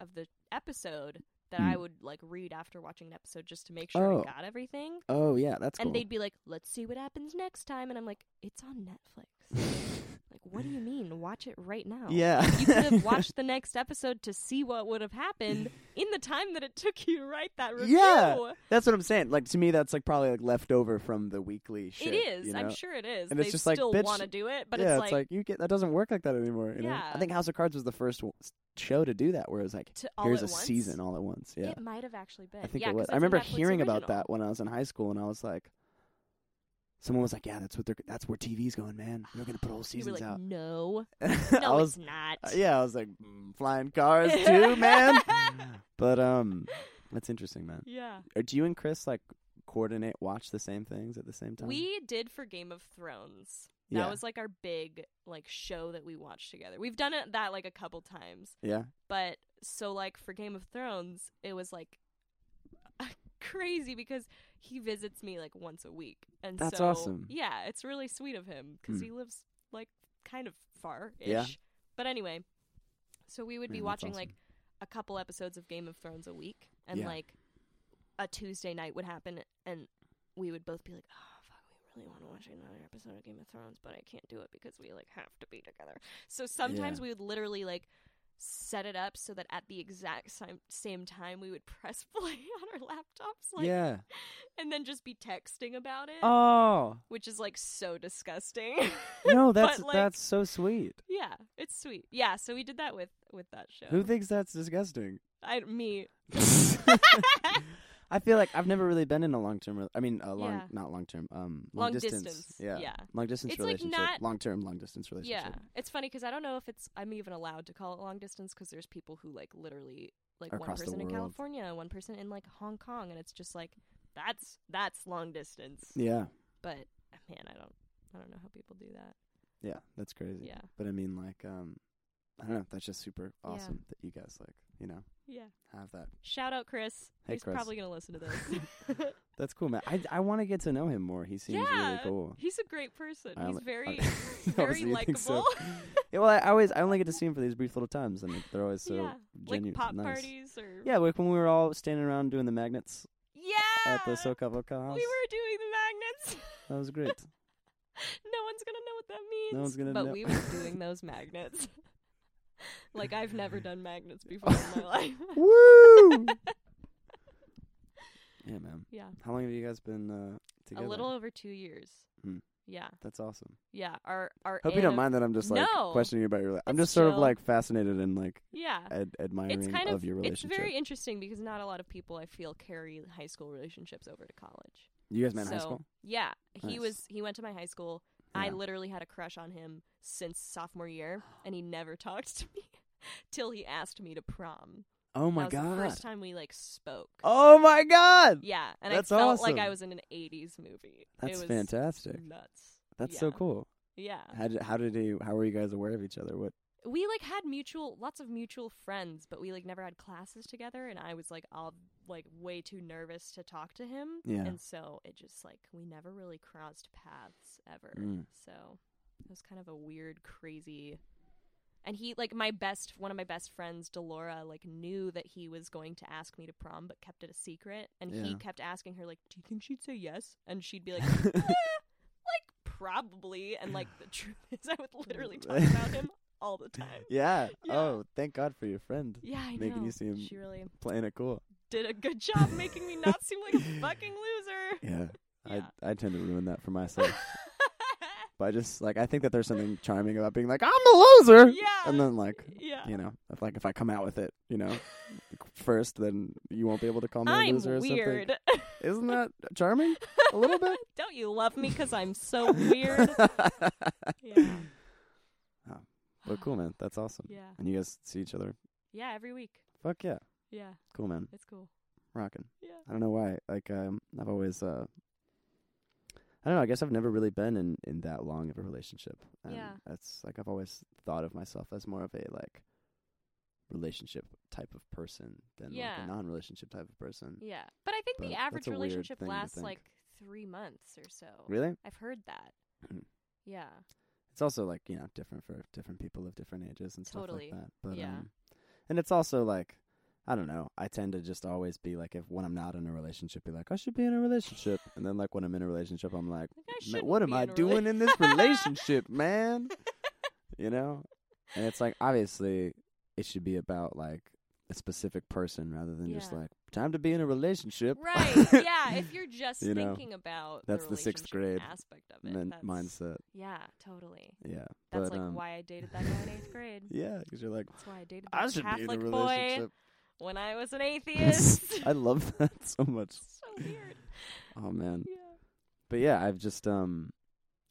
Speaker 4: of the episode that I would like read after watching an episode just to make sure
Speaker 3: Hmm. Oh.
Speaker 4: I got everything.
Speaker 3: oh yeah, that's cool.
Speaker 4: And they'd be like, "Let's see what happens next time," and I'm like, "It's on Netflix." like, what do you mean? Watch it right now.
Speaker 3: yeah,
Speaker 4: You could have watched the next episode to see what would have happened in the time that it took you to write that review.
Speaker 3: Yeah, that's what I'm saying. Like to me, that's like probably like left over from the weekly shit.
Speaker 4: It is.
Speaker 3: you
Speaker 4: I'm
Speaker 3: know?
Speaker 4: sure it is.
Speaker 3: And
Speaker 4: they
Speaker 3: it's just like,
Speaker 4: still
Speaker 3: bitch-
Speaker 4: want to do it, but
Speaker 3: yeah,
Speaker 4: it's like,
Speaker 3: you get that doesn't work like that anymore. You know?
Speaker 4: Yeah.
Speaker 3: I think House of Cards was the first w- s- show to do that, where it was like
Speaker 4: To all
Speaker 3: here's a
Speaker 4: at once?
Speaker 3: season all at once. Yeah,
Speaker 4: it might have actually been.
Speaker 3: I think
Speaker 4: yeah,
Speaker 3: it
Speaker 4: 'cause
Speaker 3: was.
Speaker 4: that's
Speaker 3: I
Speaker 4: a
Speaker 3: remember
Speaker 4: Netflix
Speaker 3: hearing about
Speaker 4: original.
Speaker 3: that when I was in high school, and I was like, someone was like, "Yeah, that's what they're that's where TV's going, man. We're gonna put whole
Speaker 4: You were
Speaker 3: seasons
Speaker 4: like,
Speaker 3: out."
Speaker 4: no,
Speaker 3: I
Speaker 4: no,
Speaker 3: was,
Speaker 4: it's not.
Speaker 3: uh, yeah, I was like, mm, flying cars too, man. But um, that's interesting, man.
Speaker 4: yeah.
Speaker 3: Or do you and Chris like coordinate watch the same things at the same time?
Speaker 4: We did for Game of Thrones. That
Speaker 3: Yeah.
Speaker 4: was like our big like show that we watched together. We've done it that like a couple times,
Speaker 3: yeah,
Speaker 4: but so like for Game of Thrones, it was like crazy because he visits me like once a week, and
Speaker 3: That's
Speaker 4: so,
Speaker 3: awesome. Hmm.
Speaker 4: Yeah, it's really sweet of him because he lives like kind of far ish.
Speaker 3: Yeah.
Speaker 4: But anyway, so we would be
Speaker 3: Man, that's
Speaker 4: watching
Speaker 3: awesome.
Speaker 4: like a couple episodes of Game of Thrones a week, and
Speaker 3: Yeah.
Speaker 4: like a Tuesday night would happen, and we would both be like, oh, fuck, we really want to watch another episode of Game of Thrones, but I can't do it because we like have to be together. So sometimes
Speaker 3: Yeah.
Speaker 4: we would literally like set it up so that at the exact same, same time we would press play on our laptops, like,
Speaker 3: yeah.
Speaker 4: and then just be texting about it,
Speaker 3: Oh
Speaker 4: which is like so disgusting.
Speaker 3: no,
Speaker 4: But,
Speaker 3: that's
Speaker 4: like-
Speaker 3: that's so sweet.
Speaker 4: yeah, it's sweet. Yeah, so we did that with with that show.
Speaker 3: Who thinks that's disgusting?
Speaker 4: I me
Speaker 3: I feel like I've never really been in a long term. I mean, a long,
Speaker 4: Yeah.
Speaker 3: not long term, um, long,
Speaker 4: Long
Speaker 3: distance.
Speaker 4: distance,
Speaker 3: Yeah.
Speaker 4: yeah.
Speaker 3: long distance
Speaker 4: It's like
Speaker 3: relationship,
Speaker 4: not-
Speaker 3: long term, long distance
Speaker 4: Yeah,
Speaker 3: relationship.
Speaker 4: it's funny because I don't know if it's I'm even allowed to call it long distance because there's people who like literally like one
Speaker 3: Across the
Speaker 4: person in
Speaker 3: world.
Speaker 4: California, one person in like Hong Kong, and it's just like that's that's long distance.
Speaker 3: yeah,
Speaker 4: But man, I don't I don't know how people do that.
Speaker 3: yeah, that's crazy.
Speaker 4: Yeah,
Speaker 3: But I mean, like, um, I don't know. That's just super awesome that you guys like, you know,
Speaker 4: yeah.
Speaker 3: have that.
Speaker 4: Shout out Chris.
Speaker 3: Hey,
Speaker 4: He's
Speaker 3: Chris.
Speaker 4: probably gonna listen to this.
Speaker 3: That's cool, man. I I want to get to know him more. He seems really
Speaker 4: yeah,
Speaker 3: cool.
Speaker 4: he's a great person.
Speaker 3: I
Speaker 4: He's
Speaker 3: only-
Speaker 4: very
Speaker 3: I-
Speaker 4: very
Speaker 3: Obviously you think so.
Speaker 4: likable.
Speaker 3: Yeah, well, I always I only get to see him for these brief little times, and they're always so
Speaker 4: yeah,
Speaker 3: genuine,
Speaker 4: like pop
Speaker 3: nice.
Speaker 4: parties or
Speaker 3: Yeah, like when we were all standing around doing the magnets
Speaker 4: yeah.
Speaker 3: at the SoCal Vocal House.
Speaker 4: we were doing the magnets.
Speaker 3: That was great.
Speaker 4: No one's gonna know what that means.
Speaker 3: No one's gonna
Speaker 4: but
Speaker 3: know.
Speaker 4: we were doing those magnets. like I've never done magnets before in my life.
Speaker 3: Woo! yeah, man.
Speaker 4: yeah,
Speaker 3: How long have you guys been uh, together?
Speaker 4: a little over two years.
Speaker 3: Hmm.
Speaker 4: Yeah,
Speaker 3: That's awesome.
Speaker 4: yeah. Our our
Speaker 3: Hope you don't
Speaker 4: anniv-
Speaker 3: mind that I'm just like
Speaker 4: No.
Speaker 3: questioning you about your. Li- I'm
Speaker 4: It's
Speaker 3: just sort of
Speaker 4: chill.
Speaker 3: like fascinated and like
Speaker 4: Yeah,
Speaker 3: ad- admiring
Speaker 4: it's kind of,
Speaker 3: your
Speaker 4: it's
Speaker 3: relationship.
Speaker 4: very interesting because not a lot of people I feel carry high school relationships over to college.
Speaker 3: you guys met in high
Speaker 4: So,
Speaker 3: school.
Speaker 4: Yeah, he
Speaker 3: Nice.
Speaker 4: was he went to my high school. I
Speaker 3: Yeah.
Speaker 4: literally had a crush on him since sophomore year, and he never talked to me till he asked me to prom.
Speaker 3: Oh
Speaker 4: that
Speaker 3: my
Speaker 4: was the
Speaker 3: god.
Speaker 4: first time we like spoke.
Speaker 3: Oh my god.
Speaker 4: Yeah, and
Speaker 3: That's
Speaker 4: I felt like
Speaker 3: awesome.
Speaker 4: I was in an '80s movie. it
Speaker 3: That's
Speaker 4: was
Speaker 3: fantastic.
Speaker 4: Nuts.
Speaker 3: That's so
Speaker 4: yeah.
Speaker 3: cool.
Speaker 4: Yeah,
Speaker 3: How did how did you how were you guys aware of each other? What?
Speaker 4: we like had mutual, lots of mutual friends, but we like never had classes together. And I was like all like way too nervous to talk to him.
Speaker 3: Yeah.
Speaker 4: and so it just like we never really crossed paths ever.
Speaker 3: Mm.
Speaker 4: So it was kind of a weird, crazy. And he like my best one of my best friends, Delora, like knew that he was going to ask me to prom, but kept it a secret. And he
Speaker 3: Yeah.
Speaker 4: kept asking her like, "Do you think she'd say yes?" And she'd be like, "Eh, "Like probably." And like the truth is, I would literally talk about him all the time.
Speaker 3: Yeah.
Speaker 4: Yeah.
Speaker 3: Oh, thank God for your friend
Speaker 4: Yeah, I
Speaker 3: Making
Speaker 4: know.
Speaker 3: you seem-
Speaker 4: She really
Speaker 3: playing it cool.
Speaker 4: did a good job making me not seem like a fucking loser.
Speaker 3: Yeah.
Speaker 4: Yeah.
Speaker 3: I I tend to ruin that for myself. But I just like I think that there's something charming about being like I'm the loser,
Speaker 4: yeah.
Speaker 3: and then like
Speaker 4: yeah.
Speaker 3: you know, if, like if I come out with it, you know, first, then you won't be able to call me a
Speaker 4: I'm
Speaker 3: loser or
Speaker 4: weird.
Speaker 3: something. Isn't that charming? A little bit.
Speaker 4: Don't you love me because I'm so weird? yeah.
Speaker 3: but cool, man. That's awesome.
Speaker 4: Yeah.
Speaker 3: And you guys see each other.
Speaker 4: Yeah, every week.
Speaker 3: Fuck yeah,
Speaker 4: Yeah,
Speaker 3: cool man,
Speaker 4: it's cool.
Speaker 3: rocking.
Speaker 4: Yeah.
Speaker 3: I don't know why. Like um, I've always. uh I don't know. I guess I've never really been in, in that long of a relationship. And
Speaker 4: Yeah.
Speaker 3: That's like I've always thought of myself as more of a like relationship type of person than like
Speaker 4: Yeah.
Speaker 3: a non-relationship type of person.
Speaker 4: Yeah. But I think
Speaker 3: But
Speaker 4: the
Speaker 3: that's
Speaker 4: average
Speaker 3: a weird
Speaker 4: relationship
Speaker 3: thing to
Speaker 4: lasts
Speaker 3: think.
Speaker 4: like three months or so.
Speaker 3: Really?
Speaker 4: I've heard that. yeah.
Speaker 3: It's also like, you know, different for different people of different ages and
Speaker 4: Totally.
Speaker 3: stuff like that. But
Speaker 4: Yeah.
Speaker 3: um and it's also like I don't know. I tend to just always be like if when I'm not in a relationship be like I should be in a relationship and then like when I'm in a relationship I'm like
Speaker 4: Like, I
Speaker 3: "Man,
Speaker 4: shouldn't
Speaker 3: what am
Speaker 4: be
Speaker 3: I
Speaker 4: in a
Speaker 3: doing
Speaker 4: rela-
Speaker 3: in this relationship, man? you know? And it's like obviously it should be about like a specific person rather than just
Speaker 4: Yeah.
Speaker 3: like time to be in a relationship.
Speaker 4: right. Yeah. If you're just
Speaker 3: You know,
Speaker 4: thinking about
Speaker 3: that's the sixth
Speaker 4: relationship
Speaker 3: grade
Speaker 4: aspect of it.
Speaker 3: Men-
Speaker 4: that's,
Speaker 3: mindset.
Speaker 4: Yeah, totally.
Speaker 3: Yeah.
Speaker 4: That's
Speaker 3: but,
Speaker 4: like
Speaker 3: um,
Speaker 4: why I dated that guy in eighth grade.
Speaker 3: Yeah, because you're like
Speaker 4: That's why I dated
Speaker 3: I
Speaker 4: that
Speaker 3: should be
Speaker 4: Catholic
Speaker 3: in a
Speaker 4: boy
Speaker 3: relationship.
Speaker 4: when I was an atheist.
Speaker 3: I love that so much.
Speaker 4: so weird.
Speaker 3: Oh man.
Speaker 4: Yeah.
Speaker 3: But yeah, I've just um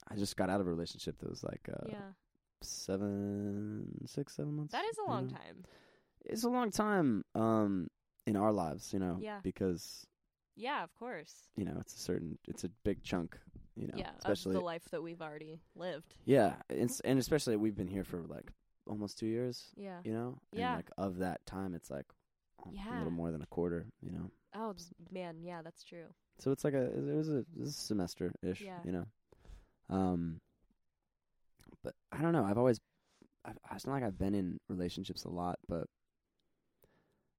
Speaker 3: I just got out of a relationship that was like uh
Speaker 4: yeah.
Speaker 3: seven six, seven months.
Speaker 4: That is a
Speaker 3: you
Speaker 4: long
Speaker 3: know?
Speaker 4: time.
Speaker 3: It's a long time, um, in our lives, you know.
Speaker 4: Yeah.
Speaker 3: Because,
Speaker 4: Yeah, of course.
Speaker 3: you know, it's a certain it's a big chunk, you know.
Speaker 4: yeah.
Speaker 3: Especially
Speaker 4: Of the life that we've already lived.
Speaker 3: Yeah. It's, and especially we've been here for like almost two years,
Speaker 4: Yeah.
Speaker 3: you know?
Speaker 4: Yeah.
Speaker 3: And like of that time it's like a
Speaker 4: Yeah.
Speaker 3: little more than a quarter, you know.
Speaker 4: Oh it's- man, yeah, that's true.
Speaker 3: So it's like a it was a, it was a semester ish,
Speaker 4: Yeah.
Speaker 3: you know. Um, but I don't know. I've always, I've, it's not like I've been in relationships a lot, but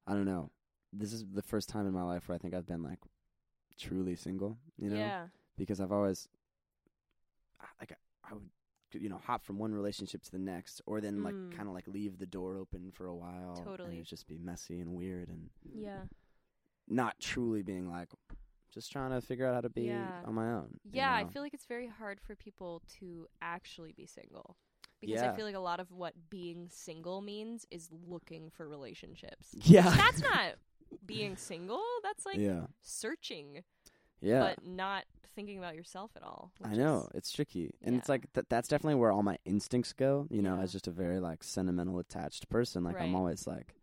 Speaker 3: I don't know. This is the first time in my life where I think I've been like truly single, you know,
Speaker 4: yeah.
Speaker 3: because I've always I- like I would you know hop from one relationship to the next, or then like
Speaker 4: Mm.
Speaker 3: kind of like leave the door open for a while,
Speaker 4: Totally.
Speaker 3: and it'd just be messy and weird and
Speaker 4: Yeah.
Speaker 3: not truly being like just trying to figure out how to be
Speaker 4: Yeah.
Speaker 3: on my own. you
Speaker 4: Yeah,
Speaker 3: know?
Speaker 4: I feel like it's very hard for people to actually be single. Because
Speaker 3: Yeah.
Speaker 4: I feel like a lot of what being single means is looking for relationships.
Speaker 3: yeah,
Speaker 4: That's not being single, that's like
Speaker 3: yeah,
Speaker 4: searching,
Speaker 3: yeah.
Speaker 4: but not thinking about yourself at all.
Speaker 3: I
Speaker 4: which
Speaker 3: know
Speaker 4: is-
Speaker 3: it's tricky, and it's
Speaker 4: yeah.
Speaker 3: like th- that's definitely where all my instincts go. You know,
Speaker 4: Yeah.
Speaker 3: as just a very like sentimental, attached person, like I'm
Speaker 4: Right.
Speaker 3: always like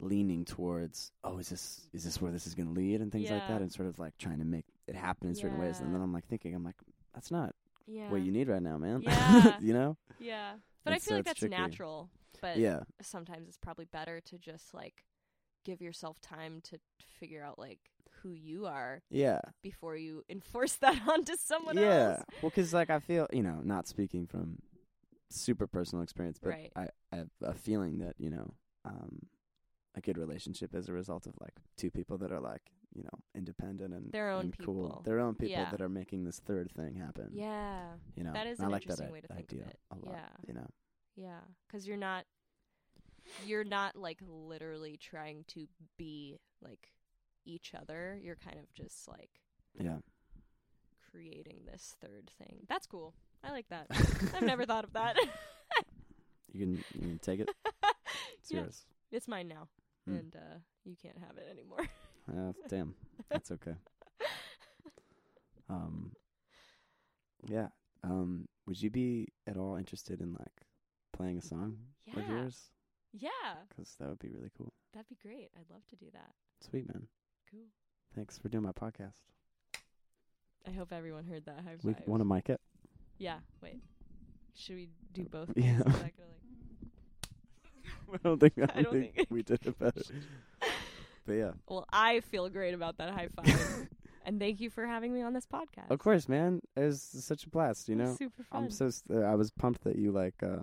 Speaker 3: leaning towards, oh, is this is this where this is going to lead, and things like
Speaker 4: Yeah.
Speaker 3: that, and sort of like trying to make it happen in certain ways, and
Speaker 4: Yeah.
Speaker 3: then I'm like thinking, I'm like, that's not
Speaker 4: yeah.
Speaker 3: what you need right now, man.
Speaker 4: Yeah.
Speaker 3: you know,
Speaker 4: yeah. But I
Speaker 3: It's-
Speaker 4: feel like
Speaker 3: it's
Speaker 4: that's
Speaker 3: tricky.
Speaker 4: natural. But
Speaker 3: yeah,
Speaker 4: sometimes it's probably better to just like give yourself time to figure out like who you are
Speaker 3: yeah.
Speaker 4: before you enforce that onto someone
Speaker 3: yeah.
Speaker 4: else.
Speaker 3: Well, because like I feel, you know, not speaking from super personal experience, but
Speaker 4: Right.
Speaker 3: I, I have a feeling that you know, um, a good relationship is a result of like two people that are like you know independent and
Speaker 4: Their own
Speaker 3: and cool,
Speaker 4: people.
Speaker 3: their own people
Speaker 4: Yeah.
Speaker 3: that are making this third thing happen.
Speaker 4: Yeah.
Speaker 3: You know,
Speaker 4: That is
Speaker 3: and I
Speaker 4: an
Speaker 3: like that
Speaker 4: interesting
Speaker 3: i-
Speaker 4: way to think of
Speaker 3: idea
Speaker 4: it.
Speaker 3: a lot.
Speaker 4: Yeah.
Speaker 3: You know,
Speaker 4: Yeah, because you're not, you're not like literally trying to be like each other. You're kind of just like
Speaker 3: yeah.
Speaker 4: creating this third thing. That's cool. I like that. I've never thought of that.
Speaker 3: You can you can take it. It's
Speaker 4: Yeah.
Speaker 3: yours.
Speaker 4: it's mine now,
Speaker 3: Hmm.
Speaker 4: and uh, you can't have it anymore.
Speaker 3: Uh, damn, that's okay. Um, yeah. Um, would you be at all interested in like playing a song of
Speaker 4: Yeah.
Speaker 3: yours?
Speaker 4: yeah,
Speaker 3: Because that would be really cool.
Speaker 4: that'd be great. I'd love to do that.
Speaker 3: Sweet man,
Speaker 4: Cool.
Speaker 3: thanks for doing my podcast.
Speaker 4: I hope everyone heard that high five.
Speaker 3: We want to mic it.
Speaker 4: yeah. Wait. Should we do both?
Speaker 3: Uh, Yeah.
Speaker 4: Is that gonna, like-
Speaker 3: I don't think I,
Speaker 4: I don't
Speaker 3: think,
Speaker 4: think-
Speaker 3: we did it better. but yeah,
Speaker 4: Well, I feel great about that high five. and thank you for having me on this podcast.
Speaker 3: of course, man. It was such a blast. You
Speaker 4: It was
Speaker 3: know,
Speaker 4: super fun.
Speaker 3: I'm so st- I was pumped that you like uh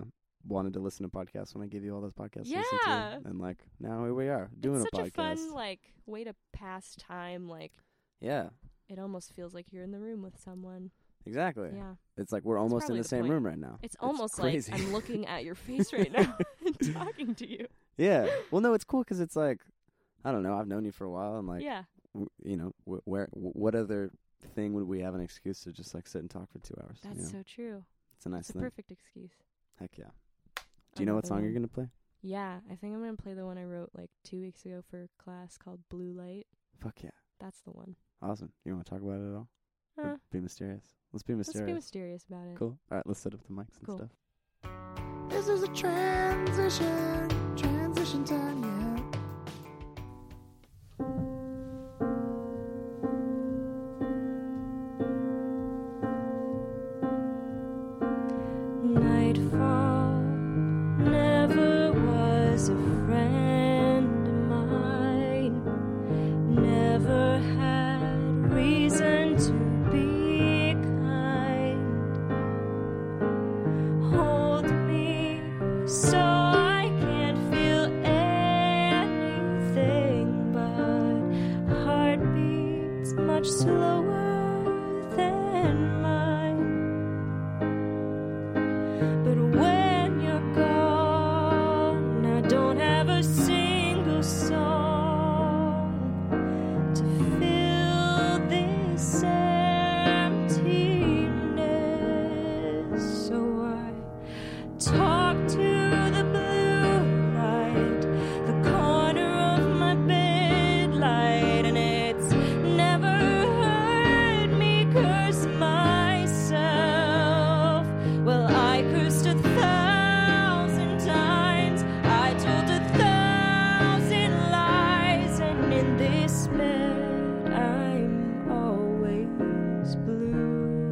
Speaker 3: wanted to listen to podcasts when I gave you all those podcasts. to listen
Speaker 4: Yeah.
Speaker 3: to. and like now here we are doing
Speaker 4: it's
Speaker 3: a
Speaker 4: such
Speaker 3: podcast.
Speaker 4: a fun like way to pass time. Like
Speaker 3: yeah,
Speaker 4: it almost feels like you're in the room with someone.
Speaker 3: exactly.
Speaker 4: Yeah,
Speaker 3: It's like we're almost in
Speaker 4: probably
Speaker 3: the,
Speaker 4: the
Speaker 3: same
Speaker 4: point.
Speaker 3: room right now.
Speaker 4: it's almost like
Speaker 3: crazy.
Speaker 4: I'm looking at your face right now and talking to you.
Speaker 3: yeah. Well, no, it's cool because it's like I don't know. I've known you for a while, and like
Speaker 4: yeah,
Speaker 3: w- you know, wh- where wh- what other thing would we have an excuse to just like sit and talk for two hours? you
Speaker 4: that's
Speaker 3: know?
Speaker 4: so true.
Speaker 3: it's a nice
Speaker 4: It's a
Speaker 3: thing.
Speaker 4: perfect excuse.
Speaker 3: Heck yeah. Do you know what
Speaker 4: Another
Speaker 3: song you're
Speaker 4: one.
Speaker 3: gonna play?
Speaker 4: Yeah, I think I'm gonna play the one I wrote like two weeks ago for class called Blue Light.
Speaker 3: Fuck yeah.
Speaker 4: That's the one.
Speaker 3: Awesome. You want to talk about it at all? Or
Speaker 4: Huh.
Speaker 3: Be mysterious. Let's be
Speaker 4: Let's be
Speaker 3: mysterious.
Speaker 4: mysterious about it.
Speaker 3: cool. All right. Let's set up the mics and
Speaker 4: Cool.
Speaker 3: stuff.
Speaker 2: This is a transition, transition time, yeah.
Speaker 4: Nightfall never was a friend. much slower than mine. But when you're gone, I don't have a single song to fill this emptiness. So I talk to the blue light, the corner of my bed light, and it's never heard me curse myself. Well, I cursed a thousand times, I told a thousand lies, and in this bed I'm always blue.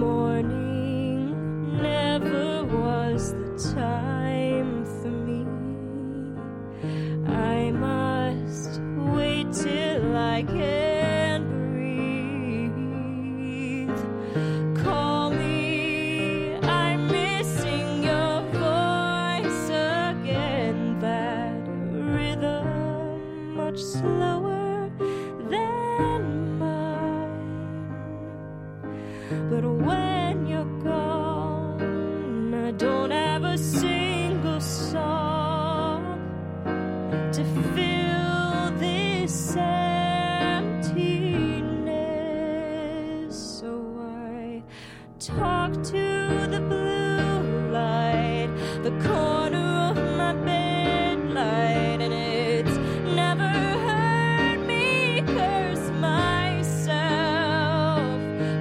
Speaker 4: Morning never was the time for me. I must wait till I can breathe. Call me, I'm missing your voice again. That rhythm much slower than mine. But when you're gone, I don't have a single song to fill this emptiness. So I talk to the blue light, the corner of my bed light, and it's never heard me curse myself.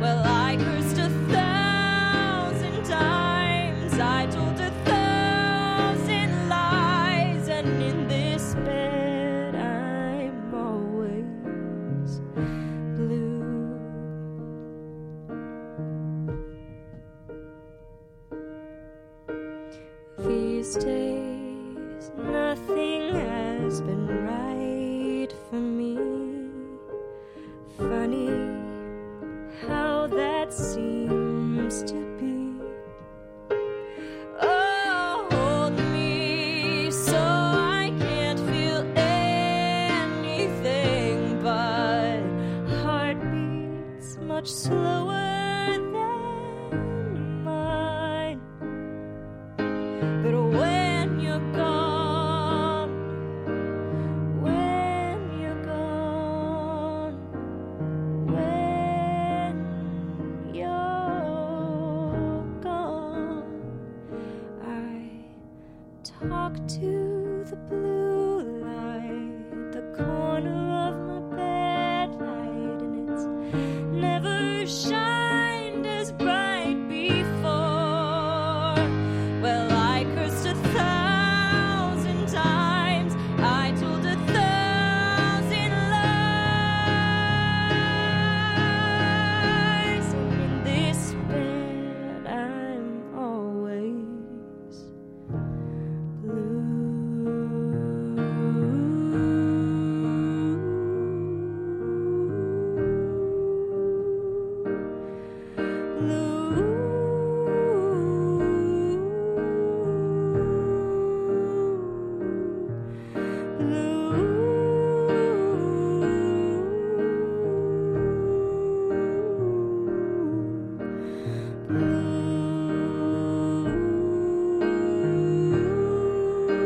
Speaker 4: Well, I cursed a thousand times, I told a thousand lies, and in this bed I'm always blue. These days, nothing has been right for me. Funny how that seems to be. Oh, hold me so I can't feel anything but heartbeats much slower than mine. But when you're gone, when you're gone, when you're gone, I talk to the blue light, the corner of my bed light, and it's never shined as bright before. Well, I cursed a thousand times, I told a thousand lies. In this bed, I'm always blue.
Speaker 5: Thank you.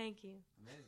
Speaker 6: Amazing.